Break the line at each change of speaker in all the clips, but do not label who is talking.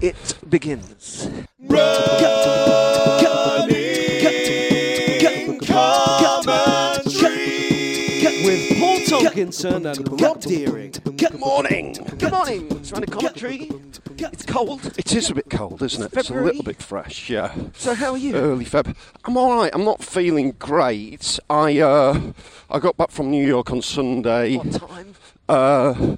It begins. With Paul Tomkinson and Rob Deering.
Good morning.
Good morning. It's around the commentary. It's cold.
It is a bit cold, isn't it? It's a
February.
little bit fresh, yeah.
So how are you?
Early Feb. I'm all right. I'm not feeling great. I uh, I got back from New York on Sunday.
What time?
Uh,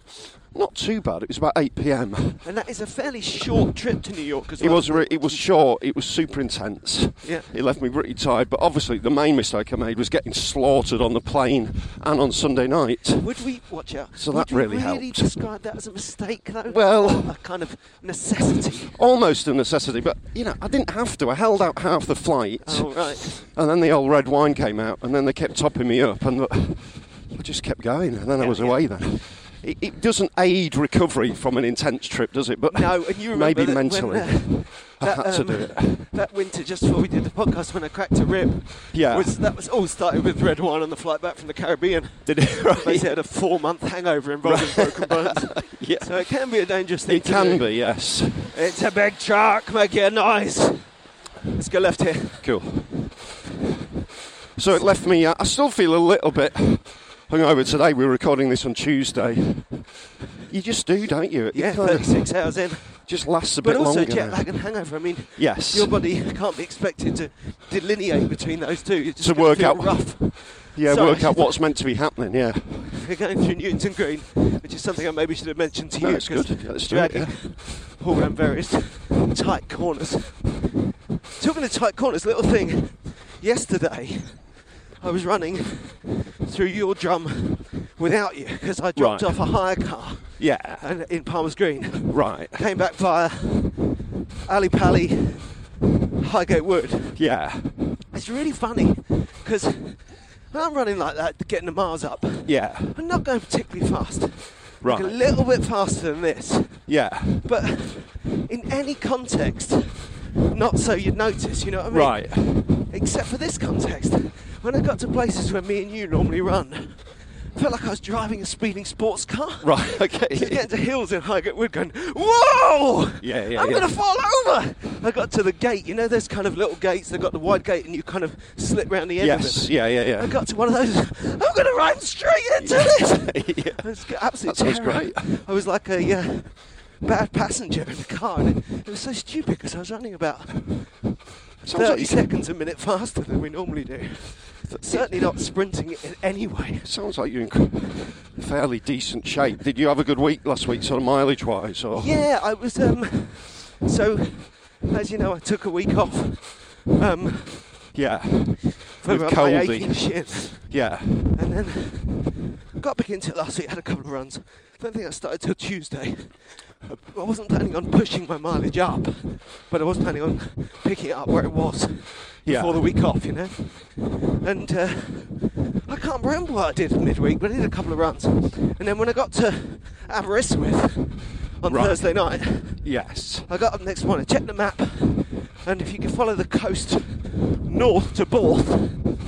not too bad. It was about 8 p.m.
And that is a fairly short trip to New York as
It
well.
was re- it was short. It was super intense.
Yeah.
It left me pretty tired. But obviously, the main mistake I made was getting slaughtered on the plane and on Sunday night.
Would we watch out?
So
Would
that
you
really
really
helped.
describe that as a mistake, though.
Well-
Or a kind of necessity.
Almost a necessity, but you know, I didn't have to. I held out half the flight.
Oh, right.
And then the old red wine came out, and then they kept topping me up, and I just kept going, and then I was away then. It, it doesn't aid recovery from an intense trip, does it? But
No, and you remember
maybe
that when,
mentally,
uh,
I
that,
had to
um,
do it.
That winter, just before we did the podcast, when I cracked a rib,
Yeah.
was, that was all started with red wine on the flight back from the Caribbean.
Did it? Right.
Basically, had a four-month hangover involving broken bones.
Yeah.
So it can be a dangerous thing.
It
to
can
do.
be, yes.
It's a big truck. Make it noise. Let's go left here.
Cool. So it left me. Uh, I still feel a little bit hungover today. We're recording this on Tuesday. You just do, don't you? It
Yeah,
kind of
36 hours in.
just lasts a
But
bit
also
longer.
jet lag and hangover. I mean,
Yes.
your body can't be expected to delineate between those two. You're just
To
gonna
work
feel
out-
rough.
yeah,
Sorry.
work out what's meant to be happening. Yeah.
We're going through Newton Green, which is something I maybe should have mentioned to
No,
you.
it's
'cause
good. Let's do it,
dragging all around various tight corners. Talking of tight corners, little thing. Yesterday, I was running through your drum without you because I dropped
Right.
off a hire car
Yeah.
and in Palmer's Green.
Right.
Came back via Alley Pally, Highgate Wood.
Yeah.
It's really funny because when I'm running like that, getting the miles up,
Yeah.
I'm not going particularly fast.
Right.
Like a little bit faster than this,
Yeah.
but in any context, not so you'd notice. You know what I mean?
Right.
Except for this context, when I got to places where me and you normally run, I felt like I was driving a speeding sports car.
Right.
Just
Okay.
getting to hills in Highgate Wood going, Whoa!
Yeah, yeah,
I'm
yeah.
going to fall over! I got to the gate, you know, those kind of little gates, they've got the wide gate and you kind of slip round the end
yes.
of it.
Yeah. Yeah. Yeah.
I got to one of those, I'm going to run straight into this!
Yeah.
It was absolute
That sounds
terror.
great.
I was like a uh, bad passenger in the car and it, it was so stupid because I was running about
Sounds
30
like, you,
seconds a minute faster than we normally do. Certainly not sprinting in any way.
sounds like you're in c- fairly decent shape. Did you have a good week last week, sort of mileage wise? Or
Yeah, I was. Um, so, as you know, I took a week off um,
Yeah.
for
With eh?
my
Coldy.
aching shin,
Yeah.
and then got back into it last week. Had a couple of runs. Don't think I started till Tuesday. I wasn't planning on pushing my mileage up, but I was planning on picking it up where it was
Yeah.
before the week off, you know. And uh, I can't remember what I did midweek, but I did a couple of runs. And then when I got to Aberystwyth on
Right.
Thursday night,
Yes.
I got up next morning, checked the map, and if you can follow the coast north to Borth,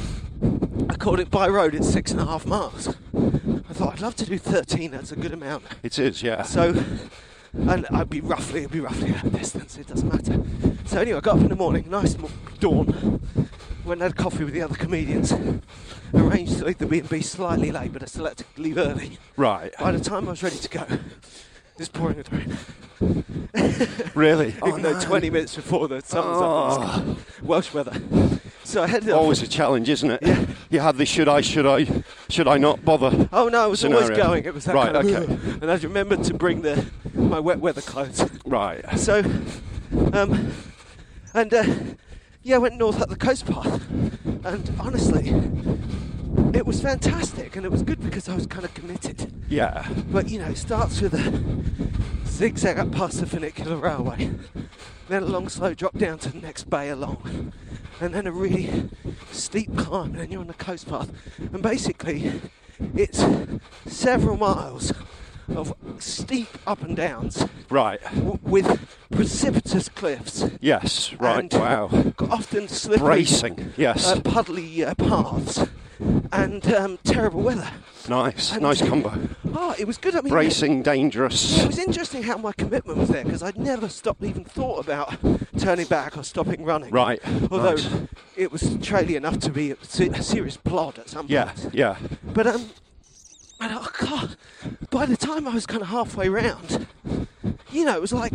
I called it by road, it's six and a half miles. I thought I'd love to do 13. That's a good amount.
It is, yeah.
So, and I'd be roughly, it'd be roughly that distance. It doesn't matter. So anyway, I got up in the morning, nice mo- dawn. Went and had coffee with the other comedians. Arranged to leave the B&B slightly late, but I still had to leave early.
right.
By the time I was ready to go, it's pouring with rain.
really?
Even though 20 minutes before the sun's up,
Oh.
it's Welsh weather. So I headed off.
Always a challenge, isn't it?
Yeah.
You have this should I, should I, should I not bother?
Oh no, I was always
scenario.
going. It was that
Right,
kind of,
okay.
And I remembered to bring the my wet weather clothes.
Right.
So, um, and uh, yeah, I went north up the coast path, and honestly, it was fantastic, and it was good because I was kind of committed.
Yeah.
But you know, it starts with a zigzag up past the funicular railway, then a long slow drop down to the next bay along, and then a really steep climb, and then you're on the coast path. And basically, it's several miles of steep up and downs
Right.
w- with precipitous cliffs.
Yes. Right.
and
Wow.
Often slippery,
Bracing. Yes.
uh, puddly uh, paths, and um, terrible weather.
nice.
and-
Nice combo.
Oh, it was good. I mean,
Bracing, dangerous.
It was interesting how my commitment was there because I'd never stopped, even thought about turning back or stopping running.
Right,
Although
nice.
it was traily enough to be a se- a serious plod at some
Yeah.
point.
Yeah.
But um, and I can't. By the time I was kind of halfway round, you know, it was like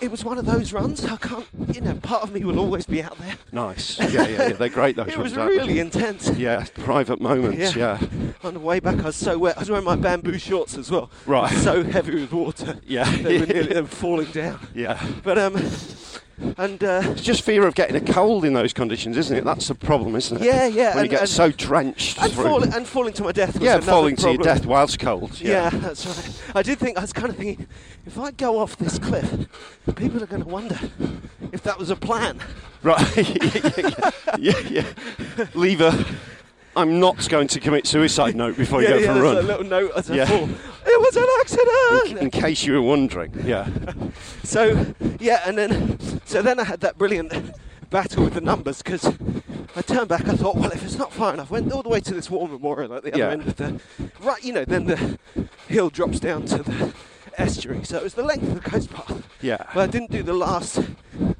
it was one of those runs. I can't. You know, part of me will always be out there.
Nice. Yeah. Yeah. yeah. They're great. Those
it
ones.
was
aren't
really
they?
intense.
Yeah. Private moments. Yeah.
On the way back, I was so wet. I was wearing my bamboo shorts as well.
Right.
So heavy with water.
Yeah.
They were nearly they were falling down.
Yeah.
But um, and uh,
It's just fear of getting a cold in those conditions, isn't it? That's the problem, isn't it?
Yeah, yeah,
When
and-
you get
and-
so drenched
and
through.
falling and falling to my death. Was
yeah,
another
falling to your
problem.
death whilst cold.
Yeah. that's right. I did think I was kind of thinking, if I go off this cliff, people are going to wonder if that was a plan.
Right. yeah, yeah. Leave a. I'm not going to commit suicide note before you
yeah,
go
yeah,
for a
there's
run.
a little note as I
Yeah.
fall. It was an accident.
in case you were wondering. Yeah.
So yeah, and then so then I had that brilliant battle with the numbers because I turned back. I thought, well, if it's not far enough, went all the way to this war memorial at the other
Yeah.
end of the right. You know, then the hill drops down to the estuary, so it was the length of the coast path.
Yeah.
but I didn't do the last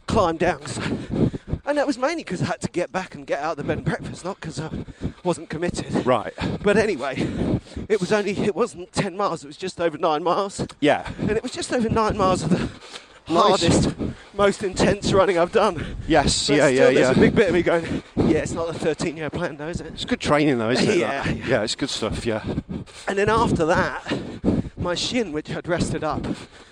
climb down. 'cause I- and that was mainly because I had to get back and get out of the bed and breakfast, not because I wasn't committed.
Right.
But anyway, it was only it wasn't ten miles. It was just over nine miles
Yeah.
and it was just over nine miles of the
Nice.
hardest, most intense running I've done.
Yes.
But
yeah.
still,
yeah.
There's
Yeah.
a big bit of me going, yeah, it's not the 13 year plan, though, is it?
It's good training, though, isn't it?
Yeah.
that? Yeah. It's good stuff. Yeah.
And then after that, my shin, which had rested up,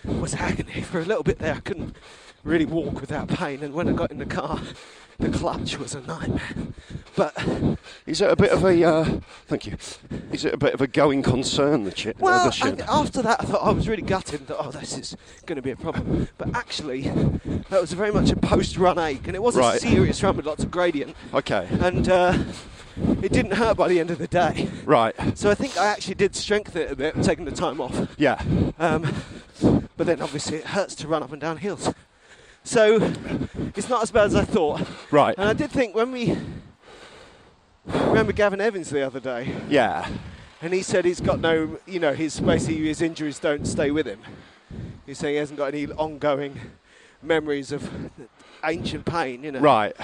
was agony for a little bit there. I couldn't really walk without pain, and when I got in the car, the clutch was a nightmare. But
Is it a bit of a? Uh, thank you. Is it a bit of a going concern? The, chi- uh,
Well,
the
I,
shin?
th- after that, I thought I was really gutted and thought, oh, this is going to be a problem. But actually, that was very much a post run ache, and it was a
Right.
serious run with lots of gradient.
Okay.
And uh, it didn't hurt by the end of the day.
Right.
So I think I actually did strengthen it a bit, taking the time off.
Yeah.
Um, but then obviously, it hurts to run up and down hills. So it's not as bad as I thought.
Right.
And I did think when we. Remember Gavin Evans the other day?
Yeah.
And he said he's got no, you know, his basically his injuries don't stay with him. He's saying he hasn't got any ongoing memories of ancient pain, you know.
Right.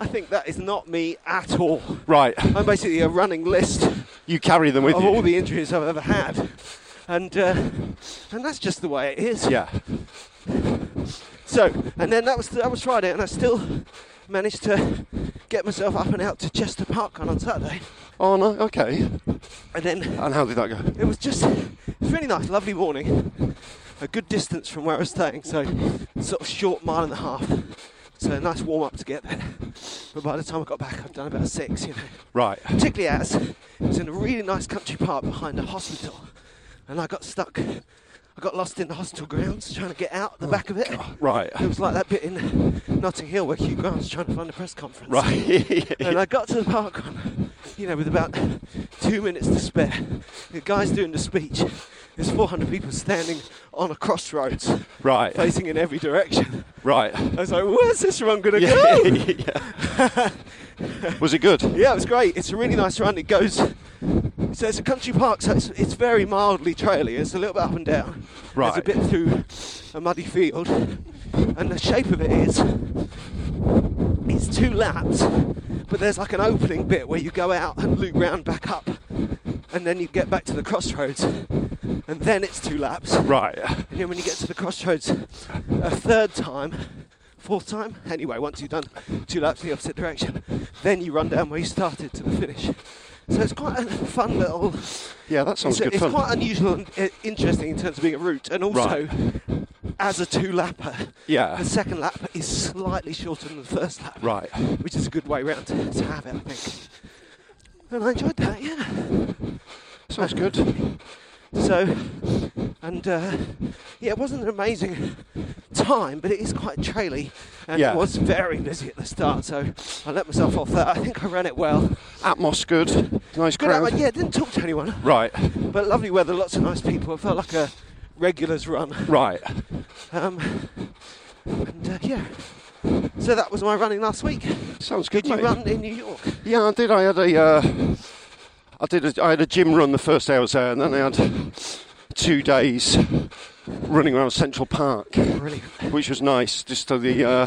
I think that is not me at all.
Right.
I'm basically a running list
You carry them with
of
you.
all the injuries I've ever had, and uh, and that's just the way it is.
yeah.
So, and then that was that was Friday, and I still managed to get myself up and out to Chester Park on Saturday,
Oh no. Okay.
and then
And how did that go?
it was just it was really nice, lovely morning. A good distance from where I was staying, so sort of short mile and a half. So a nice warm up to get there. But by the time I got back, I'd done about six, you know.
Right.
Particularly as it was in a really nice country park behind a hospital, and I got stuck. I got lost in the hospital grounds trying to get out
Oh,
the back of it.
Right.
It was like that bit in Notting Hill where Hugh Grant's trying to find a press conference.
Right.
And I got to the park, you know, with about two minutes to spare. The guy's doing the speech. There's 400 people standing on a crossroads,
Right.
facing in every direction.
Right.
I was like, where's this run going to
Yeah.
go?
Was it good?
Yeah, it was great. It's a really nice run. It goes So it's a country park, so it's, it's very mildly traily. It's a little bit up and down.
Right.
It's a bit through a muddy field. And the shape of it is it's two laps, but there's like an opening bit where you go out and loop round back up. And then you get back to the crossroads. And then it's two laps.
Right.
And then when you get to the crossroads a third time, fourth time, anyway, once you've done two laps in the opposite direction, then you run down where you started to the finish. So it's quite a fun little.
Yeah, that sounds
it's,
good
it's
fun.
quite unusual and uh, interesting in terms of being a route, and also as a two-lapper.
Yeah.
The second lap is slightly shorter than the first lap.
Right.
Which is a good way round to, to have it, I think. And I enjoyed that. Yeah.
Sounds good.
So, and uh, yeah, it wasn't an amazing time, but it is quite traily, and
Yeah.
it was very busy at the start. So I let myself off that. I think I ran it well.
Atmos good. Nice
Good,
crowd.
outline, yeah, didn't talk to anyone,
Right.
but lovely weather, lots of nice people. It felt like a regulars run.
Right.
Um, and uh, yeah, so that was my running last week.
Sounds good.
Did you
mate.
run in New York?
Yeah, I did. I had a, uh, I did. A, I had a gym run the first day I was there, and then I had two days running around Central Park,
Brilliant.
which was nice. Just to the uh,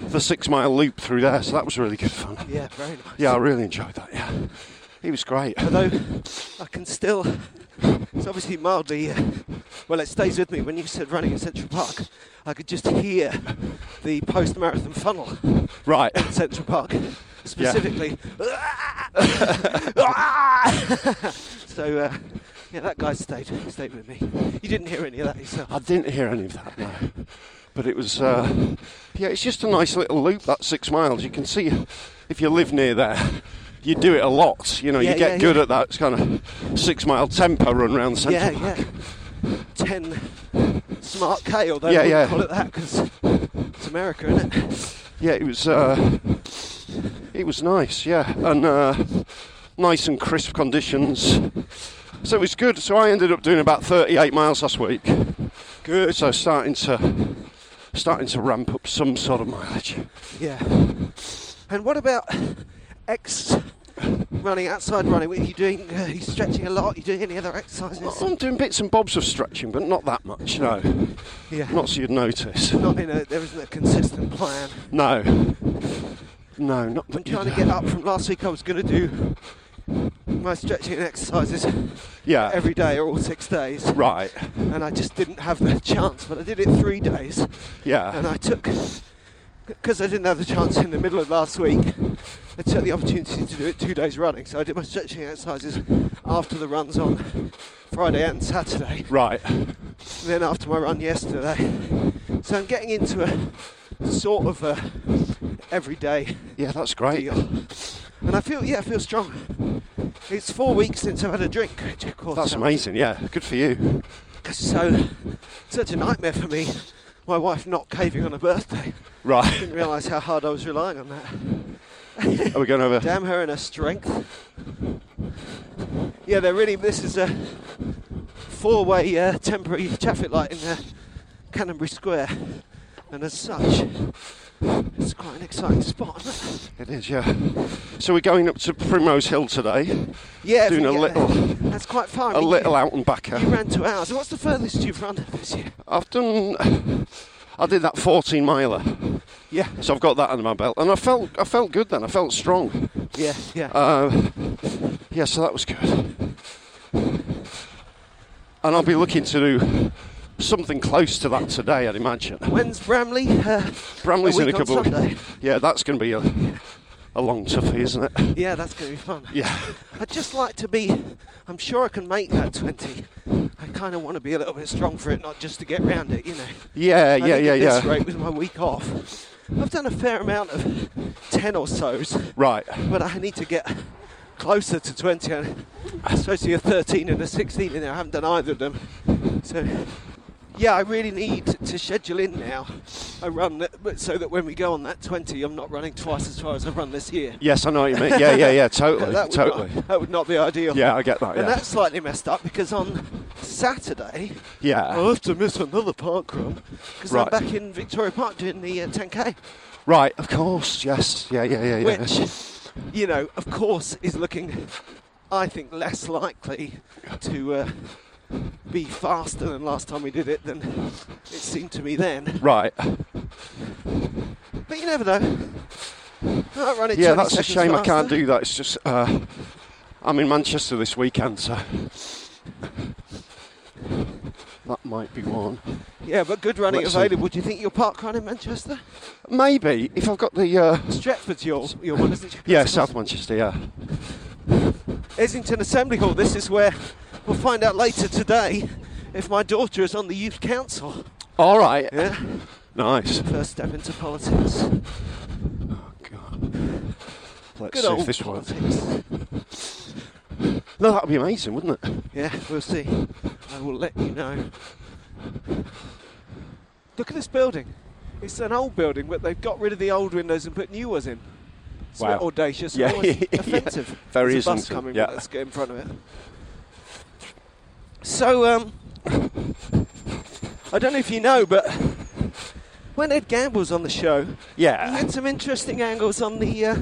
the six mile loop through there, so that was really good fun.
Yeah, very nice.
Yeah, I really enjoyed that. Yeah, he was great.
although I can still. It's obviously mildly. Uh, well, it stays with me. When you said running in Central Park, I could just hear the post marathon funnel in
Right.
Central Park, specifically. so, uh, yeah, that guy stayed, stayed with me. You didn't hear any of that yourself.
I didn't hear any of that. No. But it was. Uh, yeah, it's just a nice little loop. That six miles. You can see if you live near there. You do it a lot, you know.
Yeah,
you
yeah,
get good
yeah.
at that kind of six-mile tempo run round Central
yeah,
Park.
yeah. 10 Smart K, although
Yeah,
I wouldn't
yeah.
call it that because it's America, isn't it?
Yeah, it was. Uh, it was nice. Yeah, and uh, nice and crisp conditions. So it was good. So I ended up doing about 38 miles last week. Good. So starting to starting to ramp up some sort of mileage.
Yeah. And what about ex running, outside running? Are you doing? Uh, are you stretching a lot? Are you doing any other exercises?
I'm doing bits and bobs of stretching, but not that much. No,
yeah.
not so you'd notice.
Not in a. There isn't a consistent plan.
No. No, not
I'm
that you'd-
trying to get up from last week. I was going to do my stretching and exercises
Yeah.
every day or all six days,
Right.
and I just didn't have the chance. But I did it three days,
Yeah.
and I took because I didn't have the chance in the middle of last week. I took the opportunity to do it two days running, so I did my stretching exercises after the runs on Friday and Saturday,
Right.
and then after my run yesterday. So I'm getting into a sort of a everyday
Yeah, that's great.
deal, and I feel yeah, I feel strong. It's four weeks since I've had a drink, which of course
That's
I'm-
amazing. Yeah, good for you.
So such a nightmare for me. My wife not caving on her birthday.
Right.
Didn't realise how hard I was relying on that.
Are we going over?
Damn her and her strength. Yeah, they're really. This is a four-way uh, temporary traffic light in uh, Canterbury Square, and as such, it's quite an exciting spot. Isn't it?
It is, yeah. So we're going up to Primrose Hill today,
Yeah, if
Doing
you
a
get
little-
there. That's quite far. I
a
mean,
little
You,
out and backer.
you ran two hours. What's the furthest you've run this year?
I've done, I did that 14 miler,
Yeah,
so I've got that under my belt, and I felt, I felt good then. I felt strong.
yeah, yeah.
Uh, yeah, so that was good. And I'll be looking to do something close to that today, I'd imagine.
When's Bramley? Uh,
Bramley's
a
in a
week on
couple of
Sunday.
Yeah, that's going to be a, a long toughie, isn't it?
Yeah, that's going to be fun.
Yeah.
I'd just like to be. I'm sure I can make that 20. I kind of want to be a little bit strong for it, not just to get round it, you know.
Yeah,
I
yeah,
think
yeah,
at
yeah.
This rate with my week off, I've done a fair amount of 10 or so's,
Right.
but I need to get closer to 20. And especially a 13 and a 16 in there. I haven't done either of them. So, yeah, I really need to schedule in now. I run that, but so that when we go on that 20, I'm not running twice as far as I've run this year.
Yes, I know what you mean. Yeah, yeah, yeah, totally,
that would
totally.
Not, that would not be ideal.
Yeah, I get that,
And
Oh, yeah.
that's slightly messed up because on Saturday,
Yeah.
I'll have to miss another park run because
Uh. Right.
I'm back in Victoria Park doing the uh, 10k,
Right, of course, yes, yeah, yeah, yeah, yeah.
which, you know, of course, is looking I think, less likely to uh, be faster than last time we did it than it seemed to me then.
Right.
But you never know. I might run it
Yeah,
20
that's a
seconds
shame. I can't
faster.
do that. It's just uh, I'm in Manchester this weekend, so that might be one.
Yeah, but good running
Let's see.
available. Do you think you'll park run in Manchester?
Maybe if I've got the uh,
Stretford's your, your one, isn't it?
yeah South Manchester. Yeah.
Islington Assembly Hall. This is where we'll find out later today if my daughter is on the youth council.
All right.
Yeah,
Nice.
first step into politics.
God. Let's
Good
see
old
if this works.
politics.
No, that'd be amazing, wouldn't it?
Yeah, we'll see. I will let you know. Look at this building. It's an old building, but they've got rid of the old windows and put new ones in. It's a bit
Wow.
audacious,
Yeah.
yeah. almost
Yeah.
offensive.
Very
There's a bus
isn't it?
coming,
Yeah.
but let's get in front of it. So, um, I don't know if you know, but when Ed Gamble was on the show, he
Yeah.
had some interesting angles on the uh,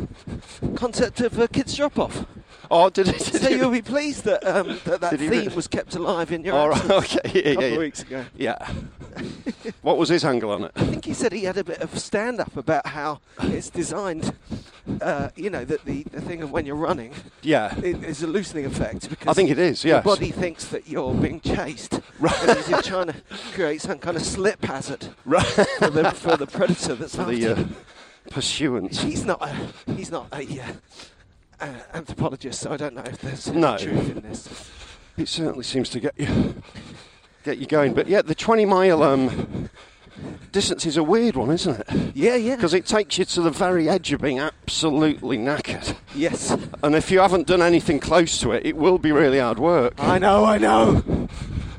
concept of uh, kids drop-off.
Oh, did it? Did
So
it-
you'll be pleased that um, that, that
Did he
theme
really?
was kept alive in your
All right.
absence
Okay. Yeah.
a couple
yeah,
of
yeah.
weeks ago.
Yeah. what was his angle on it?
I think he said he had a bit of stand up about how it's designed, uh, you know, that the, the thing of when you're running
Yeah.
it is a loosening effect because
I think it is,
your
yes.
body thinks that you're being chased.
Right.
And he's trying to create some kind of slip hazard
Right.
for, the, for the predator that's after
the uh,
you.
pursuant.
He's not a, he's not a uh, uh, anthropologist, so I don't know if there's any
No.
truth in this.
It certainly seems to get you get you going. But yeah, the 20 mile um, distance is a weird one, isn't it?
Yeah, yeah.
Because it takes you to the very edge of being absolutely knackered.
yes.
And if you haven't done anything close to it, it will be really hard work.
I know, I know.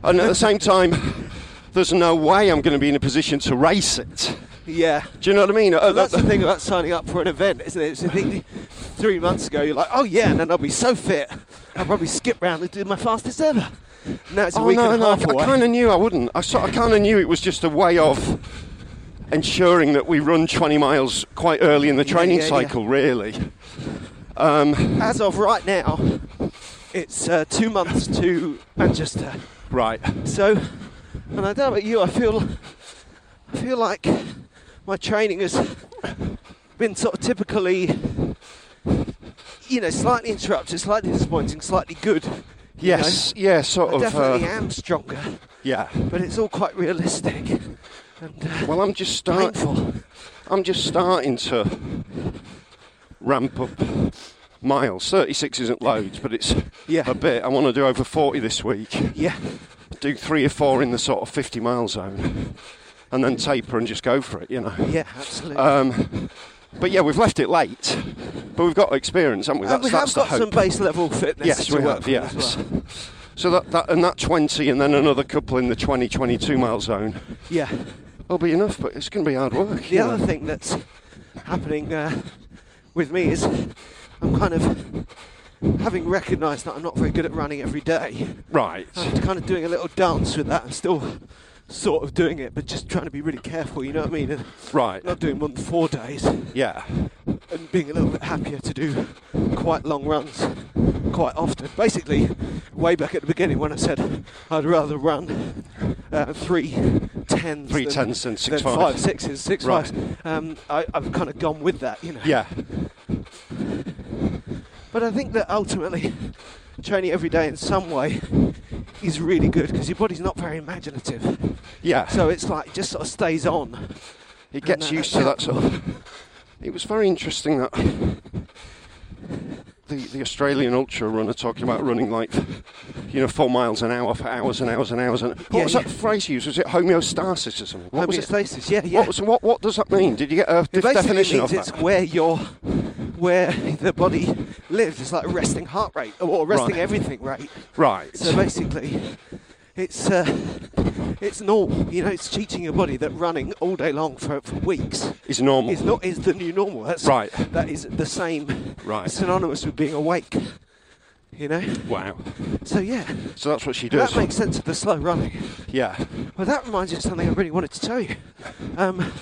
And at the same time, there's no way I'm going to be in a position to race it.
Yeah.
Do you know what I mean? Uh,
But that's
uh,
the thing about signing up for an event, isn't it? It's the thing, three months ago, you're like, oh yeah, and then I'll be so fit, I'll probably skip round and do my fastest ever. Now it's a
Oh
week
no,
and a
no! I,
half away.
kind of knew I wouldn't. I sort, I kind of knew it was just a way of ensuring that we run 20 miles quite early in the
Yeah,
training
yeah, yeah.
cycle. Really. Um,
As of right now, it's uh, two months to Manchester.
right.
So, and I don't know about you, I feel, I feel like my training has been sort of typically, you know, slightly interrupted, slightly disappointing, slightly good. you know?
Yes. Yeah. Sort
I
of. uh,
definitely am stronger.
yeah.
but it's all quite realistic and uh,
Well, I'm just start,
painful.
I'm just starting to ramp up miles. 36 isn't loads, but it's
Yeah.
a bit. I want to do over 40 this week.
Yeah,
Do three or four in the sort of 50 mile zone, and then taper and just go for it. You know.
yeah, absolutely.
Um, but yeah, we've left it late, but we've got experience, haven't we?
and Uh, we have
the
got some
hope.
base level fitness
Yes,
to
we
work
have.
from
Yes.
as well.
So that, that and that 20, and then another couple in the 20, 22 mile zone.
Yeah.
Will be enough, but it's going to be hard work.
The
you know.
other thing that's happening uh, with me is I'm kind of having recognised that I'm not very good at running every day.
right?
I'm kind of doing a little dance with that. I'm still sort of doing it, but just trying to be really careful. You know what I mean? And
Right.
not doing more than four days.
Yeah.
and being a little bit happier to do quite long runs quite often. Basically, way back at the beginning when I said I'd rather run uh, three tens,
Three
than,
tens than
than
six fives.
five sixes, six
Right.
fives, um, I, I've kind of gone with that, you know.
Yeah.
But I think that ultimately, training every day in some way is really good because your body's not very imaginative,
Yeah.
so it's like just sort of stays on.
it gets
and, uh,
used to that sort of. It was very interesting that the the Australian ultra runner talking about running like, you know, four miles an hour for hours and hours and hours and. What
Yeah,
was that
yeah.
phrase used? Was it homeostasis or something? What was it?
Homeostasis, yeah, yeah.
What, was, what, what does that mean? Did you get a
It
def-
basically
definition of
means it's
that?
where your where the body lives. It's like a resting heart rate or resting
Right.
everything rate.
Right.
So basically, it's uh, it's normal. You know, it's teaching your body that running all day long for, for weeks
it's normal.
is not is the new normal. That's,
Right.
That is the same.
Right.
Synonymous with being awake. You know.
Wow.
So yeah,
So that's what she does.
that makes sense of the slow running.
yeah.
Well, that reminds me of something I really wanted to tell you. Um,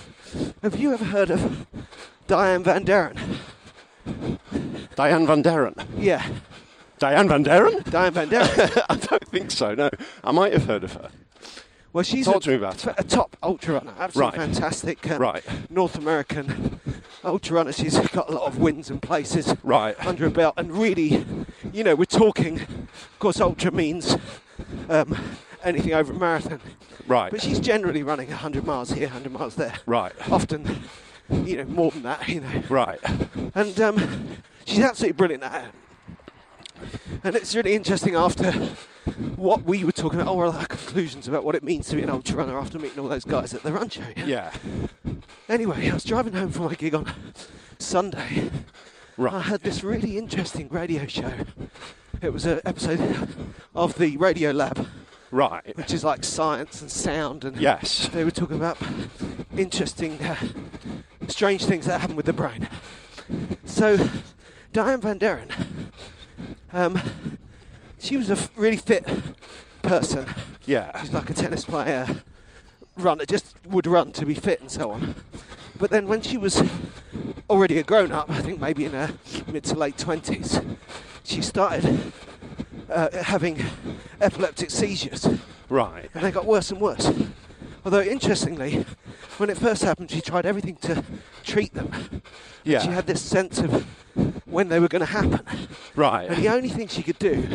have you ever heard of Diane Van Deren?
Diane Van Deren.
Yeah.
Diane Van Deren?
Diane Van Deren.
I don't think so. No, I might have heard of her.
Well, she's
Talk
a,
to me about her.
a top ultra runner, absolutely
Right.
fantastic. um,
Right.
North American ultra runner. She's got a lot of wins and places
Right.
under her belt, and really, you know, we're talking. Of course, ultra means um, anything over a marathon,
Right.
but she's generally running 100 miles here, 100 miles there.
Right.
Often, you know, more than that. You know.
Right.
and um, she's absolutely brilliant at it. And it's really interesting after what we were talking about, or our conclusions about what it means to be an ultra runner after meeting all those guys at the run show.
Yeah.
Anyway, I was driving home from my gig on Sunday. I
Right.
had this really interesting radio show. It was an episode of the Radio Lab,
Right.
which is like science and sound, and
Yes.
they were talking about interesting, uh, strange things that happen with the brain. So, Diane Van Deren, um, she was a f- really fit person.
Yeah.
She's like a tennis player, runner, just would run to be fit and so on. But then when she was already a grown up, I think maybe in her mid to late 20s, she started uh, having epileptic seizures
Right.
and they got worse and worse. Although interestingly, when it first happened, she tried everything to treat them.
Yeah.
She had this sense of when they were going to happen, and the
Right.
only thing she could do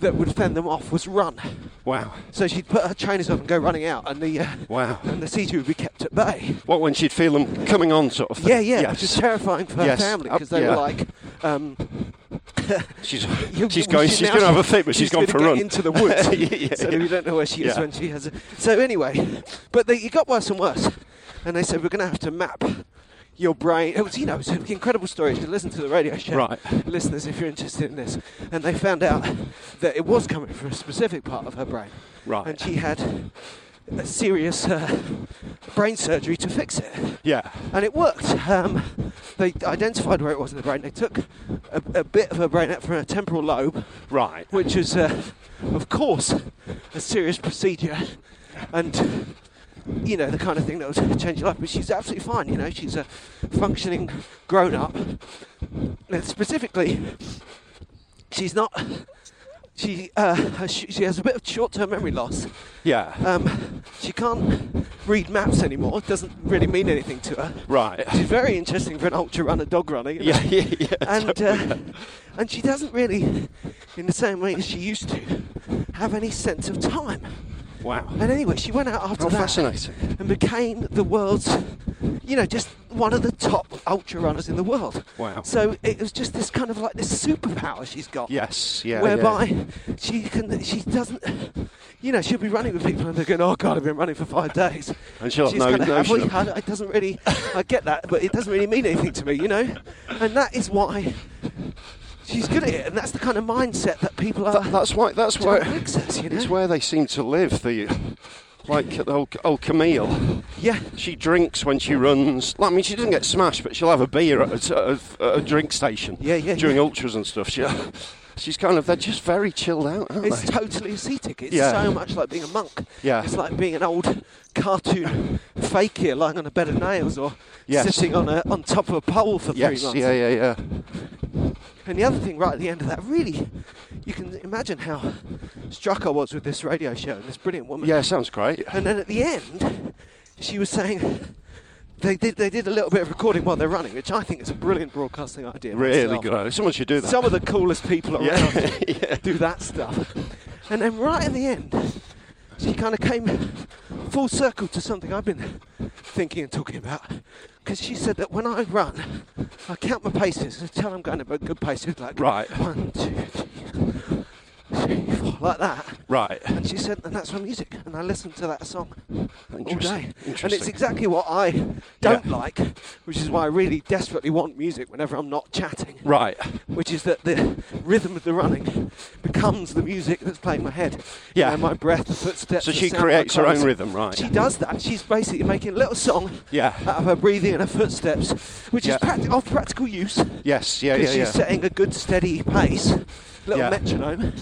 that would fend them off was run.
Wow.
So she'd put her trainers on and go running out, and the uh,
Wow.
and the seizure would be kept at bay.
What when she'd feel them coming on, sort of thing.
Yeah, yeah,
Yes.
which is terrifying for her
Yes.
family because
Up-
they
yeah.
were like, um,
She's,
You-
she's
we
going.
should
She's
now-
going to have a fit, but she's gone
gonna
for a
get
run.
into the woods.
Yeah, yeah,
so
yeah.
we don't know where she is
Yeah.
when she has. A, so anyway, but they, it got worse and worse, and they said we're going to have to map your brain. It was you know it's an incredible story. You should listen to the radio show,
Right.
listeners, if you're interested in this. And they found out that it was coming from a specific part of her brain,
Right.
And she had a serious uh, brain surgery to fix it
Yeah.
and it worked. Um, they identified where it was in the brain. They took a, a bit of her brain out from her temporal lobe,
Right.
which is, uh, of course, a serious procedure, and you know the kind of thing that would change your life. But she's absolutely fine. You know, she's a functioning grown up. And specifically, she's not. She uh, her sh- she has a bit of short-term memory loss.
Yeah.
Um, she can't read maps anymore. It doesn't really mean anything to her.
right.
She's very interesting for an ultra runner, dog runner. you know.
Yeah. Yeah. yeah.
And uh, and she doesn't really, in the same way as she used to, have any sense of time.
Wow.
And anyway, she went out after
How
that
fascinating.
and became the world's, you know, just one of the top ultra runners in the world.
Wow.
So it was just this kind of like this superpower she's got.
Yes. Yeah.
Whereby
Yeah.
she can, she doesn't, you know, she'll be running with people and they're going, oh God, I've been running for five days.
And she'll have
She's
no
kind of, have
notion
we
of-
had it? It doesn't really, I get that, but it doesn't really mean anything to me, you know? And that is why she's good at it. And that's the kind of mindset that people are.
That, that's why. That's
John
where.
Wicks is, you know?
It's where they seem to live. The like the old, old Camille.
yeah.
She drinks when she runs. Like, I mean, she doesn't get smashed, but she'll have a beer at a, at a drink station.
Yeah, yeah,
During
yeah.
ultras and stuff, she, she's kind of they're just very chilled out, aren't
It's
they?
totally ascetic. It's
Yeah.
so much like being a monk.
Yeah.
It's like being an old cartoon fakir lying on a bed of nails or
Yes.
sitting on a, on top of a pole for three
yes,
months.
yeah, yeah, yeah.
And the other thing, right at the end of that, really, you can imagine how struck I was with this radio show and this brilliant woman.
Yeah, sounds great.
And then at the end, she was saying they did they did a little bit of recording while they're running, which I think is a brilliant broadcasting idea.
Really
myself.
good. Someone should do that.
Some of the coolest people around
Yeah.
do that stuff. And then right at the end, she kind of came full circle to something I've been thinking and talking about. Because she said that when I run, I count my paces and tell I'm going at a good pace. It's like
Right.
one, two, three, three, four, like that.
Right.
And she said, and that's my music. And I listened to that song all
Interesting,
day. And it's
interesting.
exactly what I don't
Yeah.
like, which is why I really desperately want music whenever I'm not chatting
Right.
which is that the rhythm of the running becomes the music that's playing my head.
Yeah.
You know, my breath, the footsteps.
So
the
she
sound of my
creates her
clothes.
own rhythm, right.
She does that. She's basically making a little song
Yeah.
out of her breathing and her footsteps, which
Yeah.
is practi- of practical use.
Yes, yeah,
'cause
yeah,
she's
yeah.
setting a good steady pace, little
Yeah.
metronome,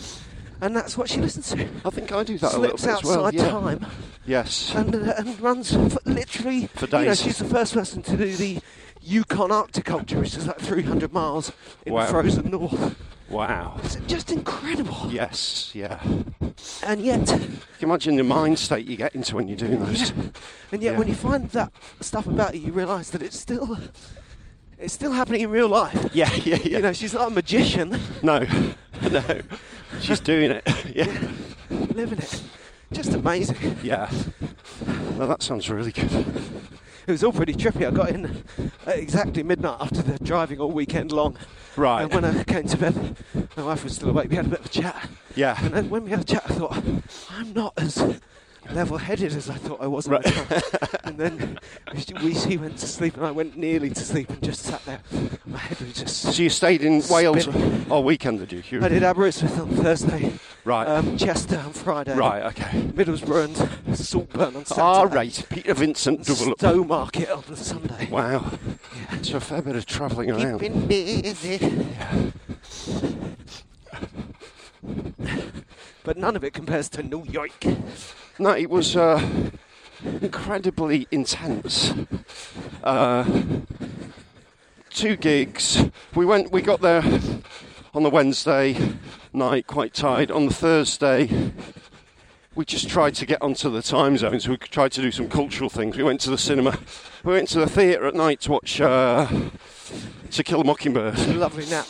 and that's what she listens to.
I think I do that a little
Slips
bit as well.
outside
yeah.
time
Yes.
and, uh, and runs for literally
For
You know,
days.
she's the first person to do the Yukon Arctic Ultra, which is like 300 miles in
Wow.
the frozen north.
Wow.
It's just incredible.
Yes, yeah.
And yet,
Can you imagine the mind state you get into when you're doing those?
and yet,
Yeah.
when you find that stuff about you, you realise that it's still, it's still happening in real life.
Yeah, yeah, yeah.
You know, she's not a magician
no, no. She's doing it. yeah,
living it. Just amazing.
yeah. Well, that sounds really good.
It was all pretty trippy. I got in at exactly midnight after the driving all weekend long.
Right.
And when I came to bed, my wife was still awake. We had a bit of a chat.
Yeah.
And then when we had a chat, I thought, I'm not as level-headed as I thought I was. at
Right.
the time." and then we, she went to sleep, and I went nearly to sleep and just sat there. My head was just.
So you stayed in Wales
Spinning.
all weekend, did uh, you? You-
I did Aberystwyth on Thursday.
Right.
Um, Chester on Friday.
Right. Okay.
Middlesbrough and Saltburn on Saturday.
All right. Peter Vincent double up.
Stowe Market on the Sunday.
Wow. So a fair bit of travelling around.
Keeping busy. But none of it compares to New York.
No, it was uh, incredibly intense. Uh, two gigs. We went. We got there on the Wednesday night, quite tired. On the Thursday, we just tried to get onto the time zones. We tried to do some cultural things. We went to the cinema. We went to the theatre at night to watch uh, To Kill a Mockingbird.
Lovely nap.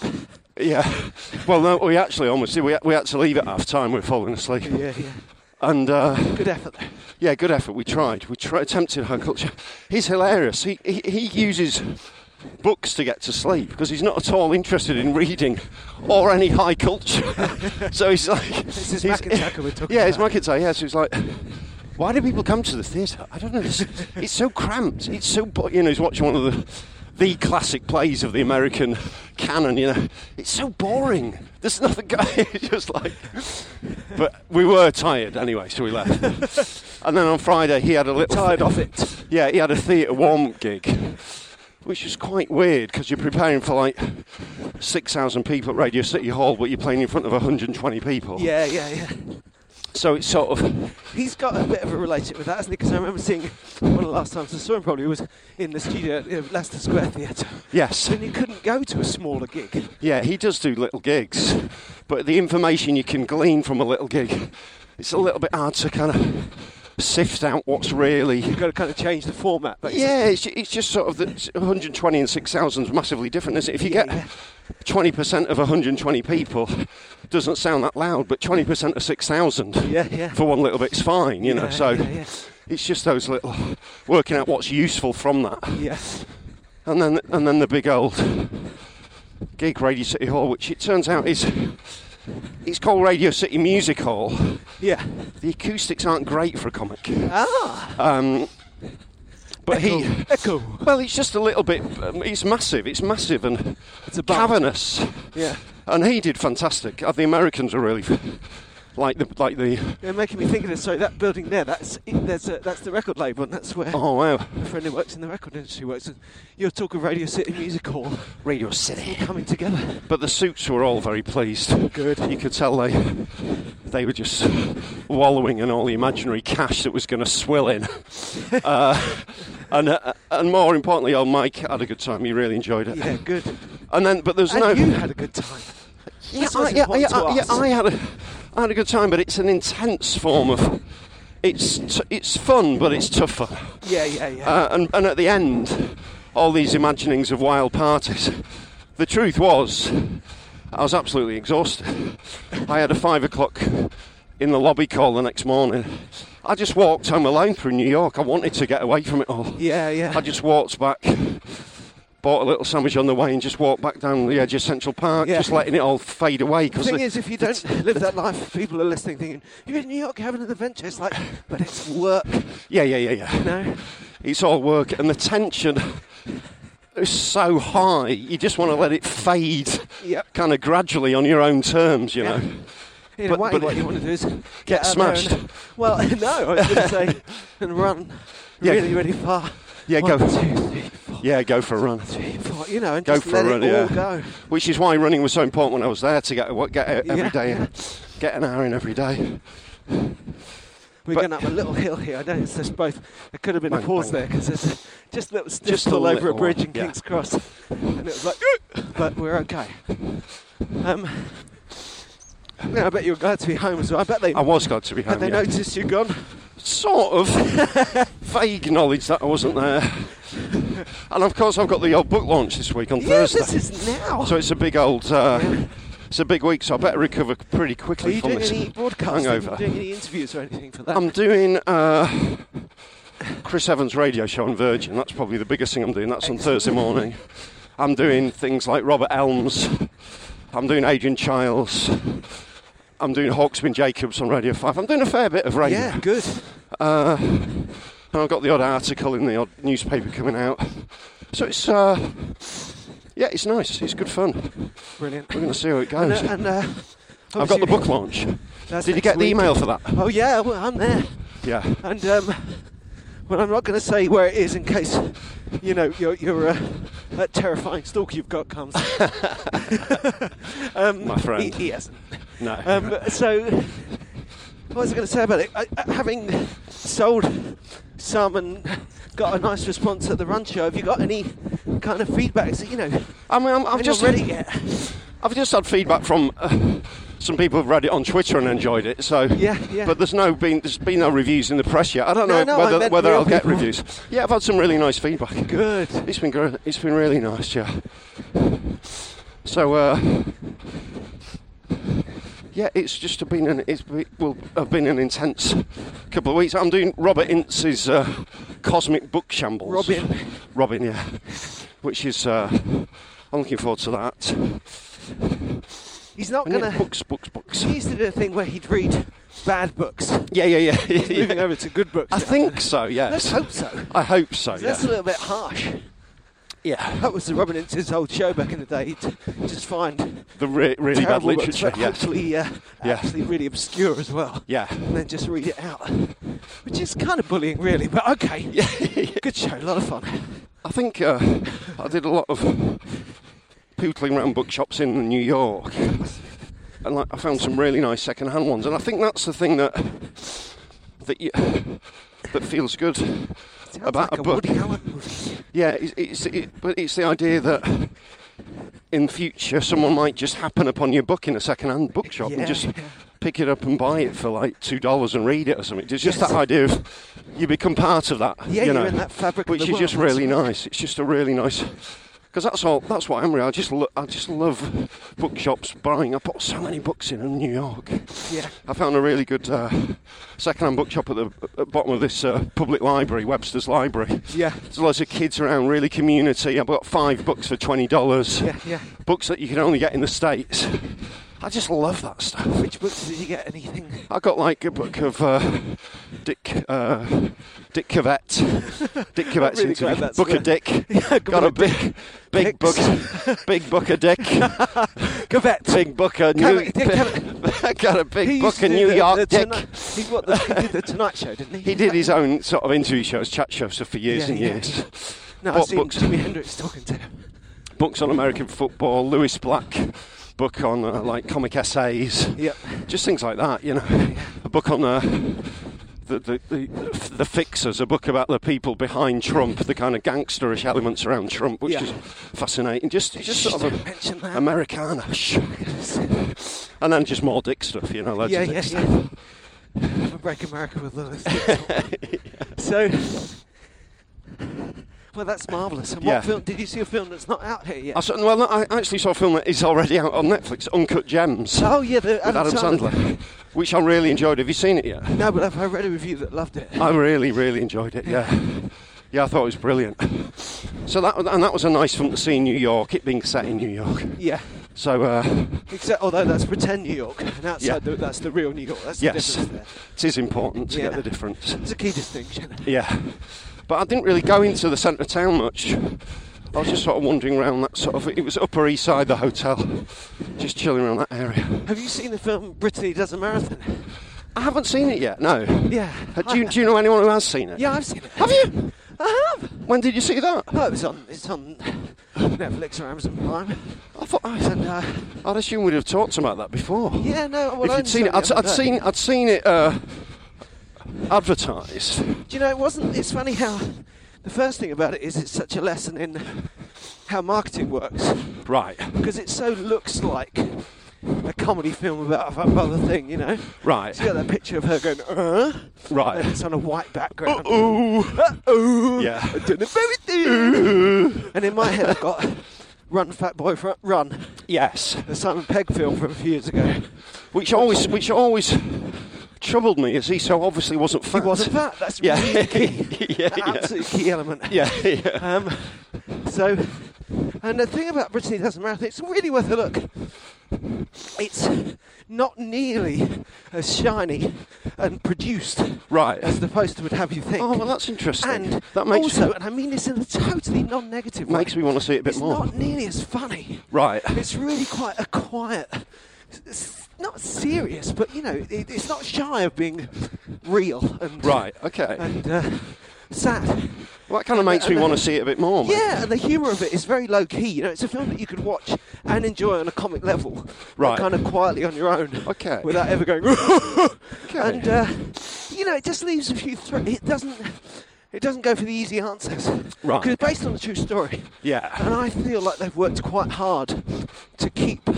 Yeah. Well, no, we actually almost did. We, we had to leave at half time. We were falling asleep.
Yeah, yeah.
And. Uh,
Good effort there.
yeah, good effort. We tried. We tried, attempted high culture. He's hilarious. He, he, he uses books to get to sleep because he's not at all interested in reading or any high culture. so he's like,
This is
he's-
McIntyre we're talking
yeah, it's
about.
McIntyre. Yeah, so he's like, why do people come to the theatre? I don't know. It's, it's so cramped. It's so bo- you know. He's watching one of the the classic plays of the American canon. You know, it's so boring. There's nothing. go- It's just like, but we were tired anyway, so we left. and then on Friday he had a little
Tired of it.
yeah, he had a theatre warm up gig, which is quite weird because you're preparing for like 6,000 people at Radio City Hall, but you're playing in front of 120 people.
Yeah, yeah, yeah.
So it's sort of,
He's got a bit of a relationship with that, hasn't he? Because I remember seeing one of the last times I saw him probably was in the studio at the Leicester Square Theatre.
yes.
And he couldn't go to a smaller gig.
Yeah, he does do little gigs, but the information you can glean from a little gig, it's a little bit hard to kind of sift out what's really.
You've got to kind of change the format. Basically.
Yeah, it's, it's just sort of that 120 and 6,000 is massively different, isn't it? If you
Yeah,
get
yeah.
20% of 120 people, doesn't sound that loud, but 20% of 6,000
Yeah, yeah.
for one little bit's fine, you know.
Yeah,
so
yeah, yeah.
it's just those little working out what's useful from that,
Yes.
and then and then the big old gig Radio City Hall, which it turns out is it's called Radio City Music Hall.
Yeah.
The acoustics aren't great for a comic,
Ah.
um, but he.
Echo.
Well, it's just a little bit. Um, it's massive. It's massive and
It's a bar.
cavernous.
Yeah.
And he did fantastic. Uh, The Americans are really like the like the.
They're making me think of this. Sorry, that building there. That's there's a, that's the record label, and that's where
Oh wow!
a friend who works in the record industry works. And you're talking Radio City Music Hall.
Radio City.
coming together.
But the suits were all very pleased.
Good.
You could tell they they were just wallowing in all the imaginary cash that was going to swill in. uh, and uh, and more importantly, old Mike had a good time. He really enjoyed it.
Yeah, good.
And then, but there's
And
no.
you had a good time.
Yeah,
That's
I,
what's
yeah,
important
yeah,
to
I- yeah,
us.
I had a, I had a good time, but it's an intense form of. It's t- it's fun, but it's tough fun.
Yeah, yeah, yeah.
Uh, and, and at the end, all these imaginings of wild parties. The truth was, I was absolutely exhausted. I had a five o'clock in the lobby call the next morning. I just walked home alone through New York. I wanted to get away from it all.
yeah, yeah.
I just walked back, bought a little sandwich on the way, and just walked back down the edge of Central Park,
Yeah.
just letting it all fade away.
the
Because
thing is, if you don't live that life, people are listening, thinking you're in New York having an adventure. It's like, but it's work.
yeah, yeah, yeah, yeah.
No.
It's all work, and the tension is so high. You just want to let it fade,
Yep.
kind of gradually on your own terms, you
Yeah.
know.
You know,
But-
what,
but-
what you want to do is get, out there
smashed.
and- well, no, I was going to say and run
Yeah.
really, really far.
Yeah,
One,
go.
two, three, four,
Yeah, go for a run.
three, four, You know, and
Go
just
for
let
a run.
it all
yeah.
go.
Which is why running was so important when I was there to get what get out every
Yeah,
day,
yeah.
and get an hour in every day.
We're
But-
going up a little hill here. I don't. It's just both. There could have been
Bang,
a pause
bang.
there because there's just little
Just
just
a
all over a
little
bridge
one,
in
yeah.
King's Cross, and it was like, but we're okay. Um, yeah, I bet you were glad to be home as well. I bet they
I was glad to be home.
had they
yeah.
noticed you gone.
sort of vague knowledge that I wasn't there. And of course, I've got the old book launch this week on
Yeah,
Thursday.
this is now.
So it's a big old. Uh, it's a big week, so I better recover pretty
Are
quickly
you
from
doing
this
any broadcasting? Are you
hangover.
doing any interviews or anything for that?
I'm doing uh, Chris Evans' radio show on Virgin. That's probably the biggest thing I'm doing. That's on Thursday morning. I'm doing things like Robert Elms. I'm doing Adrian Childs. I'm doing Hawksman Jacobs on Radio 5. I'm doing a fair bit of radio.
yeah, good.
Uh, and I've got the odd article in the odd newspaper coming out. So it's, uh, yeah, it's nice. It's good fun.
Brilliant.
We're going to see how it
And, uh,
goes.
and, uh,
Oh, I've got the
obviously-
book launch.
That's
Did you
next
get the
week.
email for that?
Oh yeah, well, I'm there.
Yeah.
And um, well, I'm not going to say where it is in case you know your your uh, that terrifying stalk you've got comes. um,
My friend.
He, he hasn't.
No.
Um, so what was I going to say about it? I, I, having sold some and got a nice response at the run show, have you got any kind of feedback? So you know,
I mean, I'm, I've
and
just
you're ready yet?
I've just had feedback from uh, some people who've read it on Twitter and enjoyed it. So
Yeah, yeah.
But there's no been there's been no reviews in the press yet. I don't
No,
know
no, I
whether
meant
whether
real
I'll get
people.
reviews. Yeah, I've had some really nice feedback.
Good.
It's been good. It's been really nice. Yeah. So. Uh, yeah, it's just been an it's be- will have been an intense couple of weeks. I'm doing Robert Ince's uh, Cosmic Book Shambles.
Robin.
Robin, yeah, which is uh, I'm looking forward to that.
He's not
I need
going to.
books, books, books.
He used to do a thing where he'd read bad books.
Yeah, yeah, yeah.
Moving over to good books.
I
now.
think so. Yes.
Let's hope uh, so.
I hope so. Oh, Yeah.
That's a little bit harsh.
yeah.
That was the Robin Ince's old show back in the day. He'd just find
The re- really bad
terrible books,
literature.
but
Yes.
hopefully, uh,
Yeah.
actually really obscure as well.
Yeah.
And then just read it out, which is kind of bullying, really. But okay, good show, a lot of fun.
I think uh, I did a lot of pootling around bookshops in New York, and like I found some really nice second-hand ones. And I think that's the thing that that you, that feels good
Sounds
about
like
a book.
Woody Allen movie.
Yeah, it's, it's it, but it's the idea that in future someone might just happen upon your book in a second-hand bookshop
Yeah.
and just pick it up and buy it for like two dollars and read it or something. It's just
Yes.
that idea of you become part of that.
Yeah,
you
you're
know,
in that fabric of
which
the
is just
world.
really nice. It's just a really nice. Because that's all. That's what I'm really. I just lo- I just love bookshops buying. I bought so many books in in New York.
Yeah.
I found a really good uh, second-hand bookshop at the at the bottom of this uh, public library, Webster's Library.
Yeah.
There's lots of kids around, really community. I bought five books for twenty dollars.
Yeah, yeah.
Books that you can only get in the states. I just love that stuff.
Which books did you get? Anything?
I got like a book of uh, Dick uh, Dick Cavett. Dick Cavett's
really
interview.
glad that's
book
where-
of Dick.
Yeah,
got a big big book big book of Dick.
Cavett.
Big book of New
Cavett, Dick Cavett.
got a
He
big
used
book
to
of
do
New
the-
York
the
Dick.
Tonight- he, what, the, he did the Tonight Show, didn't he?
He did his own sort of interview shows, chat shows for years
Yeah,
and
yeah,
years.
No, I've
bought
seen
books.
Jimi Hendrix talking to him.
books on American football, Lewis Black book on uh, like comic essays,
Yep.
just things like that. You know, a book on uh, the, the the the fixers, a book about the people behind Trump, the kind of gangsterish elements around Trump, which
Yeah.
is fascinating. Just just sort of
Don't mention
a,
that.
Americana, and then just more Dick stuff. You know, loads
yeah,
of Dick
yeah,
stuff.
yeah. Have a break America with Lewis. so, well, that's marvellous. And
Yeah.
what film did you see a film that's not out here yet?
I saw, well, no, I actually saw a film that is already out on Netflix, Uncut Gems,
oh yeah, the
with Adam Sandler, which I really enjoyed. Have you seen it yet?
No, but I've, I read a review that loved it.
I really, really enjoyed it. Yeah, yeah, I thought it was brilliant. So that and that was a nice film to see in New York. It being set in New York.
yeah,
So uh,
except although that's pretend New York, and outside
Yeah.
the, that's the real New York. That's
yes,
the difference there.
it is important to
Yeah.
get the difference.
It's a key distinction.
Yeah, but I didn't really go into the centre of town much. I was just sort of wandering around that sort of. It was Upper East Side, the hotel, just chilling around that area.
Have you seen the film Brittany Does a Marathon?
I haven't seen it yet. No.
Yeah.
Uh, do, you, do you know anyone who has seen it?
Yeah, I've seen it.
Have you?
I have.
When did you see that?
Oh, it's on. It's on Netflix or Amazon Prime.
I thought I
And uh,
I'd assume we'd have talked about that before.
yeah, no. Well,
if
I
you'd seen it,
only
I'd,
saw
I'd
the other day.
seen, I'd seen it. Uh, advertised.
Do you know, it wasn't. It's funny how the first thing about it is it's such a lesson in how marketing works
Right,
because it so looks like a comedy film about a other thing, you know.
right,
So you got that picture of her going, uh, and
right.
it's on a white background.
Ooh,
Uh-oh.
Yeah.
I did a very thing.
ooh.
And in my head, I've got Run Fat Boy Fr- Run,
Yes,
the Simon Pegg film from a few years ago.
which always, which always troubled me, as he so obviously wasn't
He
fat.
wasn't fat. That's
Yeah,
really key.
yeah,
An
yeah,
absolute key element.
yeah, yeah.
Um, so, and the thing about Brittany Doesn't Matter, it's really worth a look. It's not nearly as shiny and produced
Right.
as the poster would have you think.
Oh, well, that's interesting.
and
that makes
also, and I mean this in a totally non-negative way.
makes me want to see it a bit
it's
more.
not nearly as funny.
Right.
It's really quite a quiet, it's not serious, but you know, it, it's not shy of being real and
Right. Okay.
and uh, sad.
well, that kind of makes me
and-
want to see it a bit more. mate.
Yeah, and the humour of it is very low key. You know, it's a film that you could watch and enjoy on a comic level,
Right.
Kind of quietly on your own,
Okay.
without ever going. And uh, you know, it just leaves a few. Thr- it doesn't. It doesn't go for the easy answers,
Right.
Because it's based on a true story,
Yeah.
and I feel like they've worked quite hard to keep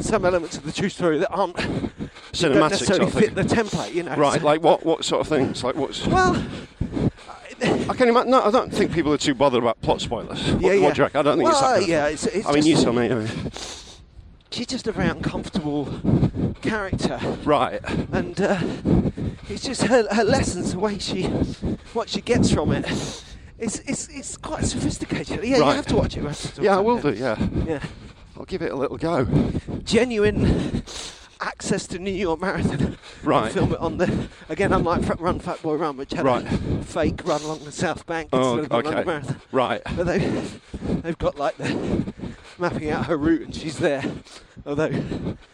some elements of the true story that aren't don't
Cinematics.
necessarily
I
fit
think.
the template. You know,
right.
So-
Like what? What sort of things? Like what's?
well,
I can imagine. No, I don't think people are too bothered about plot spoilers. What,
yeah, yeah.
What do you reckon? I don't think it's that.
Well,
kind of
yeah,
thing.
it's, it's
I mean,
just-
you tell me. I mean,
she's just a very uncomfortable character,
right.
and uh, it's just her, her lessons, the way she, what she gets from it, it's it's, it's quite sophisticated. Yeah, you
Right.
have to watch it. you have to-
Yeah, I will do. Yeah,
Yeah,
I'll give it a little go.
genuine access to New York Marathon.
Right.
Film it on the again, unlike Fat- Run Fat Boy Run, which had
Right.
a fake run along the South Bank
Oh,
instead of the London
okay.
Marathon.
Right.
But they, they've got like the mapping out her route, and she's there. Although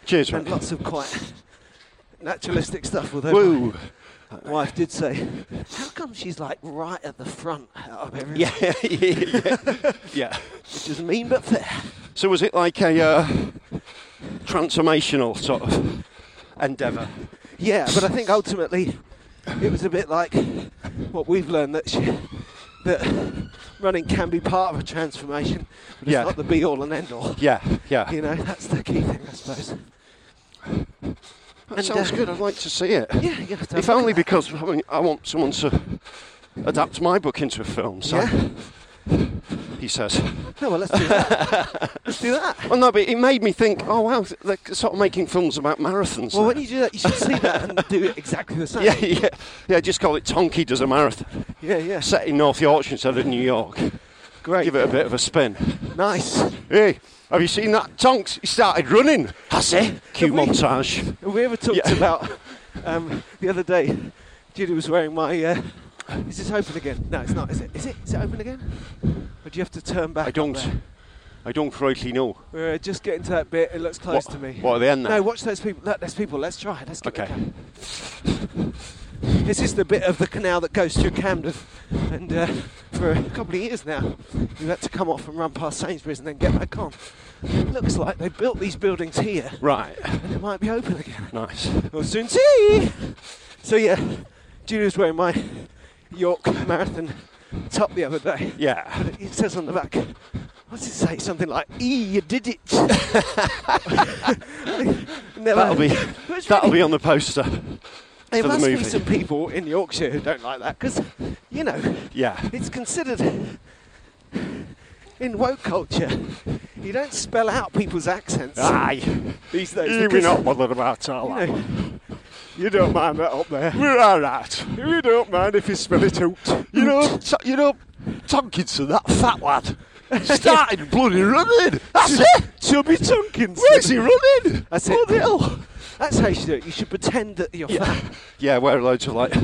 Cheers,
and
mate.
lots of quite naturalistic stuff. Although
Woo.
my wife did say, "How come she's like right at the front out of everything?"
Yeah, yeah, yeah, yeah.
which is mean but fair.
So was it like a uh, transformational sort of endeavour?
Yeah, but I think ultimately it was a bit like what we've learned that she, that running can be part of a transformation, but it's
Yeah.
not the be all and end all.
Yeah, yeah.
You know, that's the key thing, I suppose.
that
and,
sounds
uh,
good. I'd like to see it.
Yeah, you have to have
If
a look
only
at that.
because I, mean, I want someone to adapt my book into a film. So
Yeah.
he says.
No, Oh, well, let's do that. let's do that.
Well, no, but it made me think. Oh wow, they're sort of making films about marathons.
Well,
now.
when you do that, you should see that and do it exactly the same.
yeah, yeah, yeah. Just call it Tonky does a marathon.
yeah, yeah.
Set in North Yorkshire instead of New York.
Great.
Give it a bit of a spin.
Nice.
Hey, have you seen that? Tonks, he started running. Has he? Cue
Have we-
montage.
Have we ever talked
Yeah.
about um, the other day? Judy was wearing my. Uh, is this open again? No, it's not. Is it? Is it? Is it open again? Or do you have to turn back?
I
up
don't.
there?
I don't rightly know.
We're uh, just getting to that bit. It looks close
What-
to me.
what, are they in there?
No, watch those people. Look, there's people. Let's try. it. Let's give it a
Okay.
go. This is the bit of the canal that goes through Camden, and uh, for a couple of years now, we've had to come off and run past Sainsbury's and then get back on. It looks like they built these buildings here,
Right.
and it might be open again.
Nice.
We'll soon see. So yeah, Julia's wearing my York Marathon top the other day.
Yeah.
But it says on the back, what's it say? Something like, "E, you did it." Never.
That'll be.
But it's
That'll
really-
be on the poster.
There
for the
must be
movie.
some people in Yorkshire who don't like that because, you know,
Yeah.
it's considered in woke culture. You don't spell out people's accents
Aye.
these days.
You're
because,
Ah, not bothered about all
you
that.
know,
You don't mind that up there. We're all right. You don't mind if you spill it out. You
Mm.
know, t- you know, Tonkinson, that fat lad, started bloody running. That's it.
Chubby Tompkins.
Where's he running?
That's
Bloody
it.
hell.
That's how you should do it. You should pretend that you're
Yeah.
fat.
Yeah, wear loads of like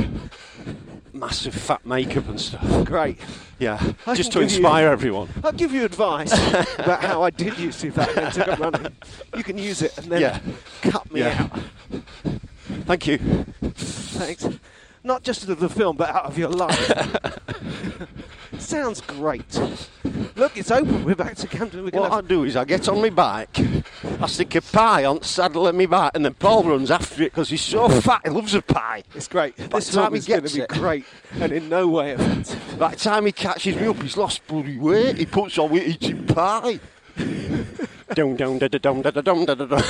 massive fat makeup and stuff.
Great.
Yeah,
I
just to
can give you-
inspire everyone.
I'll give you advice about how I did used to be fat and took up running. You can use it and then
Yeah.
cut me
Yeah.
out.
Thank you.
Thanks. Not just out of the film, but out of your life. Sounds great. Look, it's open. We're back to Camden. We're
What I
gonna.
do is I get on my bike, I stick a pie on the saddle of my bike, and then Paul runs after it because he's so fat, he loves a pie.
It's great.
By
This
the time
time
he
is going
gets
to be
it.
great, and in no way offensive.
By the time he catches me up, he's lost bloody weight. He puts on with eating pie. dum dum da da dum da da dum da da dum.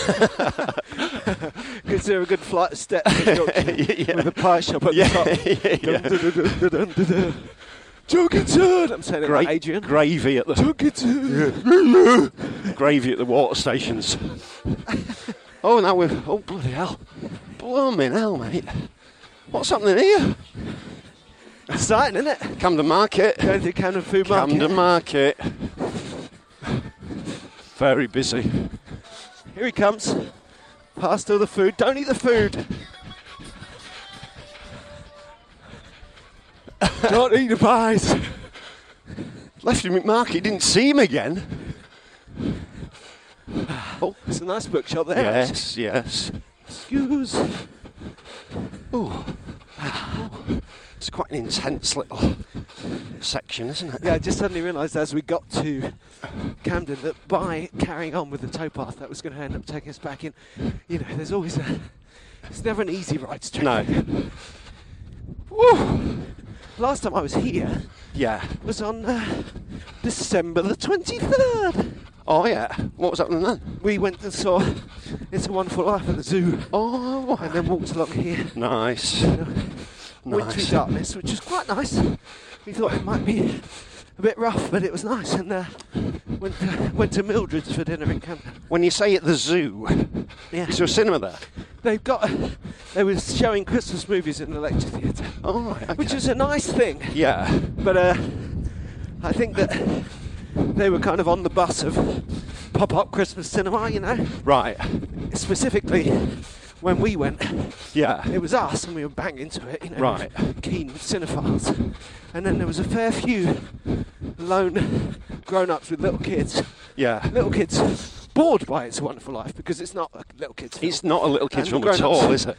Consider a good flight of steps in Yorkshire
Yeah.
with a pie shop at
Yeah,
the top. Junkerton! I'm saying it like Adrian.
gravy at the
Junkerton!
gravy at the water stations. oh, now we're oh bloody hell, blooming hell, mate. What's happening here?
Exciting, isn't it?
Camden Market.
Going to Camden Food Market.
Camden Market. Very busy.
Here he comes. Past all the food. Don't eat the food. Don't eat the pies.
Left him at market, didn't see him again.
Oh, it's a nice bookshop there.
Yes, yes.
Excuse.
It's quite an intense little section, isn't it?
Yeah, I just suddenly realised as we got to Camden that by carrying on with the towpath, that was going to end up taking us back in. You know, there's always a. It's never an easy ride straight.
No.
Woo! Last time I was here
Yeah.
was on uh, December the 23rd.
Oh yeah. What was happening then?
We went and saw It's a Wonderful Life at the zoo
Oh,
and then walked along here.
nice.
You know, wintry
Nice.
darkness, which was quite nice. We thought it might be a bit rough, but it was nice. And uh, went to, went to Mildred's for dinner in Camden.
When you say at the zoo,
Yeah,
is there a cinema there?
they've got. They were showing Christmas movies in the lecture theatre,
Oh, right. Okay.
which was a nice thing.
yeah.
But uh, I think that they were kind of on the bus of pop-up Christmas cinema. You know,
Right.
specifically when we went,
Yeah.
it was us and we were bang into it, you know,
Right.
keen cinephiles. And then there was a fair few lone grown-ups with little kids.
Yeah.
Little kids bored by It's a Wonderful Life because it's not a little kids. film.
It's not a little kid's
And
room at
grown-ups.
all, is it?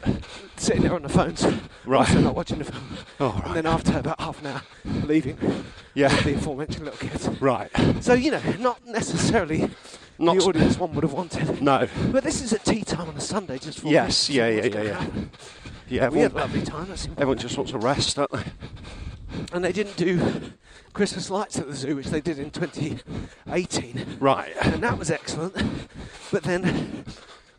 sitting there on the phones,
Right.
also not watching the film.
Oh, right.
And then after about half an hour, leaving
Yeah.
with the aforementioned little kids.
Right.
So you know, not necessarily
Not
the audience one would have wanted.
No.
But this is at tea time on a Sunday, just for
Yes, yeah, yeah, yeah, yeah. Yeah.
We um, had a
Everyone,
lovely time. That's important.
everyone just wants to rest, don't they?
And they didn't do Christmas lights at the zoo, which they did in 2018,
Right.
and that was excellent. But then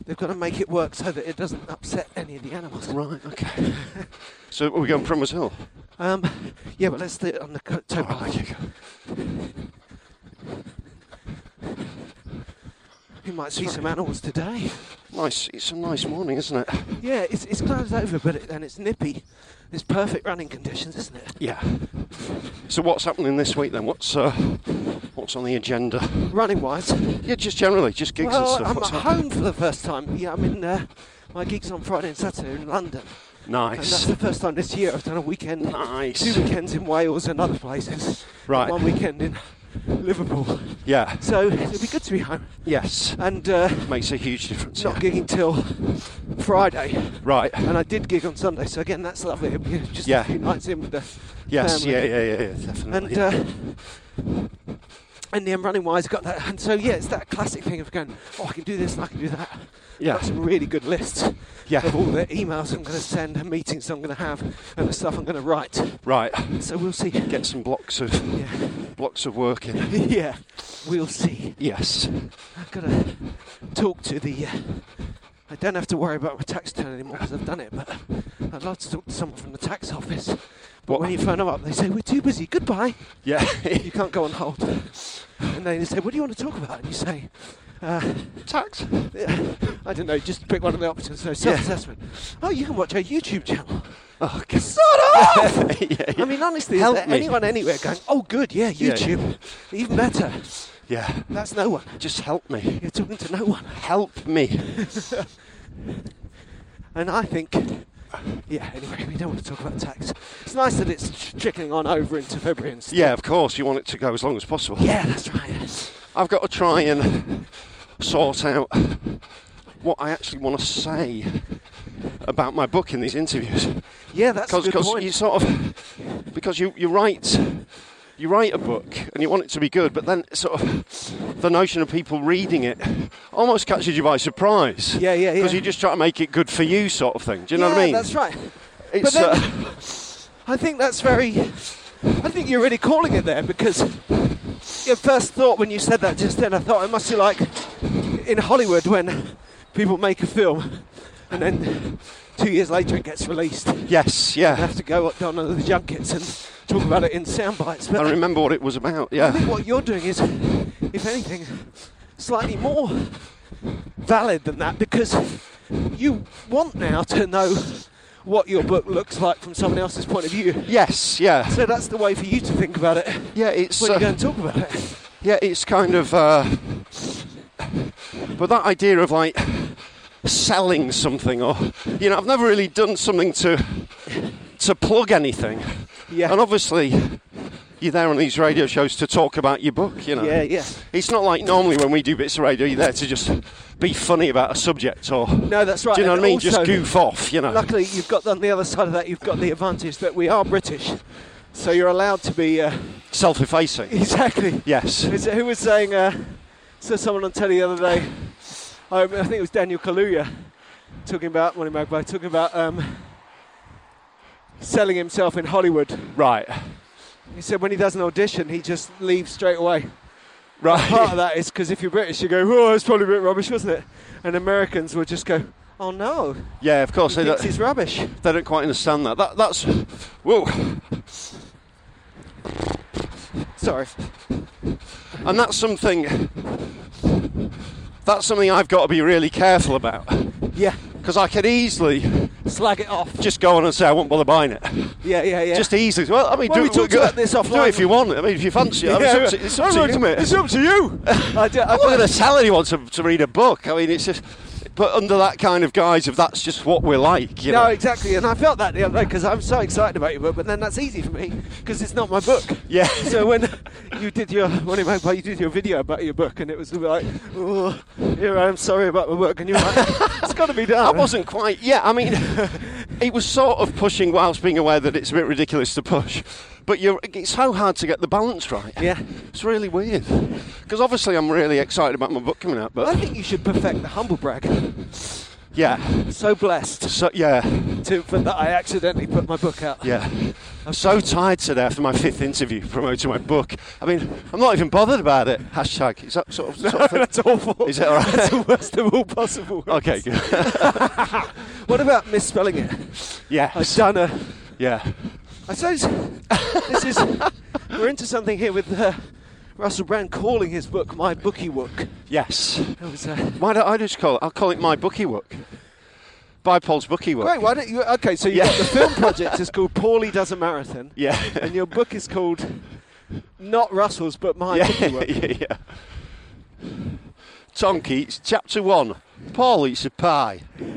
they've got to make it work so that it doesn't upset any of the animals.
Right, okay. So we're going from as hill.
Um, yeah, but let's do it on the
Oh,
co- tow path. We might see some animals today.
Nice, it's a nice morning, isn't it?
Yeah, it's, it's clouds over, but it, and it's nippy. It's perfect running conditions, isn't it?
Yeah. So what's happening this week then? What's uh, what's on the agenda?
Running wise.
Yeah, just generally, just gigs and
Well,
stuff.
I'm
what's
at home for the first time. Yeah, I'm in uh, my gigs on Friday and Saturday in London. And that's
Nice.
the first time this year I've done a weekend.
Nice.
Two weekends in Wales and other places.
Right.
One weekend in Liverpool.
Yeah.
So it'll be good to be home.
Yes.
And uh,
Makes a huge difference.
not
yeah.
gigging till Friday.
Right.
And I did gig on Sunday, so again, that's lovely. It'll be Just
Yeah.
a few nights in with the
Yes.
family.
Yeah. Yeah. Yeah. yeah definitely.
And uh, and then running wise, got that. And so yeah, it's that classic thing of going, oh, I can do this and I can do that.
Yeah.
Got some really good lists
Yeah.
of all the emails I'm going to send and meetings I'm going to have and the stuff I'm going to write.
right.
So we'll see.
Get some blocks of
Yeah.
blocks of work in.
yeah. We'll see.
Yes.
I've got to talk to the. Uh, I don't have to worry about my tax return anymore because I've done it, but I'd like to talk to someone from the tax office. But
What-
when you phone them up, they say, We're too busy, goodbye.
Yeah.
You can't go on hold. And they say, What do you want to talk about? And you say, uh,
Tax.
yeah, I don't know, just pick one of the options. So self assessment. Oh, you can watch our YouTube channel.
Oh, God.
Sort of!
yeah,
Ah! I mean, honestly,
Help
is there
me.
anyone anywhere going, Oh, good, yeah,
Yeah.
YouTube. Even better.
yeah.
That's no one.
Just help me.
You're talking to no one.
Help me.
And I think, yeah, anyway, we don't want to talk about tax. It's nice that it's trickling on over into February and stuff.
Yeah, of course. You want it to go as long as possible.
Yeah, that's right.
I've got to try and sort out what I actually want to say about my book in these interviews.
Yeah, that's a
Because
good point.
you sort of because you, you write you write a book and you want it to be good, but then sort of the notion of people reading it almost catches you by surprise.
Yeah, yeah, yeah.
Because you just try to make it good for you, sort of thing. Do you know
yeah,
what I mean?
That's right.
It's,
then-
uh,
I think that's very. I think you're really calling it there because your first thought when you said that just then, I thought it must be like in Hollywood when people make a film and then two years later it gets released. You
yes, yeah.
have to go up down to the junkets and talk about it in sound bites.
I
But
remember what it was about.
I
Yeah,
think what you're doing is, if anything, slightly more valid than that because you want now to know what your book looks like from someone else's point of view.
yes, yeah,
So that's the way for you to think about it when
yeah. It's
you
uh,
go and talk about it.
yeah, it's kind of. Uh, but that idea of like selling something, or you know, I've never really done something to to plug anything.
Yeah.
And obviously, you're there on these radio shows to talk about your book. You know.
Yeah, yeah.
It's not like normally when we do bits of radio, you're there to just be funny about a subject or.
No, that's right.
Do you know
and
what I mean? Just
also,
goof off. You know.
Luckily, you've got on the other side of that, you've got the advantage that we are British, so you're allowed to be uh,
Self-effacing.
exactly.
Yes.
Is it- who was saying? Uh, so someone on telly the other day, I, I think it was Daniel Kaluuya, talking about Money Magpie, talking about um, selling himself in Hollywood.
Right.
He said when he does an audition, he just leaves straight away.
Oh,
Part of
Right.
that is because if you're British, you go, oh, it's probably a bit rubbish, wasn't it? And Americans will just go, oh no,
Yeah, of course.
he
They
thinks
don't,
it's rubbish.
they don't quite understand that. that. That's. Whoa.
Sorry.
And that's something. That's something I've got to be really careful about.
Yeah,
Because I could easily
slag it off.
just go on and say, I won't bother buying it.
Yeah, yeah, yeah.
Just easily. Well, I mean,
Well,
do,
we talked
go-
about this
do
offline.
it if you want. I mean, if you fancy it. I mean,
Yeah,
it's up to, it's up to you, mate.
It's up to you. I do, I
I'm not
do-
going to tell anyone to, to read a book. I mean, it's just. But under that kind of guise, if that's just what we're like, you
no,
know.
exactly. And I felt that the other day because I'm so excited about your book, but then that's easy for me because it's not my book.
Yeah.
So when you did your when it you did your video about your book, and it was like, oh, here I am, sorry about my book, and you're like, it's got to be done.
I wasn't quite. Yeah, I mean, it was sort of pushing whilst being aware that it's a bit ridiculous to push. But you're, it's so hard to get the balance right.
Yeah.
It's really weird. Because obviously I'm really excited about my book coming out,
I
but
think you should perfect the humble brag.
yeah.
So blessed
So, yeah,
to, for that I accidentally put my book out.
yeah. I'm so tired today after my fifth interview promoting my book. I mean, I'm not even bothered about it. Hashtag. Is that sort of. Sort of
That's awful.
Is it all right?
That's the worst of all possible. words.
okay, good.
What about misspelling it? I've
Yes.
done a.
Yeah.
I suppose this is. We're into something here with uh, Russell Brand calling his book "My Bookie Wook."
Yes.
That was uh,
Why don't I just call it? I'll call it my bookie work. By Paul's bookie work.
great. Why don't you? Okay, so you've
Yeah.
got the film project is called "Paulie Does a Marathon,"
Yeah.
and your book is called not Russell's but My
yeah,
Bookie Wook.
yeah, yeah. Tom Keats, chapter one. Paul eats a pie.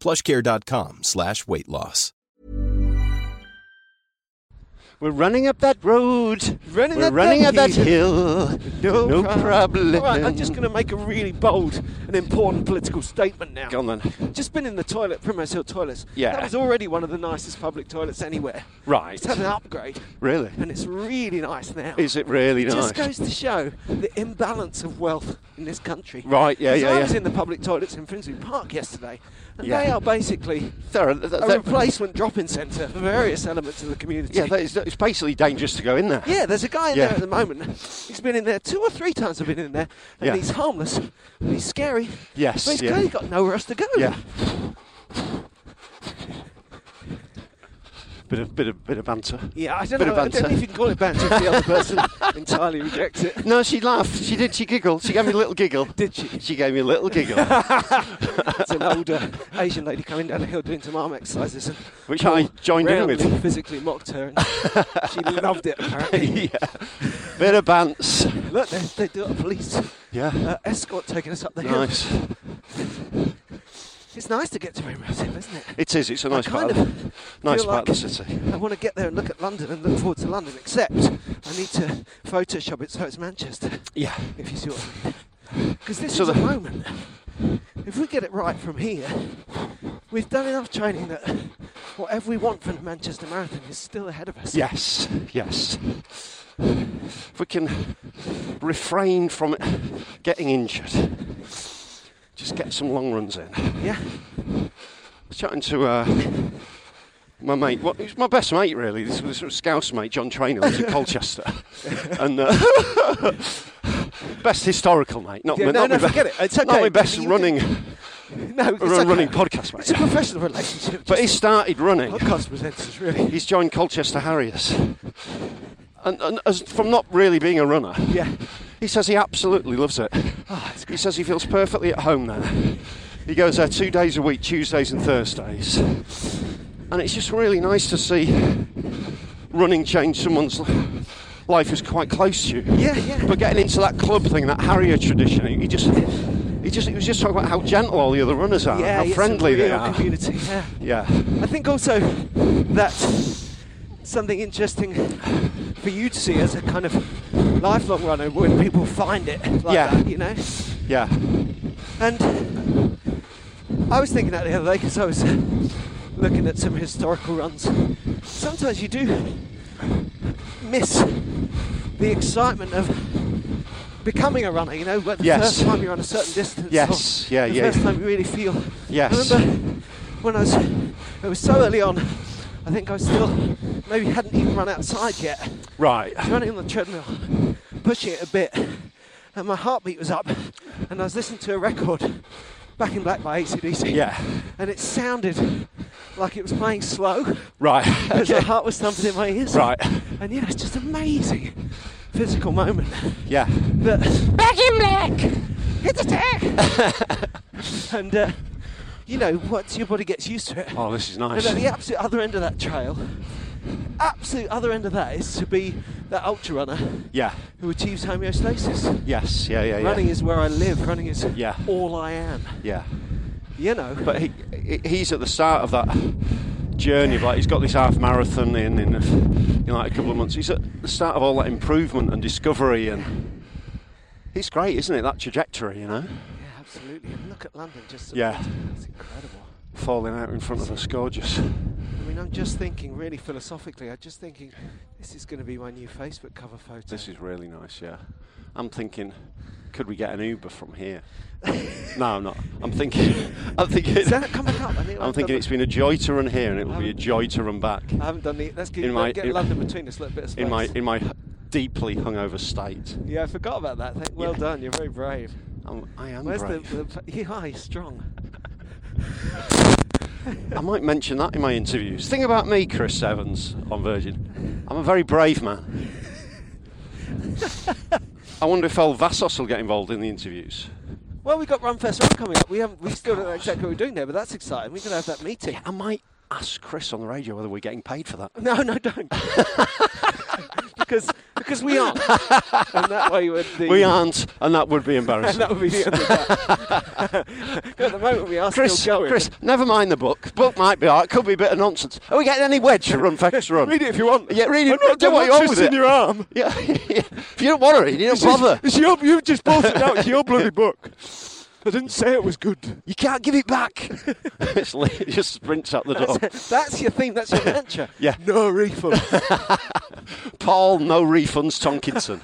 Plushcare.com slash weight loss.
We're running up that road.
Running
We're
up
running
that
up that
hill.
hill. No, problem.
All right, I'm just going to make a really bold and important political statement now.
Go on then.
Just been in the toilet, Primrose Hill toilets.
Yeah.
That was already one of the nicest public toilets anywhere.
Right.
It's had an upgrade.
Really?
And it's really nice now.
Is it really
It
nice?
just goes to show the imbalance of wealth in this country.
Right, yeah,
'Cause
yeah,
I
yeah.
was in the public toilets in Finsbury Park yesterday, and
Yeah.
they are basically
They're- they're-
a
they're-
replacement drop-in centre for various elements of the community.
yeah, that is, it's basically dangerous to go in there.
Yeah, there's a guy in
Yeah.
there at the moment. He's been in there two or three times. I've been in there, and
Yeah.
he's harmless. And he's scary.
Yes,
but he's
yeah.
clearly got nowhere else to go.
Yeah. Bit of bit of bit of banter.
Yeah, I don't,
Bit
know,
of
I don't know
banter.
if you can call it banter if the other person entirely rejects it.
No, she laughed. She did. She giggled. She gave me a little giggle.
Did she?
She gave me a little giggle,
It's an older Asian lady coming down the hill doing some arm exercises. And
which I joined in
roundly
with.
physically mocked her. And she loved it, apparently.
yeah. Bit of bants.
Look, they, they do it, police.
Yeah.
Uh, escort taking us up the hill.
nice.
It's nice to get to Primrose Hill, isn't it?
It is. It's a nice
I
part.
kind
Of,
of
nice
feel
part of the
like-
city.
I want to get there and look at London and look forward to London, except I need to Photoshop it so it's Manchester,
Yeah.
if you see what I mean. Because this
So
is a
the-
moment. If we get it right from here, we've done enough training that whatever we want from the Manchester Marathon is still ahead of us.
Yes. Yes. If we can refrain from getting injured, just get some long runs in. I
Yeah.
was chatting to. Uh, my mate, well, he's my best mate really. This was a scouse mate, John Trainer, lives in Colchester, and uh, best historical mate. Not,
Yeah,
my,
no,
not
no,
my be-
forget it. It's
Not
okay.
my best
You-
running,
No, it's okay.
running podcast
It's a
mate.
professional Oh, relationship.
But he
just
started running.
podcast presenters, really.
He's joined Colchester Harriers, and, and as, from not really being a runner,
Yeah. Ah,
he says he absolutely loves it. he says he feels perfectly at home there. He goes there two days a week, Tuesdays and Thursdays, and it's just really nice to see running change someone's li- life is quite close to you.
Yeah, yeah.
But getting into that club thing, that Harrier tradition, he just. He just he was just talking about how gentle all the other runners are,
yeah,
how
it's a
friendly they
real
are.
Community. Yeah.
Yeah.
I think also that something interesting for you to see as a kind of lifelong runner when people find it like
Yeah.
that, you know?
Yeah,
And I was thinking that the other day because I was looking at some historical runs. Sometimes you do miss the excitement of becoming a runner, you know, but the
Yes.
first time you're on a certain distance. or
Yes, yeah,
the
yeah.
First time you really feel.
Yes.
I remember when I was, it was so early on, I think I was still, maybe hadn't even run outside yet.
right.
I was running on the treadmill, pushing it a bit, and my heartbeat was up, and I was listening to a record, Back in Black by ACDC.
Yeah.
And it sounded like it was playing slow,
Right.
because my heart was thumping in my ears.
Right.
And yeah, it's just amazing physical moment
Yeah.
that back in black. It's a tag. and uh, you know, once your body gets used to it.
Oh, this is
And
nice.
at the absolute other end of that trail, absolute other end of that is to be that ultra runner
Yeah.
who achieves homeostasis.
Yes. Yeah. Yeah. Yeah.
Running is where I live. Running is
Yeah.
all I am.
Yeah.
You know.
But he he- he's at the start of that journey. Of like he's got this half marathon in in, a, in like a couple of months. He's at the start of all that improvement and discovery and. It's great, isn't it? That trajectory, you know,
yeah, absolutely. And look at London. Just
Yeah.
it's incredible.
falling out in front of us, gorgeous.
I mean, I'm just thinking really philosophically. I'm just thinking, this is going to be my new Facebook cover photo.
This is really nice, yeah. I'm thinking, could we get an Uber from here? no, I'm not. I'm thinking, I'm thinking.
Is that coming up? I need-
I'm thinking it's been a joy to run here, and it will be a joy to run back
I haven't done the. Let's get,
In my-
get
in-
London between us. A little bit of space.
in my in my deeply hungover state.
yeah, I forgot about that. Thank, well
Yeah.
done. You're very brave.
I'm, I am
Where's
brave.
the? the you are. You're strong.
I might mention that in my interviews. Thing about me, Chris Evans on Virgin, I'm a very brave man. I wonder if old Vassos will get involved in the interviews.
Well, we got Run Fest Run coming up. We haven't. We still don't know exactly what we're doing there, but that's exciting. We're going to have that meeting.
I might ask Chris on the radio whether we're getting paid for that.
No, no, don't. you because because we aren't. and that way would the
We aren't, and that would be embarrassing.
And that would be the end of that. 'Cause at the moment we are
Chris,
still going.
Chris, never mind the book. Book might be alright. Could be a bit of nonsense. Are we getting any wedge to run facts run?
Read it if you want.
Yeah, read it.
I'm not
do what you want with
in
it.
your arm.
Yeah, if you don't want to read, you don't
This is-
bother.
It's your, you've just bought it out. It's your bloody book. I didn't say it was good.
you can't give it back. it's late. It just sprints out the door.
That's your theme. That's your mantra.
Yeah.
No refund.
Paul, no refunds, Tonkinson.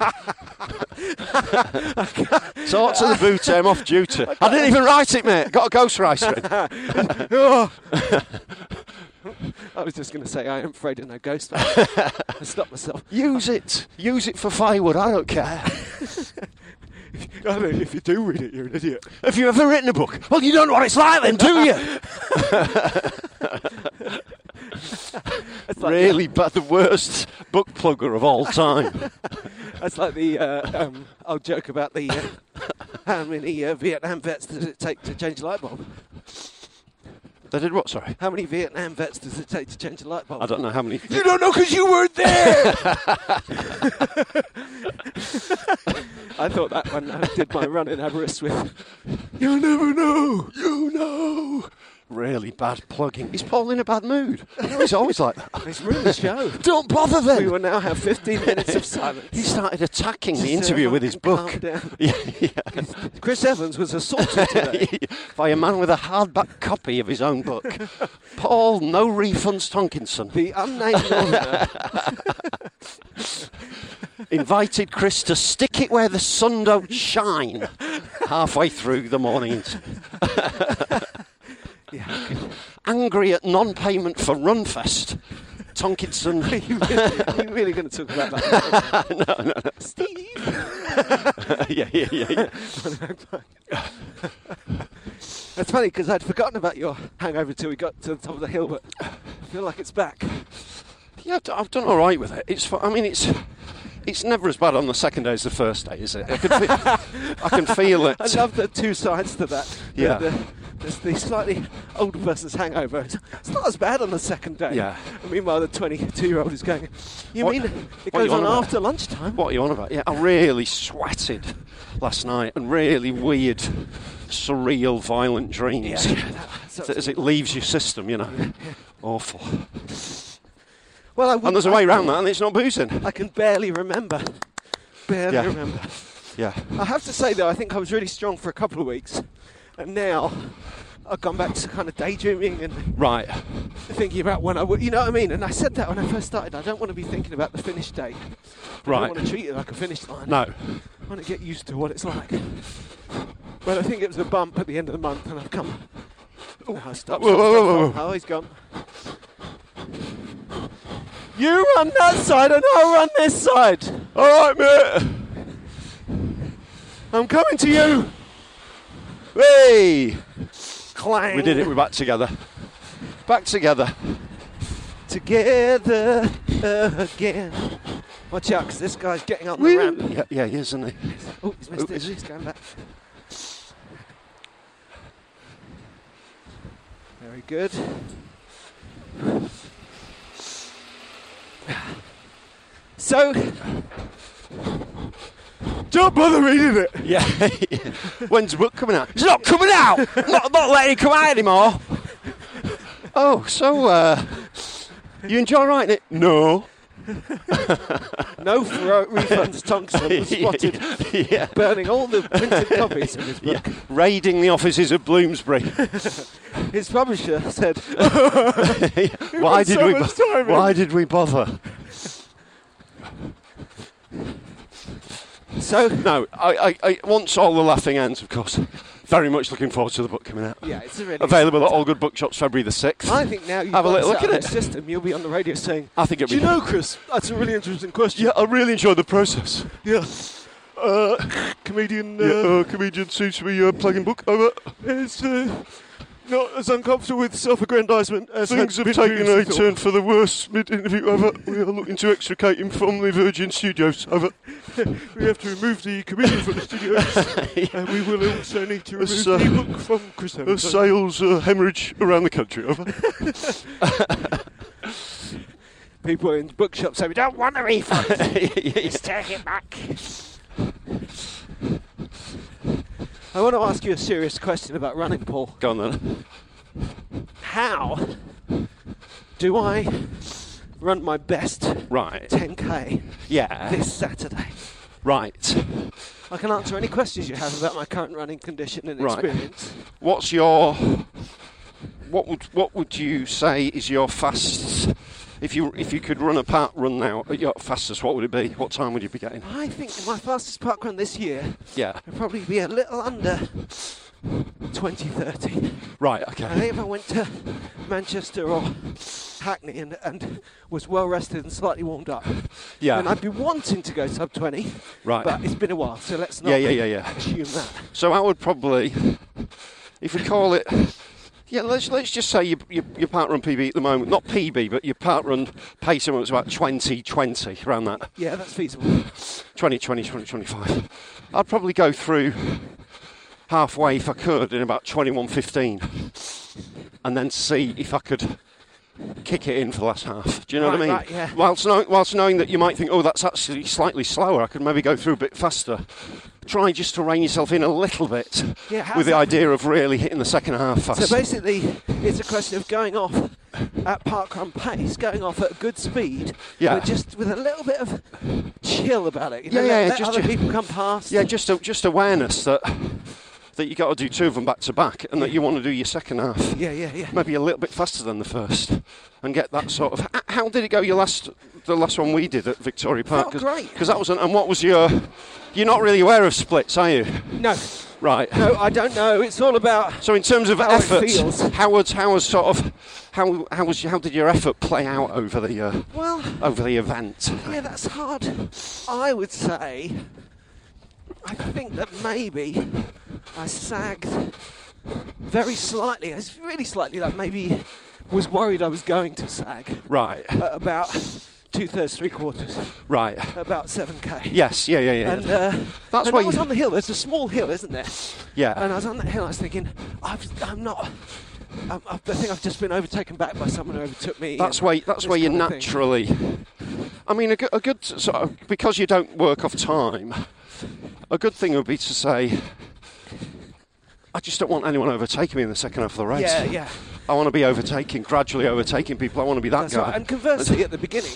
Talk to the boot, I'm off duty. I didn't even write it, mate. Got a ghostwriter. in.
Oh. I was just going to say I am afraid of no ghost. I stopped myself.
Use it. Use it for firewood. I don't care.
I don't know, if you do read it, you're an idiot.
Have you ever written a book? Well, you don't know what it's like, then, do you? really, but the worst book plugger of all time.
That's like the uh, um, old joke about the uh, how many uh, Vietnam vets does it take to change a light bulb?
they did what? Sorry,
How many Vietnam vets does it take to change a light bulb?
I don't know how many.
You don't know because you weren't there. I thought that when I did my run in Aberystwyth.
You never know. You know. Really bad plugging. Is Paul in a bad mood? No, he's always like that.
It's ruined the show.
Don't bother
We
then.
will now have 15 minutes of silence.
He started attacking
Just
the
so
interview
everyone
with his
can
book.
calm down.
Yeah, yeah.
Chris Evans was assaulted today.
By a man with a hardback copy of his own book. Paul, no refunds, Tonkinson.
the unnamed author.
invited Chris to stick it where the sun don't shine halfway through the mornings. Angry at non payment for Runfest, Tonkinson.
We're really going to talk about that. no, no, no. Steve.
yeah, yeah, yeah, yeah.
That's funny because I'd forgotten about your hangover till we got to the top of the hill, but I feel like it's back.
Yeah, I've d- I've done all right with it. It's, fi- I mean, it's it's never as bad on the second day as the first day, is it? I can feel, I can feel it.
I love the two sides to that. The-
Yeah.
The, there's the slightly older person's hangover. It's it's not as bad on the second day.
Yeah.
And meanwhile, the 22 year old is going, You
What-
mean it
what are
goes
you
on
on about?"
after lunchtime?
What are you on about? Yeah, I really sweated last night and really weird, surreal, violent dreams.
So-
as it leaves your system, you know. Awful.
well, I
And there's a way around that, and it's not boozing.
I can barely remember. Barely
Yeah.
remember.
Yeah.
I have to say, though, I think I was really strong for a couple of weeks. And now I've gone back to kind of daydreaming and
Right.
thinking about when I would, you know what I mean? And I said that when I first started. I don't want to be thinking about the finish date. I
Right.
don't want to treat it like a finish line.
No.
I want to get used to what it's like. But I think it was a bump at the end of the month, and I've come. Oh, I stopped.
Whoa, whoa, whoa, whoa, whoa.
Oh, he's gone. You run that side, and I'll run this side.
All right, mate. I'm coming to you. Hey.
Clang.
We did it. We're back together. Back together.
together again. Watch out, 'cause this guy's getting on the ramp.
Yeah, yeah, he is, isn't he?
Oh, he's missed
Oh,
it.
is he?
He's going back. Very good. So,
Don't bother reading it. Yeah. When's the book coming out? It's not coming out. not, not letting it come out anymore. Oh, so uh, you enjoy writing it? No.
no fro- refunds. Tonkinson was spotted
yeah.
burning all the printed copies of his
Yeah.
book.
Raiding the offices of Bloomsbury.
His publisher said,
why did
so
we?
much
bo-
time in.
why did we bother?
"So,
No, I, I, I once all the laughing ends, of course. Very much looking forward to the book coming out.
yeah, it's a really."
Available at all good bookshops February the sixth.
I think now you
Have a little look at it.
System, you'll be on the radio saying,
I think it'd
"Do you
be-
know, Chris? That's a really interesting question."
Yeah, I really enjoyed the process.
Yeah. Uh, comedian. Uh,
Yeah, uh, comedian seems to be uh, plugging book over.
It's uh, not as uncomfortable with self-aggrandisement as
Things have taken a turn for the worse mid-interview over. We are looking to extricate him from the Virgin Studios over.
We have to remove the comedian from the studio, and we will also need to remove
It's,
the
uh,
book from Chris
A
Evans.
sales uh, hemorrhage around the country over.
people in bookshops say, we don't want a refund. Let's take it back. I want to ask you a serious question about running, Paul.
Go on then.
How do I run my best
Right.
10k
Yeah.
this Saturday?
Right.
I can answer any questions you have about my current running condition and
Right.
experience.
What's your what would what would you say is your fastest? If you if you could run a part run now at your fastest, what would it be? What time would you be getting?
I think my fastest park run this year
Yeah.
would probably be a little under 2030.
Right.
I think
Okay.
if I went to Manchester or Hackney and, and was well rested and slightly warmed up,
Yeah.
then I'd be wanting to go sub 20.
Right.
But it's been a while, so let's not
Yeah, yeah, yeah, yeah.
assume that.
So I would probably, if we call it, yeah, let's let's just say your, your, your part run PB at the moment, not PB, but your part run pace at the moment's about 20, 20, around that,
Yeah, that's feasible.
20, 20, 20, 25. I'd probably go through halfway if I could in about 21, 15, and then see if I could kick it in for the last half. Do you know what I
Right,
mean?
right, yeah.
Whilst knowing, whilst knowing that you might think, oh, that's actually slightly slower, I could maybe go through a bit faster. Try just to rein yourself in a little bit
Yeah, how's
with the
that-
idea of really hitting the second half fast.
So basically, it's a question of going off at parkrun pace, going off at a good speed,
Yeah.
but just with a little bit of chill about it. You know,
Yeah,
let,
yeah,
let
just
other
chill.
people come past.
yeah, just a, just awareness that that you got to do two of them back to back, and that you want to do your second half.
yeah, yeah, yeah.
Maybe a little bit faster than the first, and get that sort of. h- How did it go? Your last, the last one we did at Victoria Park,
Felt great.
because that was. an- And what was your? You're not really aware of splits, are you?
No,
Right.
no, I don't know. It's all about.
So in terms of
How it
effort,
feels.
how was how was sort of how how was how did your effort play out over the uh,
Well,
over the event?
yeah, that's hard. I would say. I think that maybe I sagged very slightly. It's really slightly, like maybe was worried I was going to sag
Right,
at about two thirds, three quarters.
right.
about 7k.
Yes, yeah, yeah, yeah.
And uh,
That's
and
why
I was
you-
on the hill. There's a small hill, isn't there?
yeah.
And I was on that hill. I was thinking, I've, I'm not. I'm, I think I've just been overtaken back by someone who overtook me.
That's
and
why. That's
this
why you
kind of thing.
naturally. I mean, a good, a good sort of, because you don't work off time. A good thing would be to say, I just don't want anyone overtaking me in the second half of the race.
Yeah, yeah.
I want to be overtaking, gradually overtaking people. I want to be that
That's
guy.
right. And conversely, at the beginning,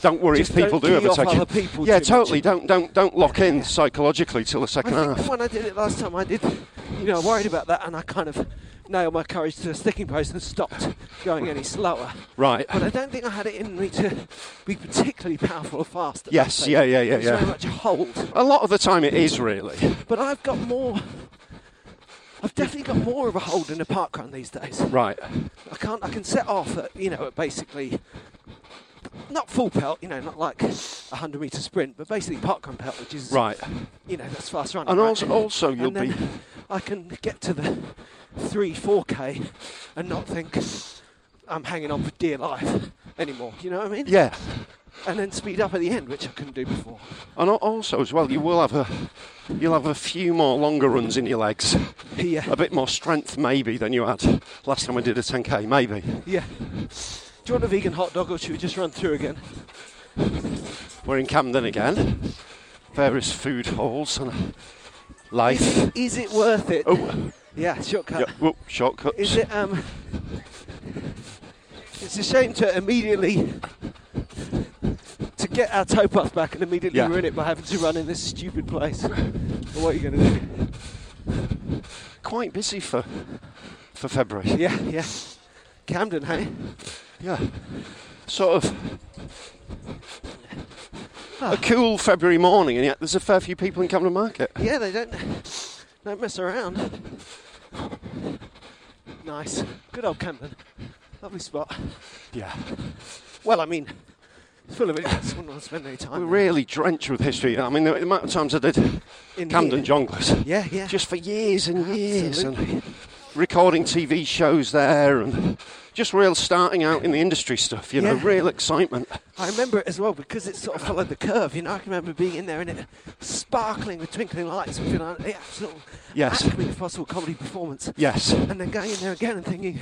don't worry if
just don't
people do
key off
overtake you.
other people
yeah,
too
totally.
much.
Don't don't don't lock in psychologically till the second
I think
half.
when I did it last time, I did, you know, worried about that, and I kind of nailed my courage to the sticking post and stopped going any slower.
Right.
But I don't think I had it in me to be particularly powerful or fast. At that
Yes,
stage.
yeah, yeah, yeah,
It was
yeah.
Very much a hold.
A lot of the time it is really.
But I've got more. I've definitely got more of a hold in the parkrun these days.
Right.
I can't. I can set off at you know at basically not full pelt, you know, not like a hundred meter sprint, but basically parkrun pelt, which is
Right.
You know, that's fast running.
And
right?
also- also you'll
and then
be-
I can get to the three four k and not think I'm hanging on for dear life anymore. You know what I mean?
Yeah.
And then speed up at the end, which I couldn't do before.
And al- also as well, you will have a you'll have a few more longer runs in your legs.
Yeah.
a bit more strength maybe than you had last time I did a 10k, maybe.
Yeah. Do you want a vegan hot dog or should we just run through again?
We're in Camden again, various food halls and life.
Is it worth it?
Oh,
Yeah, shortcut.
yeah, whoop, shortcuts.
Is it um It's a shame to immediately to get our towpath back and immediately
Yeah.
ruin it by having to run in this stupid place. But what are you gonna do?
Quite busy for for February.
Yeah, yeah. Camden, hey?
Yeah. Sort of
Ah.
a cool February morning, and yet there's a fair few people in Camden Market.
Yeah, they don't don't mess around. Nice. Good old Camden. Lovely spot.
Yeah.
Well I mean it's full of idiots, wouldn't want to spend any time.
We're
there.
really drenched with history. I mean, the amount of times I did
In
Camden
here.
Jonglers.
Yeah, yeah.
just for years and years
Absolutely.
and recording TV shows there and just real starting out in the industry stuff, you know,
Yeah.
real excitement.
I remember it as well because it sort of followed the curve. You know, I can remember being in there and it sparkling with twinkling lights and feeling like the absolute
Yes.
acme of possible comedy performance.
Yes.
And then going in there again and thinking,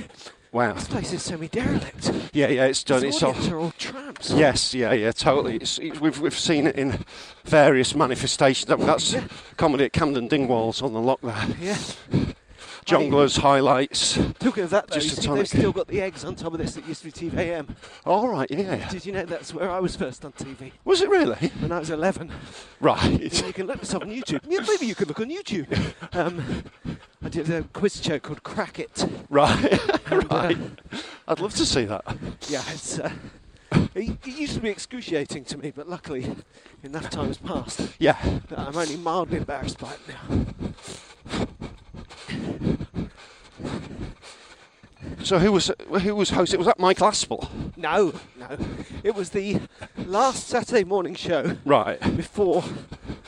Wow.
This place is semi-derelict.
Yeah, yeah, it's done.
Its
It's
audience
all.
are all tramps.
Yes, yeah, yeah, totally. It's, it, we've, we've seen it in various manifestations. That- That's comedy at Camden Dingwalls on the lock there.
Oh, Yeah.
Jonglers, highlights.
Talking of that, though,
Just
you
a
see,
tonic.
they've still got the eggs on top of this that used to be TVM.
All right, yeah.
Did you know that's where I was first on TV
Was it really?
when I was 11?
Right.
You can look this up on YouTube. Yeah, maybe you could look on YouTube. Um, I did a quiz show called Crack It.
Right.
And, uh,
right. I'd love to see that.
yeah, it's, uh, it, it used to be excruciating to me, but luckily enough time has passed
Yeah.
that I'm only mildly embarrassed by it now.
So who was who was hosting? Was that Michael Aspel?
No, no. It was the last Saturday morning show
Right.
before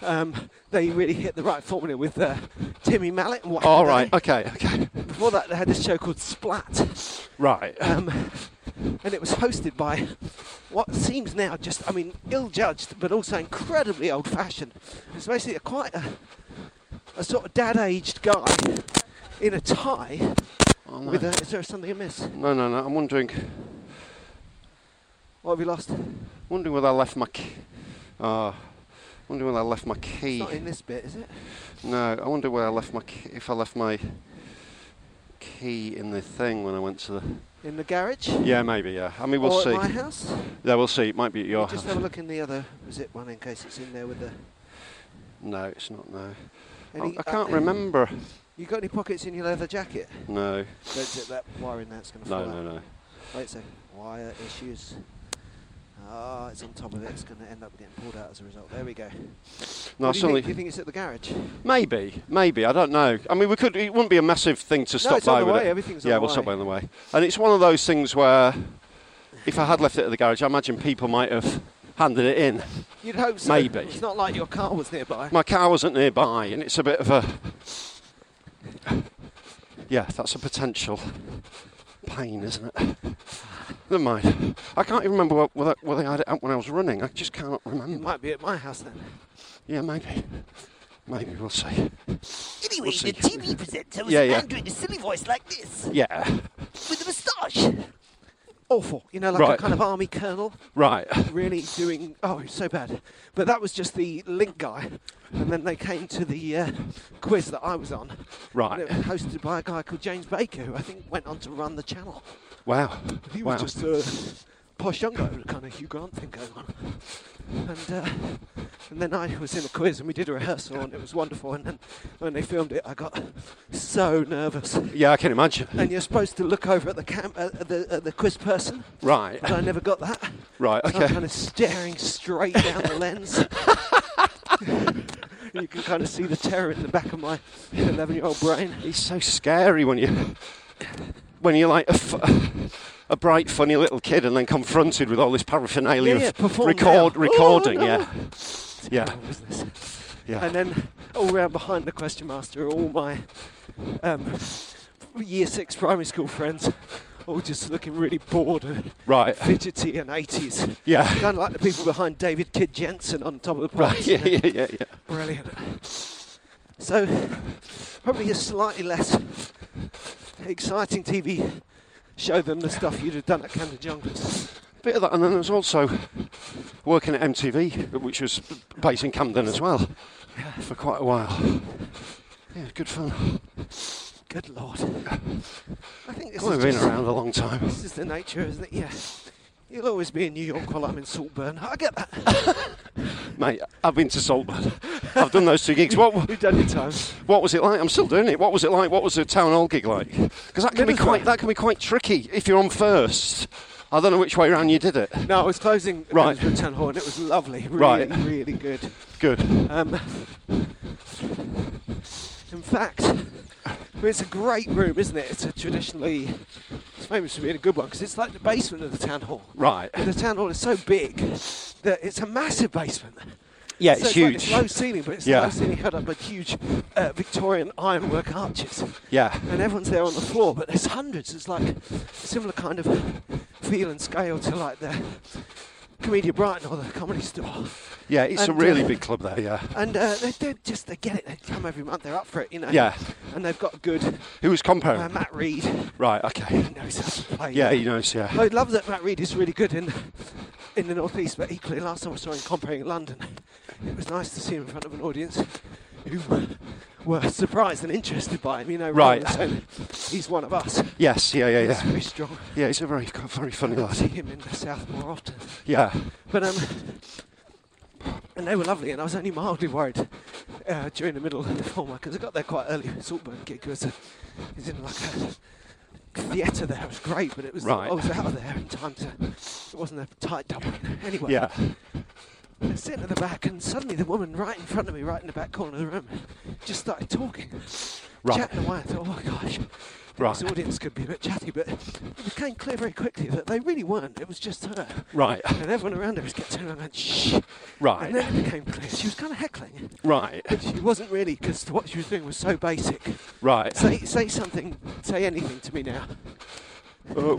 um, they really hit the right formula with uh, Timmy Mallet and what.
All right. Okay. Okay.
Before that, they had this show called Splat,
Right.
um, and it was hosted by what seems now just, I mean, ill-judged, but also incredibly old-fashioned. It's basically a, quite a, a sort of dad-aged guy in a tie.
Oh, no.
With a, is there something amiss?
no, no, no. I'm wondering,
What have you lost?
wondering whether I left my, key. Uh, wondering whether I left my
It's
key.
not in this bit, is it?
No, I wonder where I left my key, if I left my key in the thing when I went to the.
In the garage?
Yeah, maybe. Yeah. I mean, we'll
or
see.
at my house?
Yeah, we'll see. It might be at your
We'll Oh, just
house.
have a look in the other zip one in case it's in there with the.
No, it's not. No. I-
Any,
Oh, I can't
uh,
remember.
You got any pockets in your leather jacket?
No.
Don't zip that wire in. That's going to
No.
fall.
No. No.
out. Wait a second. Wire issues. Ah, it's on top of it. It's going to end up getting pulled out as a result. There we go.
No.
What do you,
suddenly.
think? Do you think it's at the garage?
Maybe, maybe. I don't know. I mean, we could. It wouldn't be a massive thing to stop
it's
by
on the
with
way,
it.
everything's on
yeah,
the
we'll
way.
stop by on the way. And it's one of those things where, if I had left it at the garage, I imagine people might have handed it in.
You'd hope so.
Maybe.
It's not like your car was nearby.
My car wasn't nearby, and it's a bit of a. Yeah, that's a potential pain, isn't it? Never mind. I can't even remember wh- whether, whether I had it out when I was running. I just cannot
It
remember.
might be at my house then.
Yeah, maybe. Maybe we'll see.
Anyway, the
We'll see.
TV presenter was
Yeah,
a man
yeah.
doing a silly voice like this
Yeah.
with a moustache.
Awful. You know, like
Right.
a kind of army colonel.
Right.
really doing oh it's so bad but that was just the link guy and then they came to the uh, quiz that i was on and
Right.
it was hosted by a guy called james baker who i think went on to run the channel
Wow.
he
wow.
was just a posh young guy with a kind of hugh grant thing going on and uh, and then i was in the quiz and we did a rehearsal and it was wonderful and then when they filmed it i got so nervous
Yeah, I can imagine.
and you're supposed to look over at the cam- uh, at the, at the quiz person
Right.
but I never got that.
Right,
So
okay.
I'm kind of staring straight down the lens. you can kind of see the terror in the back of my 11 year old brain.
It's so scary when you when you're like a, f- a bright, funny little kid, and then confronted with all this paraphernalia
Yeah, yeah,
of
perform
record
now.
recording.
Oh, no.
Yeah, yeah, yeah.
And then all round behind the question master are all my um, year six primary school friends, all just looking really bored and
right.
fidgety and 80s.
Yeah.
Kind of like the people behind David Kidd Jensen on top of the
Right.
prize.
Yeah, yeah, yeah, yeah.
Brilliant. So, probably a slightly less exciting TV show than the stuff you'd have done at Camden Jungles.
Bit of that, and then there was also working at MTV, which was based in Camden as well, for quite a while. Yeah, good fun.
Good lord. I think this
I've
is,
been
just-
around a long time.
this is the nature, isn't it? Yeah. You'll always be in New York while I'm in Saltburn. I get that.
Mate, I've been to Saltburn. I've done those two gigs. What,
You've done your time.
What was it like? I'm still doing it. What was it like? What was the town hall gig like? Because that can be
Middlesbrough.
quite that can be quite tricky if you're on first. I don't know which way around you did it.
No, I was closing
Right.
Middlesbrough Town Hall and it was lovely. Really,
Right.
really good.
Good.
Um, in fact, it's a great room, isn't it? It's a traditionally, it's famous for being a good one because it's like the basement of the town hall.
Right.
But the town hall is so big that it's a massive basement.
Yeah,
So
it's
like-
huge.
it's low ceiling, but it's
Yeah.
low ceiling held up by huge uh, Victorian ironwork arches.
Yeah.
And everyone's there on the floor, but there's hundreds. It's like similar kind of feel and scale to like the Comedia Brighton or the Comedy Store.
Yeah, it's a
And,
really
uh,
big club there, yeah.
And uh, they, they just they get it. They come every month. They're up for it, you know.
Yeah.
And they've got good
Who was comparing?
uh, Matt Reed.
right, okay.
He knows how to play.
Yeah, he knows, yeah.
I love that Matt Reed is really good in in the northeast, but equally last time I saw him comparing in London, it was nice to see him in front of an audience who were surprised and interested by him. You know, rather
Right.
than saying, he's one of us.
Yes, yeah, yeah,
He's
yeah.
very strong.
Yeah, he's a very, very funny
I see
lad.
him in the south more often.
Yeah,
But um, and they were lovely, and I was only mildly worried uh, during the middle of the film because I got there quite early. Saltburn gig was uh, it's in like a theatre there. It was great, but it was
Right.
I was out of there in time to. It wasn't a tight double. you know. Anyway,
yeah.
I was sitting at the back, and suddenly the woman right in front of me, right in the back corner of the room, just started talking,
Right.
chatting away. I thought, oh my gosh.
Right.
This audience could be a bit chatty, but it became clear very quickly that they really weren't. It was just her.
Right,
And everyone around her was kept turning around and shh. And
right,
then it became clear she was kind of heckling.
right,
But she wasn't really, because what she was doing was so basic.
right.
Say, say something, say anything to me now.
Uh,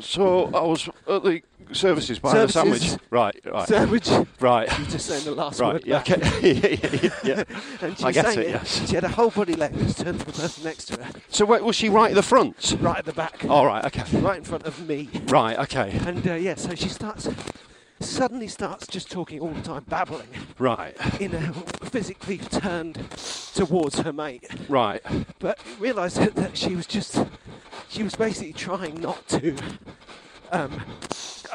so I was at the services buying a
Services.
sandwich. Right, right,
Sandwich. She
right,
was just saying the last
right.
word.
Yeah,
back.
okay. yeah, yeah, yeah.
And she
I
was
get
saying
it, yes.
She had a whole body language turned to the person next to her,
So wait, was she right at the front?
right at the back,
All right, okay.
right in front of me.
Right, okay.
And uh, yeah, so she starts, suddenly starts just talking all the time, babbling,
Right,
in a physically turned towards her mate.
right,
but realised that, that she was just she was basically trying not to um,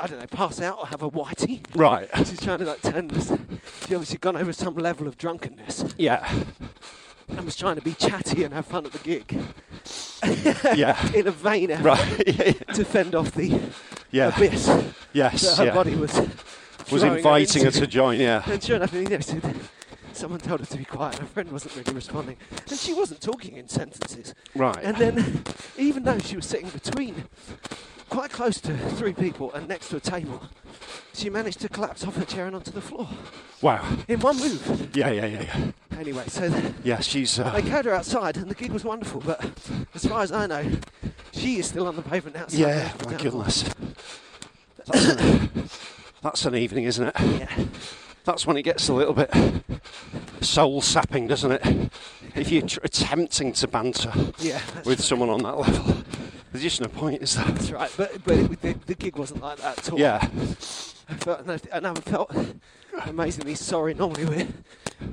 I don't know pass out or have a whitey.
right.
She's trying to like turn this. She obviously gone over some level of drunkenness
Yeah,
and was trying to be chatty and have fun at the gig
yeah.
in a vain effort
Right,
to fend off the
yeah.
abyss that
Yes,
her
yeah.
body was
was
throwing
inviting her
into.
to join. Yeah,
And sure enough, in the end, she- someone told her to be quiet. and Her friend wasn't really responding, and she wasn't talking in sentences.
right.
And then, even though she was sitting between, quite close to three people and next to a table, she managed to collapse off her chair and onto the floor
wow.
in one move.
Yeah, yeah, yeah, yeah.
Anyway, so th-
Yeah, she's.
they
Uh,
carried her outside, and the gig was wonderful. But as far as I know, she is still on the pavement outside.
yeah,
the town
my
hall.
goodness. That's an, that's an evening, isn't it?
Yeah.
That's when it gets a little bit soul sapping, doesn't it? If you're tr- attempting to banter
Yeah. That's right.
with someone on that level, there's just no point, is there?
That's right, but but it, the, the gig wasn't like that at all.
Yeah,
I felt, and, I, and I felt amazingly sorry. Normally we're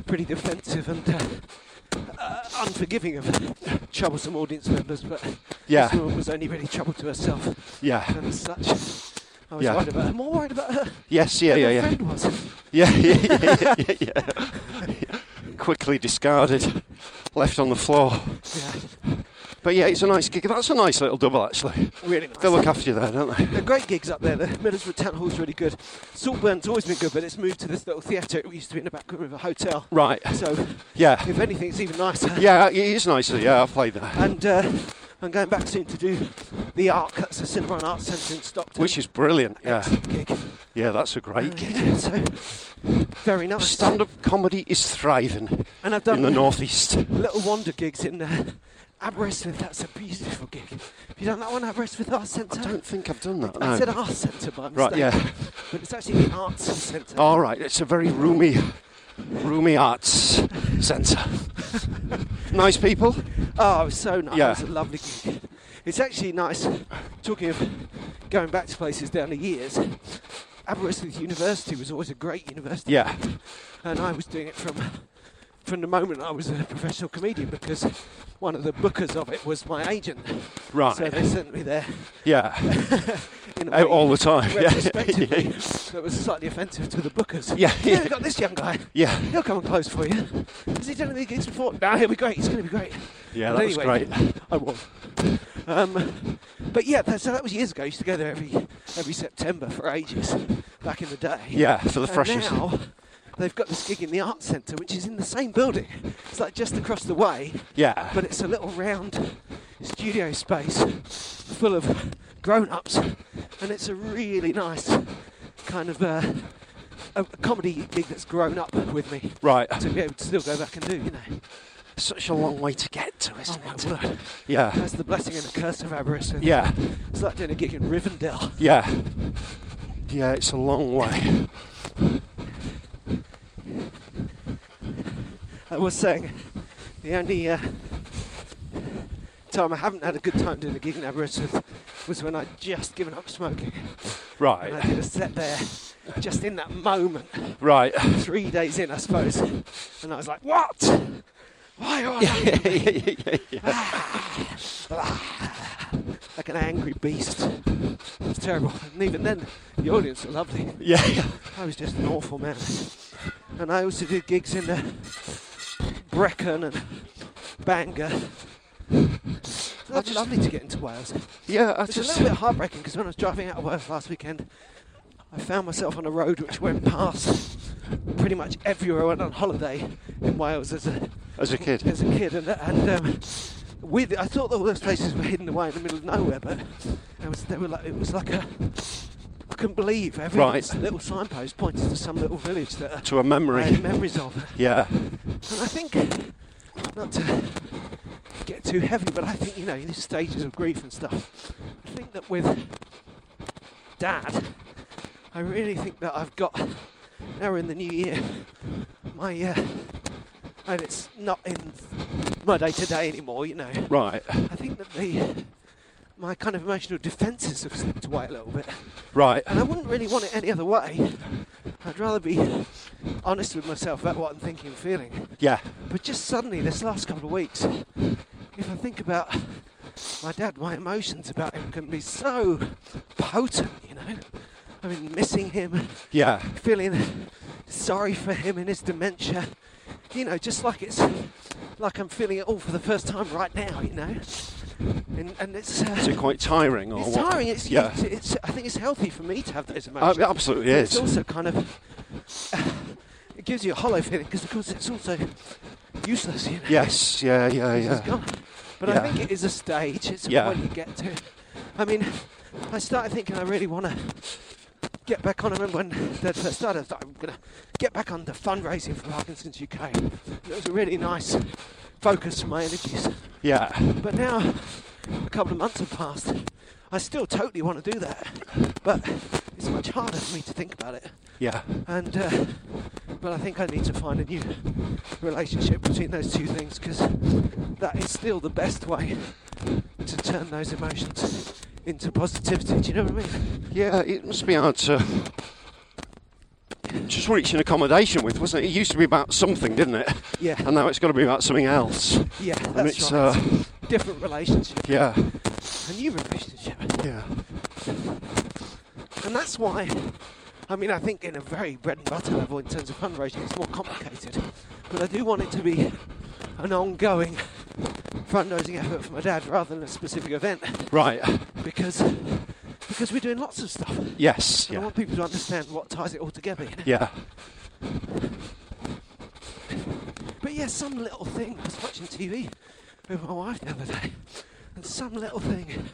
pretty defensive and uh, uh, unforgiving of troublesome audience members, but
Yeah.
this woman was only really trouble to herself,
yeah,
and as such, I was
Yeah.
worried about her. More worried about her
yes, yeah,
than
yeah,
her
yeah,
friend was.
yeah, yeah, yeah, yeah, yeah. Quickly discarded, left on the floor.
Yeah,
But yeah, it's a nice gig. That's a nice little double, actually.
really nice.
They look after you there, don't they?
They're great gigs up there. The Middlesbrough Town Hall's really good. Saltburn's always been good, but it's moved to this little theatre. It used to be in the back room of a hotel.
Right.
So,
Yeah.
if anything, it's even nicer.
Yeah, uh, it is nicer. Yeah, I've played that.
and uh, I'm going back soon to do the Arc. That's the Cinema and Arts Centre in Stockton.
Which is brilliant. Yeah,
Excellent gig.
yeah, that's a great gig.
Yeah, so very nice.
Stand up comedy is thriving
And I've
in
done
the northeast.
little wander gigs in uh, Aberystwyth. That's a beautiful gig. Have you done that one, Aberystwyth Arts Centre?
I don't think I've done that.
I
no.
said Arts Centre by mistake.
Right, yeah.
But it's actually the Arts Centre.
All right, it's a very roomy, roomy arts centre. nice people.
Oh, it was so nice.
Yeah.
It was a lovely gig. It's actually nice, talking of going back to places down the years, Aberystwyth University was always a great university.
Yeah,
and I was doing it from from the moment I was a professional comedian because one of the bookers of it was my agent.
right.
So they sent me there
yeah,
in a
out
way
all the time.
retrospectively
Yeah.
that was slightly offensive to the bookers.
Yeah,
yeah.
yeah.
we got this young guy.
yeah,
He'll come and close for you. Has he done any gigs before? No, he'll be great. He's going to be great.
yeah,
But
that was
anyway,
great.
I was. Um, but yeah, that, so that was years ago. I used to go there every every September for ages back in the day.
Yeah, for the
And
freshers.
now they've got this gig in the art centre, which is in the same building. It's like just across the way,
Yeah,
but it's a little round studio space full of grown-ups, and it's a really nice kind of uh, a, a comedy gig that's grown up with me
right.
to be able to still go back and do. You know,
Such a long way to get to, isn't
Oh,
it?
my word.
Yeah,
that's the blessing and the curse of Aberystwyth.
yeah,
It's like doing a gig in Rivendell.
yeah. Yeah, it's a long way.
I was saying, the only uh, time I haven't had a good time doing a gig in Aberystwyth was, was when I'd just given up smoking. And I
Right,
did a set there, just in that moment,
right.
three days in, I suppose. And I was like, what? Why are I like an angry beast? It's terrible. And even then, the audience were lovely.
Yeah,
I was just an awful man. And I also did gigs in uh, Brecon and Bangor. It was
just-
lovely to get into Wales.
yeah. I
It's a
just
little bit heartbreaking because when I was driving out of Wales last weekend, I found myself on a road which went past pretty much everywhere I went on holiday in Wales as a
as a kid.
as a kid, and, and um, with I thought all those places were hidden away in the middle of nowhere, but it was they were like it was like a I couldn't believe every
Right.
little signpost pointed to some little village that
To a
I had
memory.
memories of, and
Yeah,
I think not to get too heavy, but I think you know in these stages of grief and stuff, I think that with Dad, I really think that I've got now we're in the new year. My uh, and it's not in my day to day anymore, you know.
right,
I think that the my kind of emotional defences have slipped away a little bit,
right.
and I wouldn't really want it any other way. I'd rather be honest with myself about what I'm thinking and feeling.
Yeah,
But just suddenly, this last couple of weeks, if I think about my dad, my emotions about him can be so potent, you know. I mean, missing him,
yeah,
feeling sorry for him and his dementia. You know, just like it's like I'm feeling it all for the first time right now. You know, and and it's
Is it
uh,
quite tiring or
it's
what?
tiring. It's,
yeah,
it's, it's I think it's healthy for me to have those
Uh,
emotions.
it absolutely
But
is.
It's also kind of it gives you a hollow feeling because of course it's also useless. You know?
Yes, yeah, yeah,
It's
yeah.
gone. But I
Yeah.
think it is a stage. It's a
Yeah.
point you get to. I mean, I started thinking I really want to get back on. I remember when Dad first started, I thought I'm going to get back on the fundraising for Parkinson's UK. And it was a really nice focus for my energies.
Yeah,
But now, a couple of months have passed. I still totally want to do that, but it's much harder for me to think about it.
yeah,
And uh, but I think I need to find a new relationship between those two things because that is still the best way to turn those emotions into positivity. Do you know what I mean?
yeah. It must be hard to just reach an accommodation with, wasn't it? It used to be about something, didn't it?
Yeah.
And now it's got to be about something else.
Yeah,
Um, and
that's
it's
right.
uh,
Different relationship,
yeah,
a new relationship,
yeah,
and that's why. I mean, I think in a very bread and butter level in terms of fundraising, it's more complicated. But I do want it to be an ongoing fundraising effort for my dad rather than a specific event
right.
because because we're doing lots of stuff.
Yes,
And I
yeah,
want people to understand what ties it all together. You know?
yeah,
But yeah, some little thing. I was watching TV with my wife the other day, and some little thing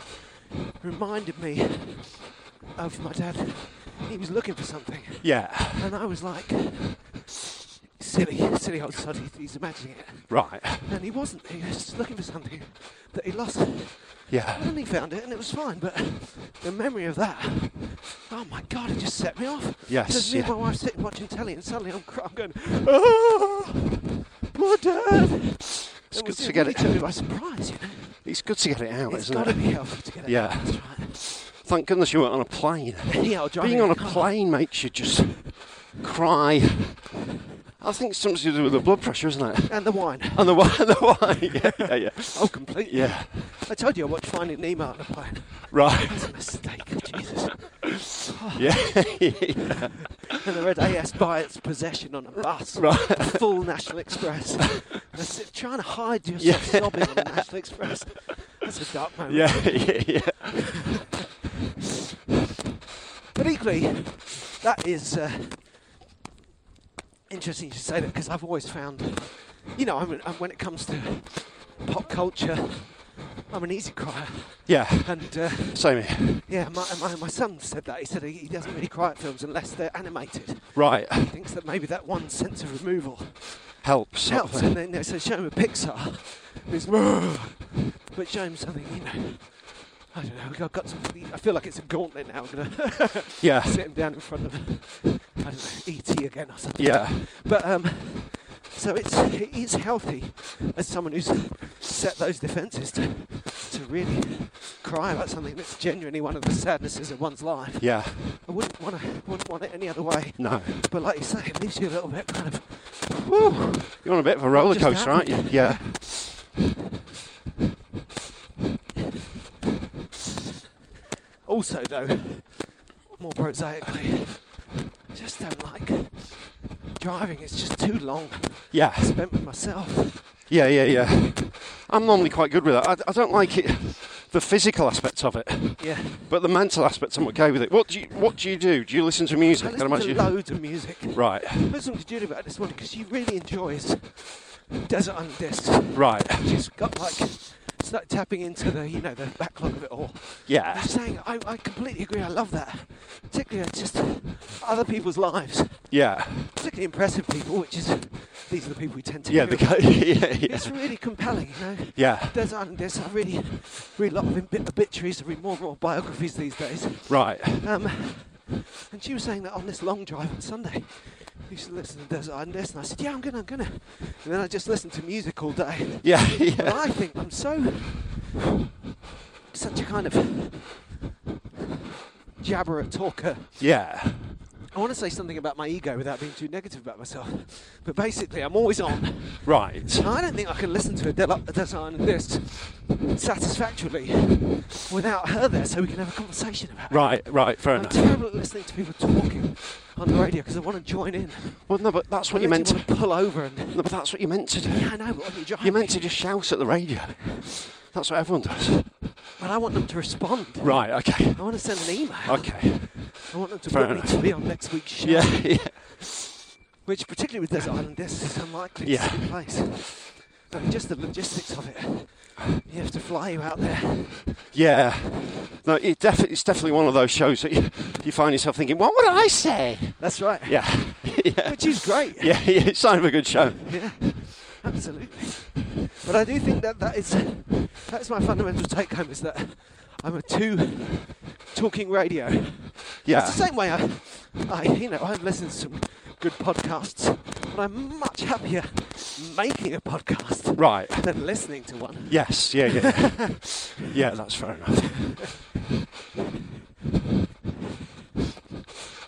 reminded me of my dad. He was looking for something,
yeah.
and I was like, silly, silly old sod, he- he's imagining it.
Right.
And he wasn't, he was just looking for something that he lost. And
Yeah.
then he found it, and it was fine, but the memory of that, oh my god, it just set me off.
Yes,
Because me and
yeah.
my wife sitting watching telly, and suddenly I'm, cr- I'm going, oh, my dad.
It's
It
good
was-
to
it
get
really
it.
took me by surprise. You know?
It's good to get it out,
It's
isn't
got to
it?
be helpful to get it.
Yeah.
That's right.
Thank goodness you weren't on a plane.
Yeah, I'll drive
Being
in
on a
car.
plane makes you just cry. I think it's something to do with the blood pressure, isn't it?
And the wine.
And the wine, the wine. Yeah, yeah, yeah.
Oh, completely.
yeah.
I told you I watched Finding Nemo on the plane. That's
Right.
a mistake. Jesus.
Yeah.
And I read AS by its possession on a bus. Right. Full National Express. And I said, trying to hide yourself sobbing on the National Express. That's a dark moment.
yeah. Yeah. Yeah.
But equally, that is uh, interesting you should say that because I've always found, you know, I'm, I'm, when it comes to pop culture, I'm an easy crier.
Yeah.
And uh,
Same here.
yeah, my, my, my son said that. He said he he doesn't really cry at films unless they're animated.
Right.
He thinks that maybe that one sense of removal
Helps.
helps. And then they say, show him a Pixar. and He's, "Whoa," but show him something, you know, I don't know. I've got to, I feel like it's a gauntlet now. I'm gonna
Yeah.
sit him down in front of I don't know, ET again or something.
Yeah.
But um, so it's it is healthy as someone who's set those defences to to really cry about something that's genuinely one of the sadnesses of one's life.
Yeah.
I wouldn't want to wouldn't want it any other way.
No.
But like you say, it leaves you a little bit kind of woo.
You're on a bit of a roller
Just
coaster, aren't you?
happened.
Yeah.
Also, though, more prosaically, I just don't like driving. It's just too long
Yeah.
spent with myself.
Yeah, yeah, yeah. I'm normally quite good with that. I, I don't like it, the physical aspect of it,
Yeah.
but the mental aspect I'm okay with it. What do you What do you do? Do you listen to music?
I listen
imagine
to
you-
loads of music.
Right,
I was talking to Judy about this one because she really enjoys Desert Undisc.
right.
She's got like started tapping into the you know the backlog of it all.
Yeah.
I'm saying I, I completely agree. I love that, particularly it's just other people's lives,
Yeah.
particularly impressive people, which is these are the people we tend to.
Yeah, the
mirror.
guy. yeah, yeah.
It's really compelling, you know.
Yeah.
There's um, there's I really read a lot of obit- obituaries, I read more and more biographies these days.
Right.
Um, and she was saying that on this long drive on Sunday, you should listen to Desert Island Disc. And I said, yeah, I'm gonna, I'm gonna. And then I just listened to music all day.
Yeah,
And
yeah.
I think I'm so such a kind of jabberer talker.
Yeah.
I want to say something about my ego without being too negative about myself, but basically I'm always on.
Right.
I don't think I can listen to a, del- a Desert Island Disc satisfactorily without her there, so we can have a conversation about it.
Right, right, fair
I'm
enough.
terrible at listening to people talking on the radio because I want to join in.
Well, no, but that's what
I
you meant to.
want to pull over and.
No, but that's what you meant to do.
Yeah, I know, but when you drive,
You meant to just shout at the radio. That's what everyone does.
But I want them to respond.
Right. Okay.
I want to send an email.
Okay.
I want them to
Fair
put me
enough.
to be on next week's show.
Yeah. Yeah.
Which, particularly with Desert Island, this is unlikely
Yeah.
to take place. I mean, just the logistics of it. You have to fly you out there.
Yeah. No, it defi- it's definitely one of those shows that you, you find yourself thinking, what would I say?
That's right.
Yeah. yeah.
Which is great.
Yeah. Yeah. It's kind of a good show.
Yeah, absolutely. But I do think that that is that's my fundamental take home is that I'm a two talking radio.
Yeah.
It's the same way I, I you know I've listened to some good podcasts, but I'm much happier making a podcast
Right.
than listening to one.
Yes. Yeah. Yeah. yeah. That's fair enough.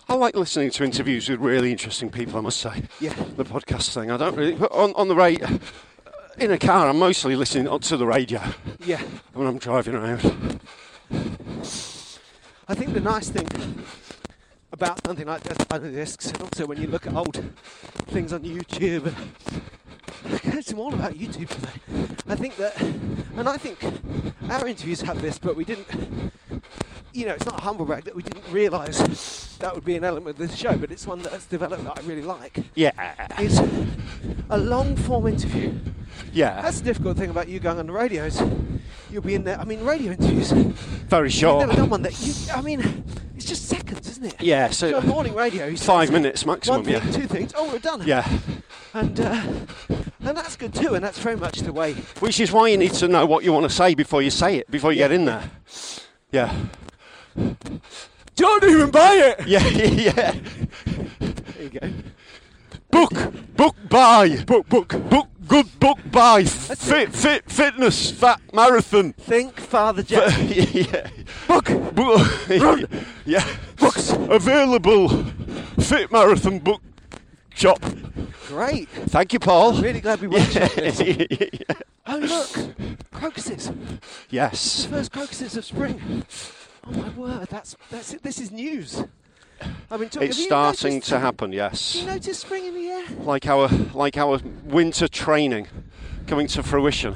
I like listening to interviews with really interesting people. I must say.
Yeah.
The podcast thing. I don't really. But on on the rate. In a car, I'm mostly listening to the radio
Yeah.
when I'm driving around.
I think the nice thing about something like Death by the Discs, and also when you look at old things on YouTube, it's all about YouTube today. I think that, and I think our interviews have this, but we didn't, you know, it's not a humble brag that we didn't realise that would be an element of this show, but it's one that's developed that I really like.
Yeah.
Is a long form interview.
Yeah.
That's the difficult thing about you going on the radio is you'll be in there. I mean, radio interviews.
very
I've
short.
never done one that you. I mean, it's just seconds, isn't it?
Yeah, so-
on morning radio. you say
Five minutes maximum.
One thing,
yeah.
two things. Oh, we're done.
Yeah.
And uh, and that's good too. And that's very much the way.
Which is why you need to know what you want to say before you say it, before you get in there. Yeah.
Don't even buy it.
Yeah, yeah.
There you go.
Book, book, buy. Book, book, book, good book, buy.
That's
Fit, fit, fitness, fat, marathon.
Think, Father Jack.
yeah.
Book.
Book.
Run.
Yeah.
Books.
Available. Fit marathon book shop.
Great.
Thank you, Paul.
Really glad we watched it. Oh look, crocuses.
yes.
First crocuses of spring. Oh my word. That's that's it. This is news. I mean, talk,
It's
have you
starting
noticed-
to happen,
Do you
yes.
notice spring in the air?
Like our like our winter training coming to fruition.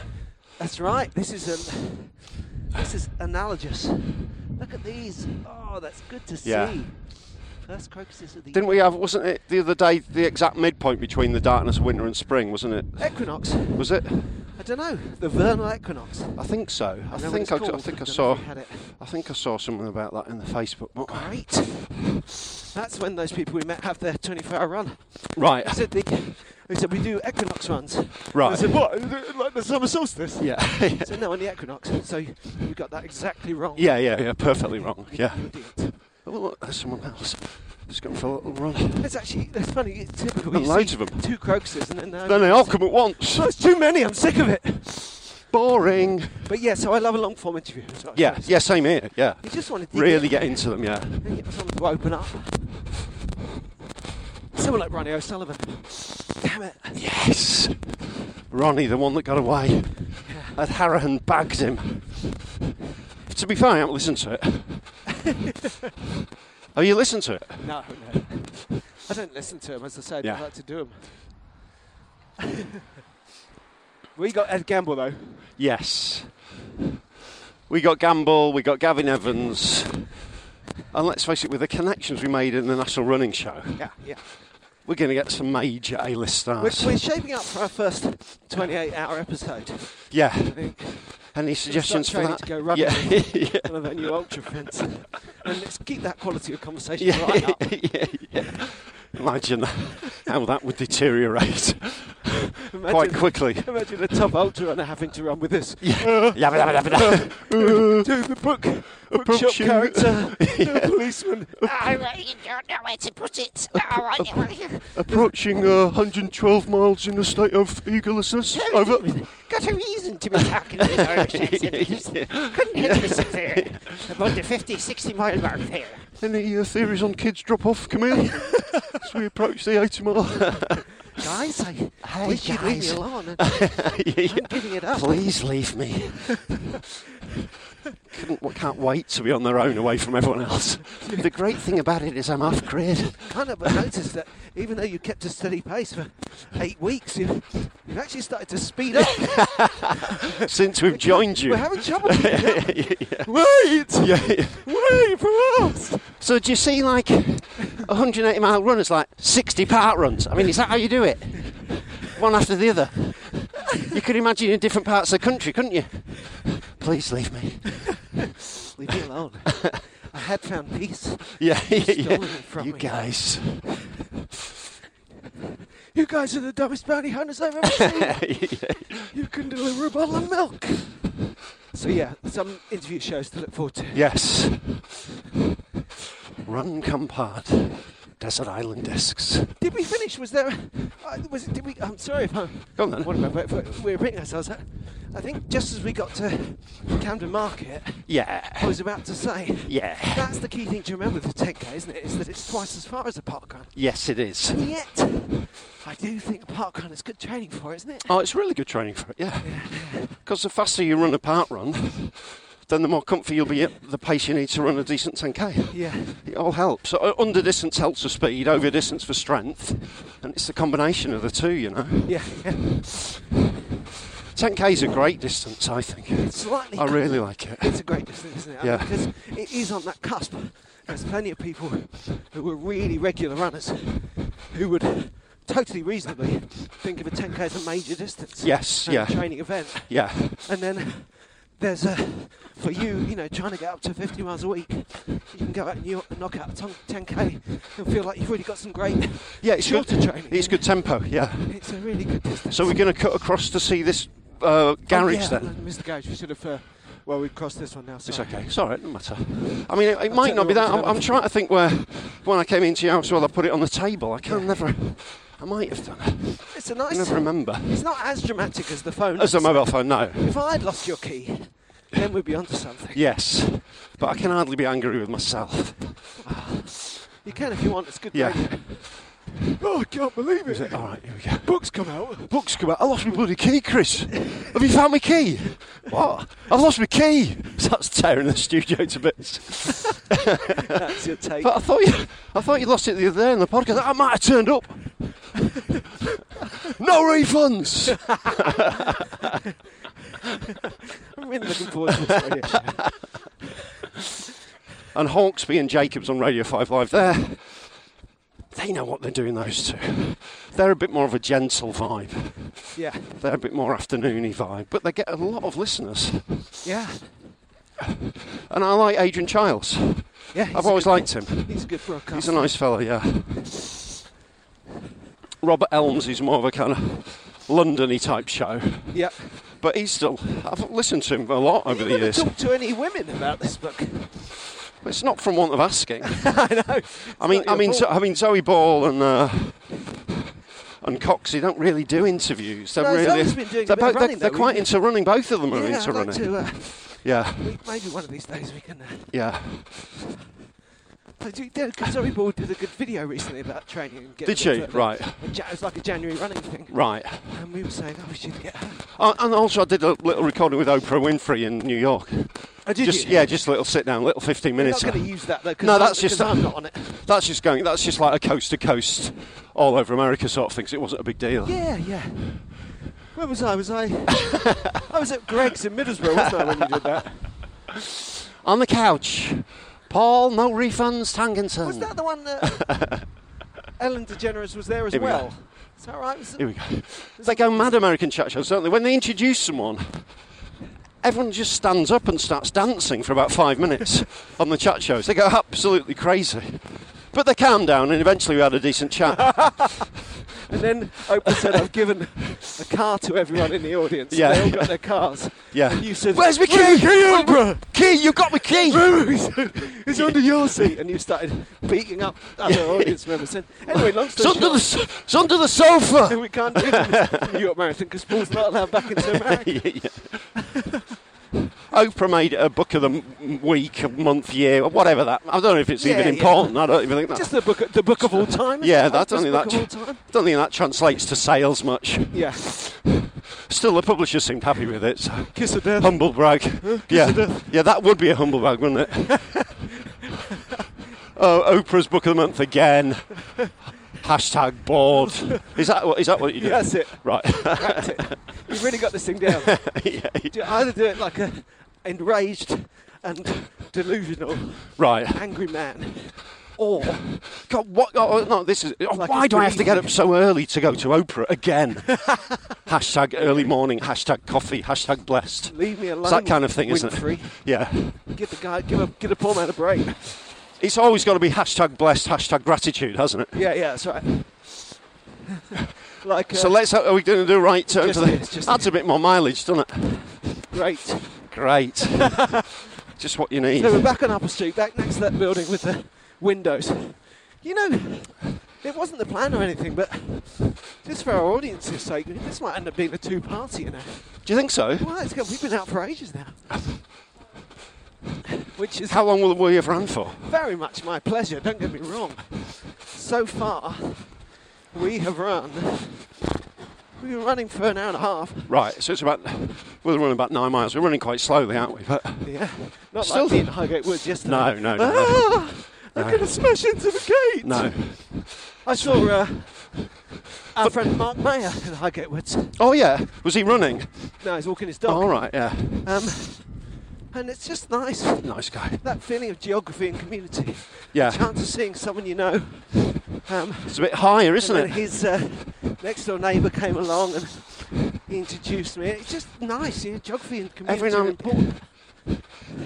That's right. This is um, this is analogous. Look at these. Oh, that's good to
Yeah.
see. First crocuses of the
Didn't we have, wasn't it the other day, the exact midpoint between the darkness of winter and spring, wasn't it?
equinox.
Was it?
I don't know. The vernal equinox.
I think so. I,
know what
think
it's
I, I
called.
think I
Don't know if
saw
we had it.
I think I saw something about that in the Facebook book.
Great. That's when those people we met have their 24-hour run.
Right.
I said, the, they said we do equinox runs.
Right.
I said, what? Like the summer solstice?
Yeah.
So no, on the equinox. So you got that exactly wrong.
yeah, yeah, yeah. Perfectly wrong. Yeah.
Idiot.
Oh, look, there's someone else. Just going for a little run.
It's actually that's funny. It's typical.
And
you
loads
see
of 'em.
Two crocuses, and then now
Then they all come at once.
That's too many. I'm sick of it.
Boring.
But yeah, so I love a long form interview. That's what I
Yeah,
was trying
yeah,
to
same here. Yeah.
say. You just want to dig
Really
in.
get into them, yeah.
and get someone to open up. Someone like Ronnie O'Sullivan. Damn it.
Yes. Ronnie, the one that got away. And Harahan bagged him. To be fair, I haven't listened to it. oh, you listened to it?
No, no. I don't listen to him, as I said.
Yeah.
I like to do him. we got Ed Gamble though.
Yes. We got Gamble, we got Gavin Evans. And let's face it, with the connections we made in the National Running Show,
Yeah, yeah.
we're going to get some major A-list
We're,
stars.
we're shaping up for our first 28-hour episode. I
Yeah.
think.
Any suggestions for
training
that?
to go running.
yeah. yeah.
one of our new ultra friends. and let's keep that quality of conversation right
Yeah,
up.
yeah, yeah. Imagine how that would deteriorate
Imagine,
quite quickly.
Imagine a top ultra runner having to run with this.
Yeah. Yabba, yabba, yabba, yabba.
Do the book, bookshop
shoot.
character, the policeman.
I really don't know where to put it. All right, all right.
Approaching uh, 112 miles in a state of eagerlessness. Over.
Got a reason to be talking with Irish accent. I just Couldn't hit myself there. About the 50, 60 mile mark there.
Any uh, theories on kids drop off, Camille? As we approach the 80 mile.
Guys, I wish you'd leave me
guys.
alone. I'm giving it up.
Please leave me. Couldn't, well, can't wait to be on their own away from everyone else. The great thing about it is I'm off grid.
Kind of noticed that even though you kept a steady pace for eight weeks, you've, you've actually started to speed up.
Since we've joined you.
We're having trouble. keeping up.
Wait! Yeah. Wait for us! So do you see like 180 mile runners, like 60 part runs? I mean, is that how you do it? One after the other. You could imagine in different parts of the country, couldn't you? Please leave me.
leave me alone. I had found peace.
Yeah, yeah,
stolen it from
You
me.
guys.
You guys are the dumbest bounty hunters I've ever seen. You can deliver a bottle of milk. So yeah, some interview shows to look forward to.
Yes. Run Campard. Desert Island Discs.
Did we finish? Was there? Uh, was it, did we? I'm sorry if I'm.
Go on then.
What about? But, but we're repeating ourselves. I- I think just as we got to Camden Market, I
Yeah.
was about to say.
Yeah.
That's the key thing to remember with the 10k, isn't it? Is that it's twice as far as a park run.
Yes, it is.
And yet, I do think a park run is good training for, it, isn't it?
Oh, it's really good training for it, yeah. Because the faster you run a part run, then the more comfy you'll be at the pace you need to run a decent 10k.
Yeah.
It all helps. Uh, Under distance helps for speed, over distance for strength, and it's the combination of the two, you know.
Yeah. yeah.
10k is a great distance, I think.
Slightly.
I Oh, really like it.
It's a great distance, isn't it?
Yeah.
Because it is on that cusp. There's plenty of people who were really regular runners who would totally reasonably think of a 10k as a major distance.
Yes,
and a
yeah.
Training event.
Yeah,
And then there's a, for you, you know, trying to get up to 50 miles a week, you can go out and you knock out a ton- 10k and feel like you've really got some great.
yeah, it's good.
Shorter training,
It's
isn't
good tempo. Yeah.
It's a really good distance.
So we're going to cut across to see this uh, garage
oh, yeah,
then.
Mr. Garage, we should have. Uh, well, we've crossed this one now.
It's
sorry.
okay. It's all right. No matter. I mean, it, it might
tell
not
you what,
be that. I'm,
it's
I'm
never-
trying to think where when I came into your house, well, I put it on the table. I can never. I might have done.
It's a
I
nice.
never remember.
It's not as dramatic as the phone.
As a
is.
mobile phone, no.
If I'd lost your key, then we'd be onto something.
Yes, but I can hardly be angry with myself.
You can if you want. It's good.
Yeah.
radio. Oh, I can't believe
Is it? All right. Here we go.
Books come out.
Books come out. I lost my bloody key, Chris. Have you found my key? What? I've lost my key. So that's tearing the studio to bits.
That's your take.
But I thought you, I thought you lost it the other day in the podcast. I might have turned up. no refunds.
I'm really looking forward to this radio. show.
and Hawksby and Jacobs on Radio 5 Live there. They know what they're doing, those two. They're a bit more of a gentle vibe.
Yeah.
They're a bit more afternoony vibe, but they get a lot of listeners.
Yeah.
And I like Adrian Childs.
Yeah. he's
I've
a
always
good-
liked him.
He's good for a
He's a nice fella, yeah. Robert Elms is more of a kind of Londony type show,
Yep.
but he's still. I've listened to him a lot
You
over the
never
years.
talked to any women about this book.
It's not from want of asking.
I know.
I mean,
not your
I mean,
fault.
Zo- I mean, Zoe Ball and uh, and Cox. They don't really do interviews. They're
No,
really
Zoe's been doing a
they're,
bit of
both-
running,
they're,
though,
they're quite
isn't
into running. Both of them are
Yeah,
into
I'd like
running.
to, uh,
Yeah,
we- maybe one of these days we can. Uh,
yeah.
I do, yeah, 'cause Zoe Ball did a good video recently about training. And getting
Did she?
fit.
Right,
And Ja- It was like a January running thing.
right.
And we were saying, oh, we should get her.
Uh, and also, I did a little recording with Oprah Winfrey in New York.
Oh, did
just
you?
yeah, just a little sit down, little fifteen
We're
minutes.
not going to use that though. 'cause
No,
I'm-
that's just-
'cause I'm not on it.
That's just going. That's just like a coast to coast, all over America sort of thing. So it wasn't a big deal.
Yeah, yeah. Where was I? Was I? I was at Greg's in Middlesbrough, wasn't I, when you did that?
On the couch, Paul, no refunds, Tangenson.
Was that the one that Ellen DeGeneres was there as
Here we go.
well? Is that right? Was it-
Here we go. They go mad American chat shows, don't they? When they introduce someone, everyone just stands up and starts dancing for about five minutes on the chat shows. They go absolutely crazy. But they calmed down and eventually we had a decent chat.
And then Oprah said, "I've given a car to everyone in the audience.
Yeah.
Yeah, they all got their cars.
Yeah.
And you said,
Where's my key?
Where's my
key, you got my key!
key?" it's under your seat, and you started beating up other audience members. And anyway, long
It's
story
under, the,
short,
s- it's under the sofa!
we can't do the New York Marathon because Paul's not allowed back into America.
Yeah, yeah. Oprah made it a book of the m- week, month, year, whatever that. I don't know if it's
Yeah,
even
yeah.
important. I don't even think that.
Just the book, the book of all time.
Yeah,
isn't it?
that's
Oprah's
only
book
that.
Of all time.
don't think that translates to sales much.
Yeah,
Still, the publisher seemed happy with it. So.
kiss of death.
Humble brag. yeah, yeah, that would be a humble brag, wouldn't it? oh, Oprah's book of the month again. Hashtag bored. Is that what? Is that what you do?
Yeah, that's it.
Right.
That's it. You've really got this thing down.
Yeah,
Do- Either do it like a enraged and delusional
right.
angry man, or
God, what? Oh, no, this is. oh,
Like
why
it's
do I have to get
breathing.
up so early to go to Oprah again? hashtag early morning. Hashtag coffee. Hashtag blessed.
leave me alone.
It's that kind of thing, isn't
Winfrey.
it? Yeah.
Give the guy, give a, give a poor man a break.
It's always got to be hashtag blessed, hashtag gratitude, hasn't it?
Yeah, yeah, that's right. like uh,
So let's. Are we going to do right turn
Just
to the?
this, just
That's a bit more mileage, doesn't it?
great.
Great. just what you need.
So we're back on Apple Street, back next to that building with the windows. You know, it wasn't the plan or anything, but just for our audience's sake, this might end up being a two-party, you know.
Do you think so?
Well, it's good. We've been out for ages now. Which is
How long will we have run for?
very much my pleasure, don't get me wrong. So far, we have run. We've been running for an hour and a half.
Right. So it's about. We're running about nine miles. We're running quite slowly, aren't we? But
Yeah. Not
Still-
like being at Highgate Woods yesterday.
no, no, no, no.
Ah, I'm
No.
going to smash into the gate.
no.
I saw uh, our friend Mark Mayer in Highgate Woods.
Oh yeah. Was he running?
Now he's walking his
Oh,
dog.
all right. Yeah.
Um, and it's just nice.
Nice guy.
That feeling of geography and community.
Yeah.
Chance of seeing someone you know. Um,
It's a bit higher, isn't
and then
it?
his uh, next door neighbour came along and he introduced me. It's just nice, you know, geography and community
Every now
are
and-
important.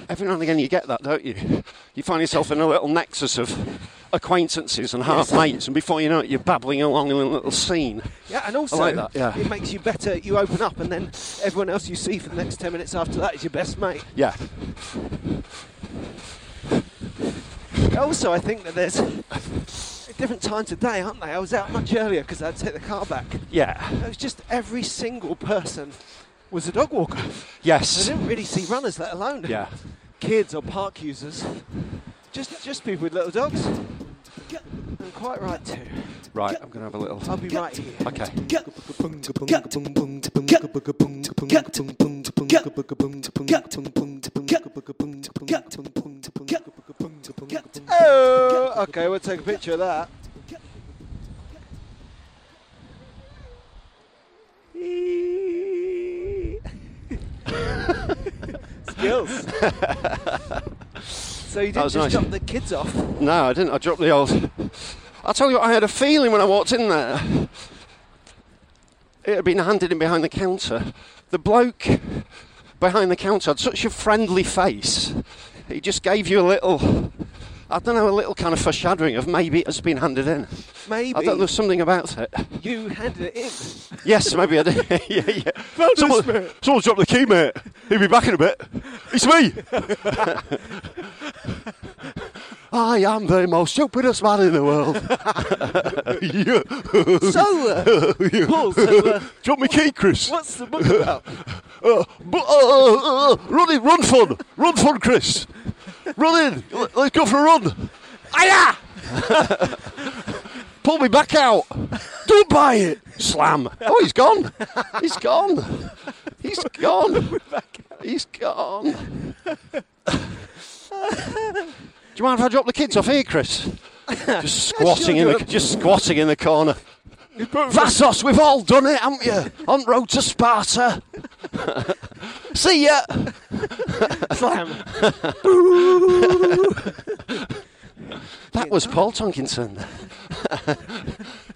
Every now and again you get that, don't you? You find yourself in a little nexus of acquaintances and half mates, and before you know it, you're babbling along in a little scene.
Yeah, and also
like that, yeah.
it makes you better. You open up, and then everyone else you see for the next ten minutes after that is your best mate.
Yeah.
Also, I think that there's different times of day, aren't they? I was out much earlier because I'd take the car back.
Yeah.
It was just every single person was a dog walker. I
Yes.
didn't really see runners, let alone
Yeah.
kids or park users. Just just people with little dogs. And quite right too.
Right, I'm going to have a little.
I'll be right here.
Okay.
Oh, okay, we'll take a picture of that. Skills. so you didn't
was
just
nice.
drop the kids off.
No, I didn't. I dropped the old. I tell you what, I had a feeling when I walked in there. It had been handed in behind the counter. The bloke behind the counter had such a friendly face. He just gave you a little, I don't know, a little kind of foreshadowing of maybe it has been handed in.
Maybe
I thought there was something about it.
you handed it in.
Yes, maybe I did. yeah, yeah. Someone, someone dropped the key, mate. He'll be back in a bit. It's me. I am the most stupidest man in the world. you.
So, uh,
you.
Paul, so, uh,
Drop my key, Chris.
what's the book about?
Uh, bu- uh, uh, uh, run in, run fun, run fun, Chris. Run in. L- Let's go for a run. Aya! Pull me back out. Don't buy it. Slam. Oh, he's gone. He's gone. He's gone. He's gone. Do you mind if I drop the kids off here, Chris? Just squatting in the just squatting in the corner. Vassos, we've all done it, haven't you? On road to Sparta. See ya.
Slam.
That was Paul Tonkinson.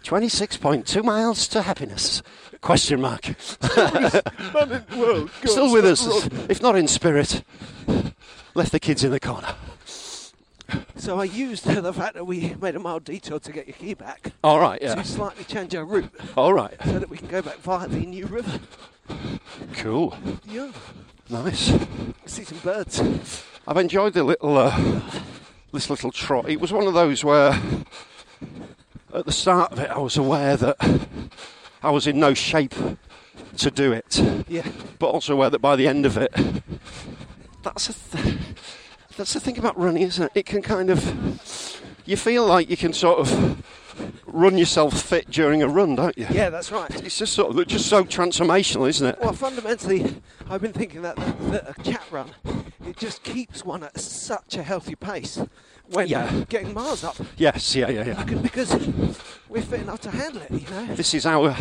26.2 miles to happiness. Question mark. Still with us, if not in spirit. Left the kids in the corner.
So I used the fact that we made a mild detour to get your key back
All right,
to slightly change our route
All right.
so that we can go back via the New River.
Cool.
Yeah.
Nice.
See some birds.
I've enjoyed the little uh, this little trot. It was one of those where, at the start of it, I was aware that I was in no shape to do it,
Yeah.
but also aware that by the end of it, that's a th- that's the thing about running, isn't it? It can kind of you feel like you can sort of run yourself fit during a run, don't you?
Yeah, that's right.
It's just sort of it's just so transformational, isn't it?
Well, fundamentally, I've been thinking that, that a cat run, it just keeps one at such a healthy pace when
Yeah.
getting miles up.
Yes. Yeah. Yeah. Yeah.
Good because we're fit enough to handle it, you know?
This is our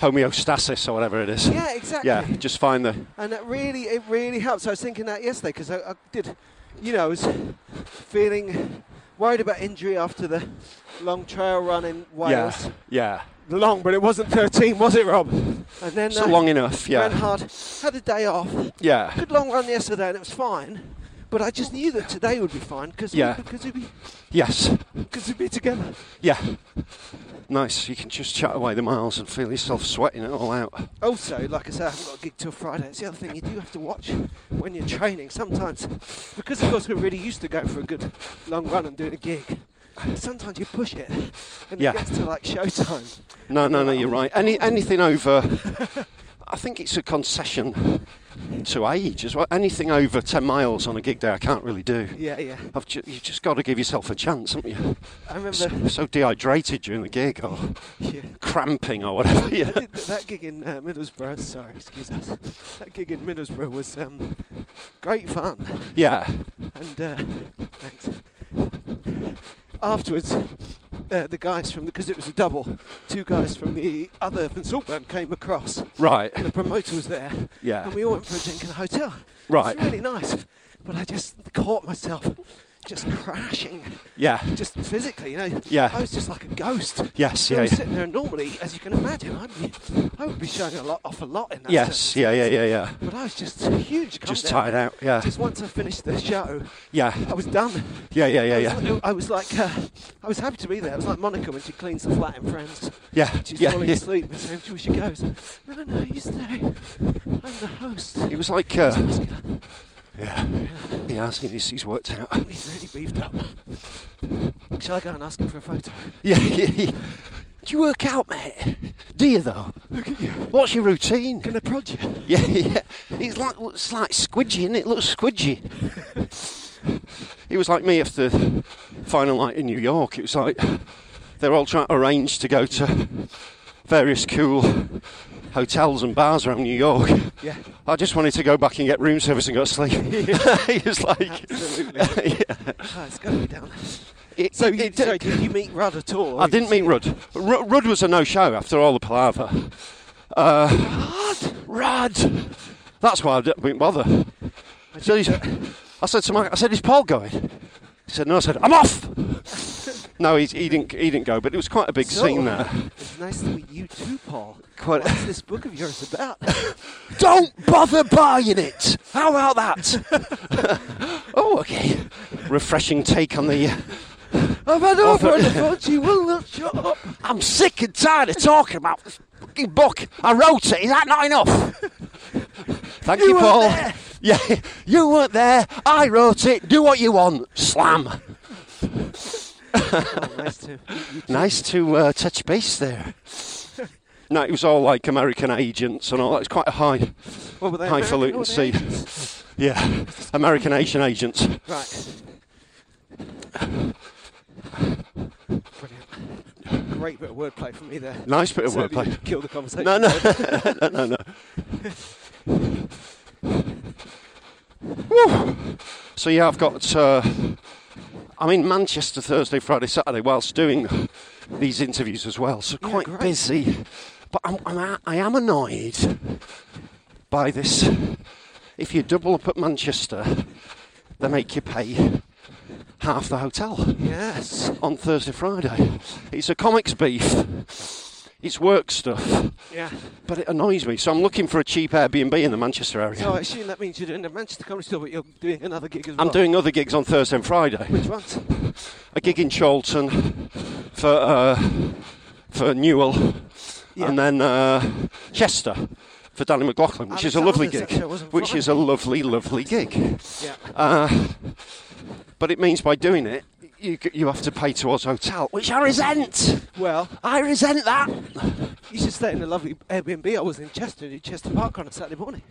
homeostasis or whatever it is.
Yeah, exactly.
Yeah, just find the.
And that really, it really helps. I was thinking that yesterday because I, I did, you know, I was feeling worried about injury after the long trail run in Wales.
Yeah, yeah.
Long, but it wasn't 13, was it, Rob? And then
So
uh,
long enough. Yeah,
ran hard, had a day off,
yeah,
good long run yesterday and it was fine. But I just knew that today would be fine because
Yeah.
we, because we'd be
yes,
because we'd be together.
yeah. Nice. You can just chat away the miles and feel yourself sweating it all out.
Also, like I say, I haven't got a gig till Friday. It's the other thing you do have to watch when you're training sometimes, because of course we're really used to going for a good long run and doing a gig. Sometimes you push it, and
Yeah.
it gets to like showtime.
No, no, no. You're right. Any anything over, I think it's a concession to age as well. Anything over ten miles on a gig day, I can't really do.
Yeah, yeah.
I've ju- you've just got to give yourself a chance, haven't you?
I remember.
So, so dehydrated during the gig or
Yeah.
cramping or whatever. Yeah.
Did th- that gig in uh, Middlesbrough, sorry, excuse us. That gig in Middlesbrough was um, great fun.
Yeah.
And uh, thanks. afterwards, uh, the guys from because it was a double, two guys from the other from Saltburn came across.
Right.
The promoter was there,
Yeah.
and we all went for a drink in the hotel.
Right.
it was really nice. But I just caught myself just crashing,
Yeah.
just physically. You know,
Yeah.
I was just like a ghost.
Yes,
I was
yeah.
sitting there, and normally, as you can imagine, I'd be, I would be showing a lot off a lot in that.
Yes.
sense.
Yeah. Yeah. Yeah. Yeah.
But I was just huge. calm
Just
down.
tired out. Yeah.
Just once I finished the show,
Yeah.
I was done.
Yeah, yeah, yeah,
I
yeah.
was, I was like, uh, I was happy to be there. It was like Monica when she cleans the flat in Friends.
Yeah,
She's
yeah,
falling
yeah.
asleep and saying, "Well, she goes." No, no, no, you stay. I'm the host.
It was like, uh,
He's muscular.
yeah, he has, he's, he's worked out.
He's really beefed up. Shall I go and ask him for a photo?
Yeah, yeah, yeah. Do you work out, mate? Do you though? Look at you. What's your routine?
Can I prod you?
Yeah, yeah. It's like it's like squidgy, is it? Looks squidgy. it was like me after the final night in New York. It was like they're all trying to arrange to go to various cool hotels and bars around New York.
Yeah.
I just wanted to go back and get room service and go to sleep. it was like,
Absolutely.
yeah.
Ah, it's got to be down.
It-
So, you,
it-
sorry, did you meet Rudd at all?
I didn't meet Rudd. Ru- Rudd was a no-show after all the palaver. Uh, Rudd, Rudd. That's why I didn't bother. So he's, I said to Mike, I said, "Is Paul going?" He said, "No." I said, "I'm off." No, he's, he didn't. He didn't go, but it was quite a big
So,
scene there.
It's nice to meet you too, Paul.
Quite-
What's this book of yours about?
Don't bother buying it. How about that? oh, okay. Refreshing take on the.
I've had over on the phone, she will not shut up.
I'm sick and tired of talking about this fucking book. I wrote it. Is that not enough? Thank you,
weren't
Paul.
there.
Yeah, you weren't there. I wrote it. Do what you want. Slam.
Oh, nice to meet you.
Nice to uh, touch base there. No, it was all like American agents and all that. It's quite a high,
What were they, American
highfalutin
or
scene.
they Asians?
Yeah, American Asian agents.
Right. Brilliant. Great bit of wordplay from me there.
Nice bit of
Certainly
wordplay.
didn't Kill the conversation.
No, no, no, no, no. Woo. So yeah, I've got. Uh, I'm in Manchester Thursday, Friday, Saturday, whilst doing these interviews as well. So
Yeah,
quite
great.
busy, but I'm, I'm a- I am annoyed by this. If you double up at Manchester, they make you pay half the hotel
Yes.
on Thursday, Friday. It's a comics beef. It's work stuff.
Yeah.
But it annoys me, so I'm looking for a cheap Airbnb in the Manchester area.
So I assume that means you're doing the Manchester Comedy Store, but you're doing another gig as well.
I'm doing other gigs on Thursday and Friday.
Which ones?
A gig in Charlton for uh, for Newell,
Yeah.
and then uh, Chester for Danny McLaughlin, which is a lovely
Alexander's
gig.
that show wasn't
Which
fine.
is a lovely, lovely gig.
Yeah.
Uh, but it means by doing it, you c- you have to pay towards hotel, which I resent.
Well,
I resent that.
you should stay in a lovely Airbnb. I was in Chester, in Chester Park on a Saturday morning.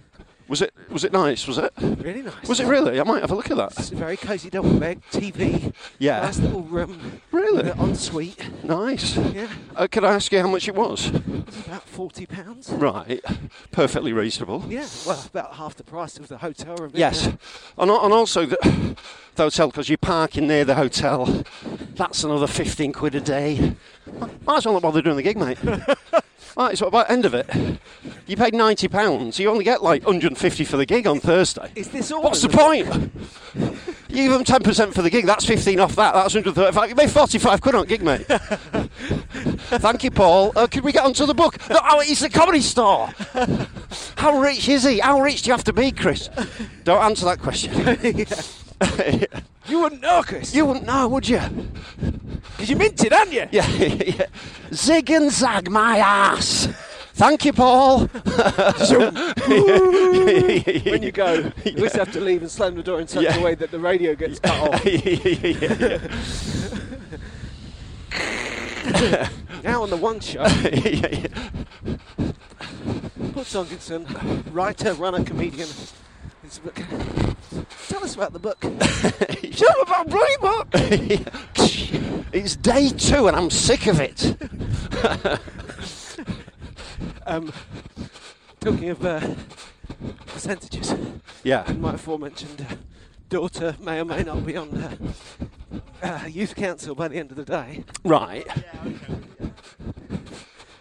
Was it was it nice? Was it?
Really nice.
Was it really? I might have a look at that.
It's a very cosy double bed, TV.
Yeah.
Nice little room.
Really?
with an ensuite.
Nice.
Yeah.
Uh, could I ask you how much it was?
It's about forty pounds.
Right, perfectly reasonable.
Yeah. Well, about half the price of the hotel room.
Yes, and, al- and also the, the hotel because you're parking near the hotel. That's another fifteen quid a day. Might- Might as well not bother doing the gig, mate. Right, it's about the end of it. You paid ninety pounds. You only get like hundred and fifty for the gig on Thursday.
Is this all?
What's the
in
point? You give them ten percent for the gig. That's fifteen off that. That's hundred thirty-five. You made forty-five quid on gig, mate. Thank you, Paul. Uh, could we get onto the book? No, oh, it's the comedy store. How rich is he? How rich do you have to be, Chris? Don't answer that question.
You wouldn't know, Chris.
you wouldn't know, would you?
Because you minted, aren't you?
Yeah, yeah. Zig and zag my ass. Thank you, Paul.
When you go, you always have to leave and slam the door in such
Yeah.
a way that the radio gets cut off. Now on the one show, Paul Tonkinson, writer, runner, comedian. It's a book. Tell us about the book.
Shut up about bloody book. it's day two and I'm sick of it.
Um, talking of uh, percentages,
Yeah.
my aforementioned uh, daughter may or may not be on uh, uh, youth council by the end of the day.
Right.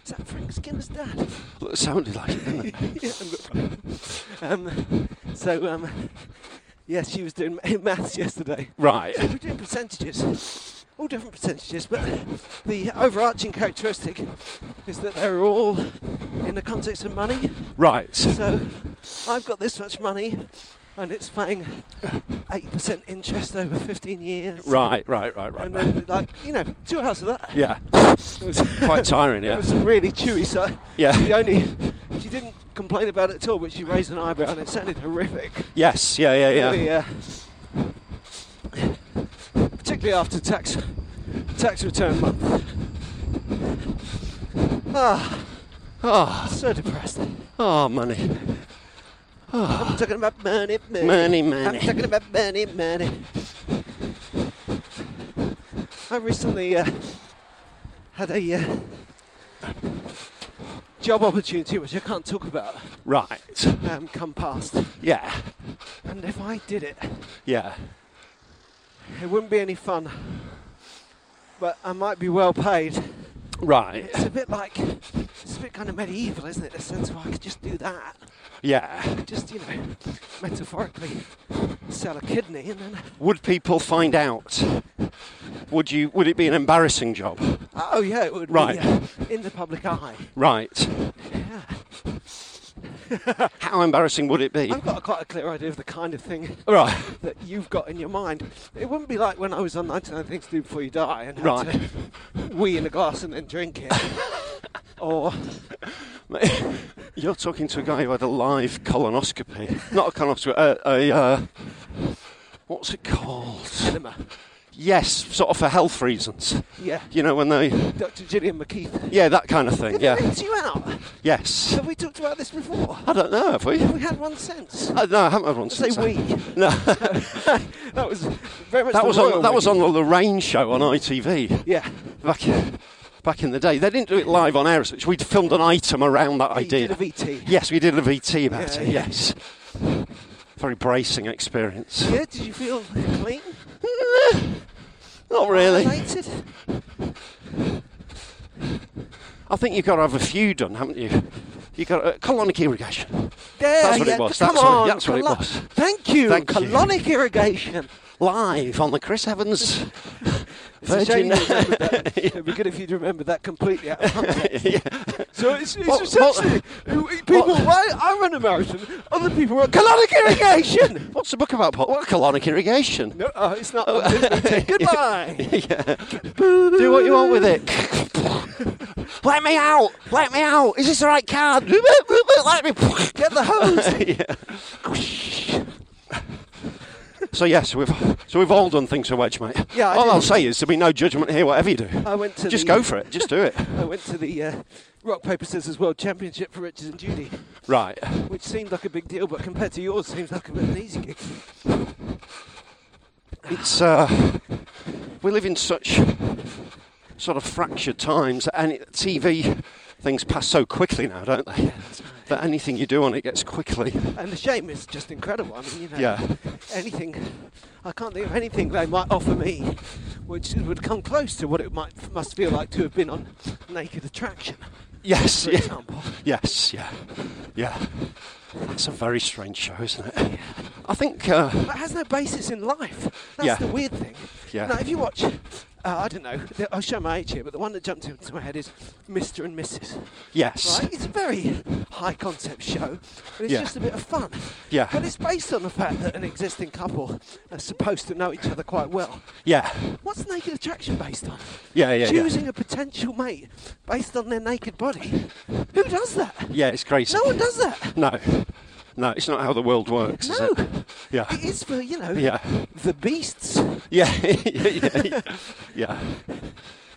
Is that Frank Skinner's dad?
Well, it sounded like it, didn't it?
Yeah, I'm good. um, so, um, yes, she was doing ma- maths yesterday.
Right.
We're doing percentages, all different percentages, but the overarching characteristic is that they're all in the context of money.
Right.
So, I've got this much money, and it's paying eight percent interest over 15 years.
Right, right, right, right.
And
right.
then, like you know, two hours of that.
Yeah.
It was-
Quite tiring,
It
yeah.
was really chewy, so
Yeah.
she only she didn't complain about it at all, but she raised an eyebrow and it sounded horrific.
Yes, yeah, yeah, yeah.
Really, uh, particularly after tax tax return month. Ah,
Oh,
so depressed.
oh money. Ah,
I'm talking about money, money.
Money,
I'm
money.
talking about money, money. I recently uh, had a uh, job opportunity which I can't talk about
Right.
um, come past.
Yeah.
And if I did it,
Yeah.
it wouldn't be any fun. But I might be well paid.
Right.
It's a bit like, it's a bit kind of medieval, isn't it? The sense of I could just do that.
Yeah.
Just, you know, metaphorically sell a kidney and then
Would people find out Would you? Would it be an embarrassing job?
Oh yeah, it would. be,
Right.
yeah. in the public eye.
Right. How embarrassing would it be?
I've got quite a clear idea of the kind of thing
Right.
that you've got in your mind. It wouldn't be like when I was on 99 Things to Do Before You Die and had
Right.
to wee in a glass and then drink it. or
You're talking to a guy who had a live colonoscopy. Not a colonoscopy. A, a uh, what's it called?
cinema.
Yes, sort of for health reasons.
Yeah.
You know when they.
Dr. Gillian McKeith.
Yeah, that kind of thing. Yeah.
Rinse you out.
Yes.
Have we talked about this before?
I don't know. Have we?
Have we had one since?
Uh, no, I haven't had one
Say
since.
we.
No,
That was very much.
that
the
was on
royal
that was
we.
on the Lorraine show on ITV
Yeah.
back in, back in the day. They didn't do it live on air, as such. we'd filmed an item around that
You did
idea.
a VT.
Yes, we did a VT about
Yeah,
it.
yeah.
Yes, very bracing experience.
Yeah, did you feel clean?
Not really.
Related?
I think you've got to have a few done, haven't you? You got uh, colonic irrigation,
There,
That's what it
yeah,
was,
Come
that's what it-
on.
that's what it
colo-
was.
Thank you.
Thank you.
colonic irrigation.
live on the Chris Evans
It's a shame
Virgin.
you remembered that. It'd be good if you'd remembered that completely. Out of context.
Yeah.
So it's, it's
What-
essentially people. Right, I run a marathon. Other people run colonic irrigation.
What's the book about, Paul? What colonic irrigation?
No, oh, it's not. on Disney. Goodbye.
Do what you want with it. Let me out! Let me out! Is this the right card? Let me get the hose. so yes, we've so we've all done things for Wedge, mate.
Yeah, I
all
did.
I'll say is there'll be no judgment here. Whatever you do,
I went to
just
the-
go for it. Just do it.
I went to the uh, rock paper scissors world championship for Richard and Judy,
Right.
which seemed like a big deal, but compared to yours, seems like a bit of an easy gig.
It's uh, we live in such sort of fractured times, and it, TV things pass so quickly now, don't they? That anything you do on it gets quickly.
And the shame is just incredible. I mean, you know,
Yeah.
anything. I can't think of anything they might offer me, which would come close to what it might must feel like to have been on Naked Attraction,
Yes.
for
yeah.
example.
Yes, yeah, yeah. That's a very strange show, isn't it? I think, uh,
That has no basis in life. That's
Yeah.
the weird thing.
Yeah.
Now, if you watch, uh, I don't know, the- I'll show my age here, but the one that jumped into my head is Mr. and Mrs.
yes,
Right? It's a very high concept show, but it's
Yeah.
just a bit of fun.
Yeah.
But it's based on the fact that an existing couple are supposed to know each other quite well.
yeah,
What's naked attraction based on?
yeah, yeah, yeah.
Choosing a potential mate based on their naked body. Who does that?
Yeah, it's crazy.
No one does that.
No, no, it's not how the world works, is
No.
it? Yeah,
It is for, you know,
yeah,
the beasts.
yeah, yeah, yeah, yeah.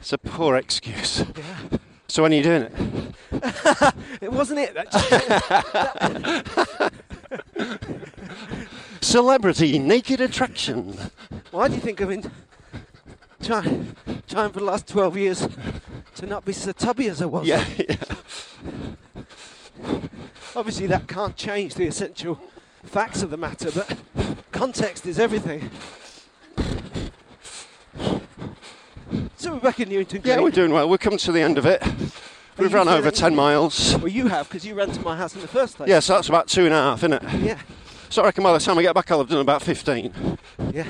It's a poor excuse. So when are you doing it?
It wasn't it. That just-
Celebrity naked attraction.
Why do you think I've been trying, trying for the last 12 years to not be so tubby as I was?
Yeah, yeah,
Obviously, that can't change the essential facts of the matter, but context is everything. So we're back in Newington
yeah.
Green.
We're doing well. We've come to the end of it. We've
you
run over
feeling-
ten miles.
Well, you have, because you ran to my house in the first place.
Yeah, so that's about two and a half, isn't it?
Yeah.
So I reckon by the time I get back, I'll have done about 15.
Yeah.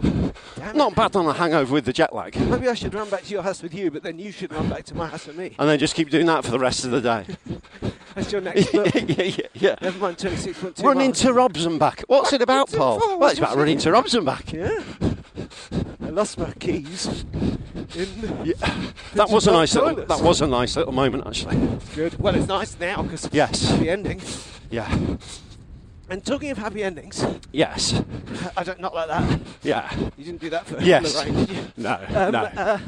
Damn it.
Not bad on a hangover with the jet lag. And
Maybe I should run back to your house with you, but then you should run back to my house with me.
then just keep doing that for the rest of the day.
That's your next book.
yeah, yeah, yeah.
Never mind 26.2
Run
miles.
into Robs and back. What's it about, Paul? Well, it's about running to Robs and back.
Yeah. I lost my keys in
That was a nice little,
Toilets.
that was a nice little moment, actually.
Good. Well, it's nice now because
Yes.
happy ending.
Yeah.
And talking of happy endings,
Yes.
I don't not like that.
Yeah.
You didn't do that for
Yes.
Lorraine, did you?
No.
Um,
no.
uh,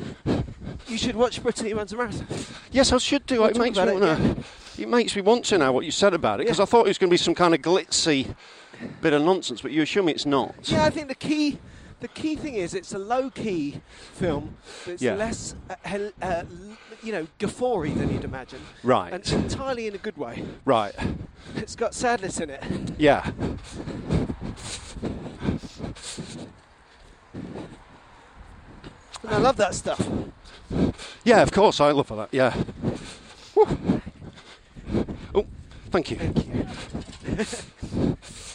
you should watch Brittany runs a marathon.
yes, I should do. It
talk
makes me
about it
want to. It makes me want to know what you said about it because
Yeah.
I thought it was going to be some kind of glitzy bit of nonsense, but you assure me it's not.
Yeah, I think the key, the key thing is it's a low key film that's
Yeah.
less, uh, hel- uh, l- you know, guffawy than you'd imagine.
Right.
And entirely in a good way.
Right.
It's got sadness in it.
Yeah.
And I love that stuff.
Yeah, of course, I love that. Yeah. Woo. Oh, thank you.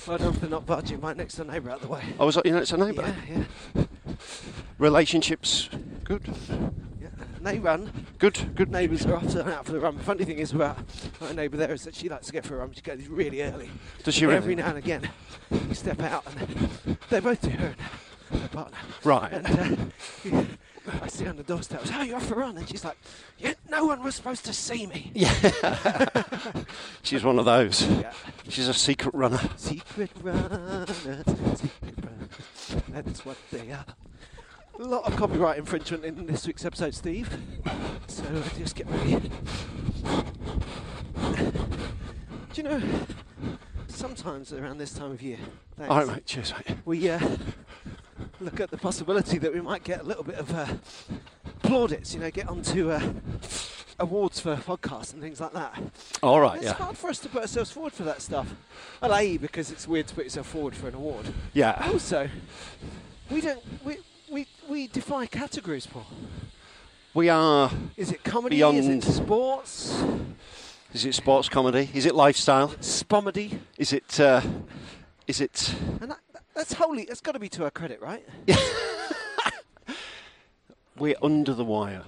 Well done for not barging my next door neighbour out of the way.
I was, you know, it's a neighbour.
Yeah, yeah.
relationships good.
Yeah. And they run.
Good, good.
Neighbours are often out for the run. The funny thing is about my neighbour there is that she likes to get for a run. She goes really early.
Does she
But
really?
Every now and again, you step out and they both do her and her partner.
Right.
And uh, I see her on the doorstep. I say, Oh, you're off for a run? And she's like, Yeah, no one was supposed to see me.
She's one of those.
Yeah.
She's a secret runner.
Secret runners, secret runners. That's what they are. A lot of copyright infringement in this week's episode, Steve. So I just get ready. Do you know, sometimes around this time of year, thanks,
All right, mate. Cheers, mate.
we uh, look at the possibility that we might get a little bit of uh, plaudits, you know, get onto uh, awards for podcasts and things like that.
All right,
It's
Uh, yeah.
hard for us to put ourselves forward for that stuff. Well, A, because it's weird to put yourself forward for an award.
Yeah.
Also, we don't. We, we, we defy categories, Paul.
We are.
Is it comedy? Is it
Beyond-
sports?
Is it sports comedy? Is it lifestyle?
Spomedy?
Is it. Uh, is it.
And that, that's wholly. That's got to be to our credit, right?
We're under the wire.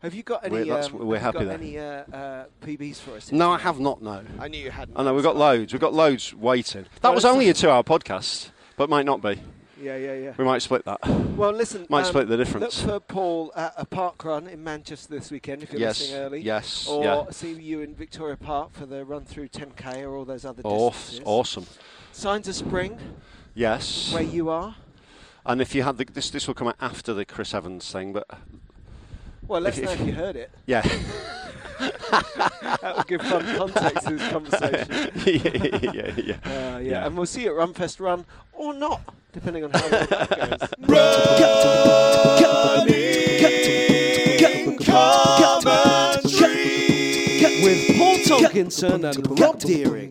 Have you got any?
We're- that's-
um,
we're
have you got
happy
Any uh, uh, PBs for us?
No, I have not, no.
I knew you hadn't.
I know, we've got loads. We've got loads waiting. That
Well,
was
it's-
only a two hour podcast, but might not be.
Yeah, yeah, yeah.
We might split that.
Well, listen.
Might split the difference.
Um, Look for Paul at a park run in Manchester this weekend if you're
Yes,
listening early.
yes,
Or
yeah.
see you in Victoria Park for the run through 10k or all those other
Awf-
distances.
awesome.
Signs of spring
Yes.
where you are.
And if you had the, this, this will come out after the Chris Evans thing, but
Well, let's
If-
know
if-
if you heard it.
yeah.
That will give fun context to this conversation.
yeah, yeah, yeah.
Uh, yeah.
Yeah.
and we'll see you at Runfest Run or not, depending on how well that goes. With Paul Tolkinson and Rob Deering.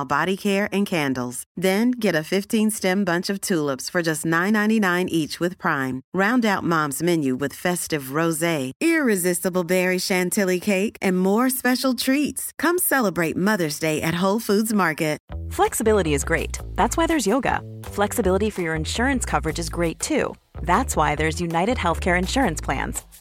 body care and candles. Then get a 15-stem bunch of tulips for just $9.99 each with Prime. Round out Mom's menu with festive rosé, irresistible berry chantilly cake, and more special treats. Come celebrate Mother's Day at Whole Foods Market.
Flexibility is great. That's why there's yoga. Flexibility for your insurance coverage is great too. That's why there's United Healthcare Insurance Plans.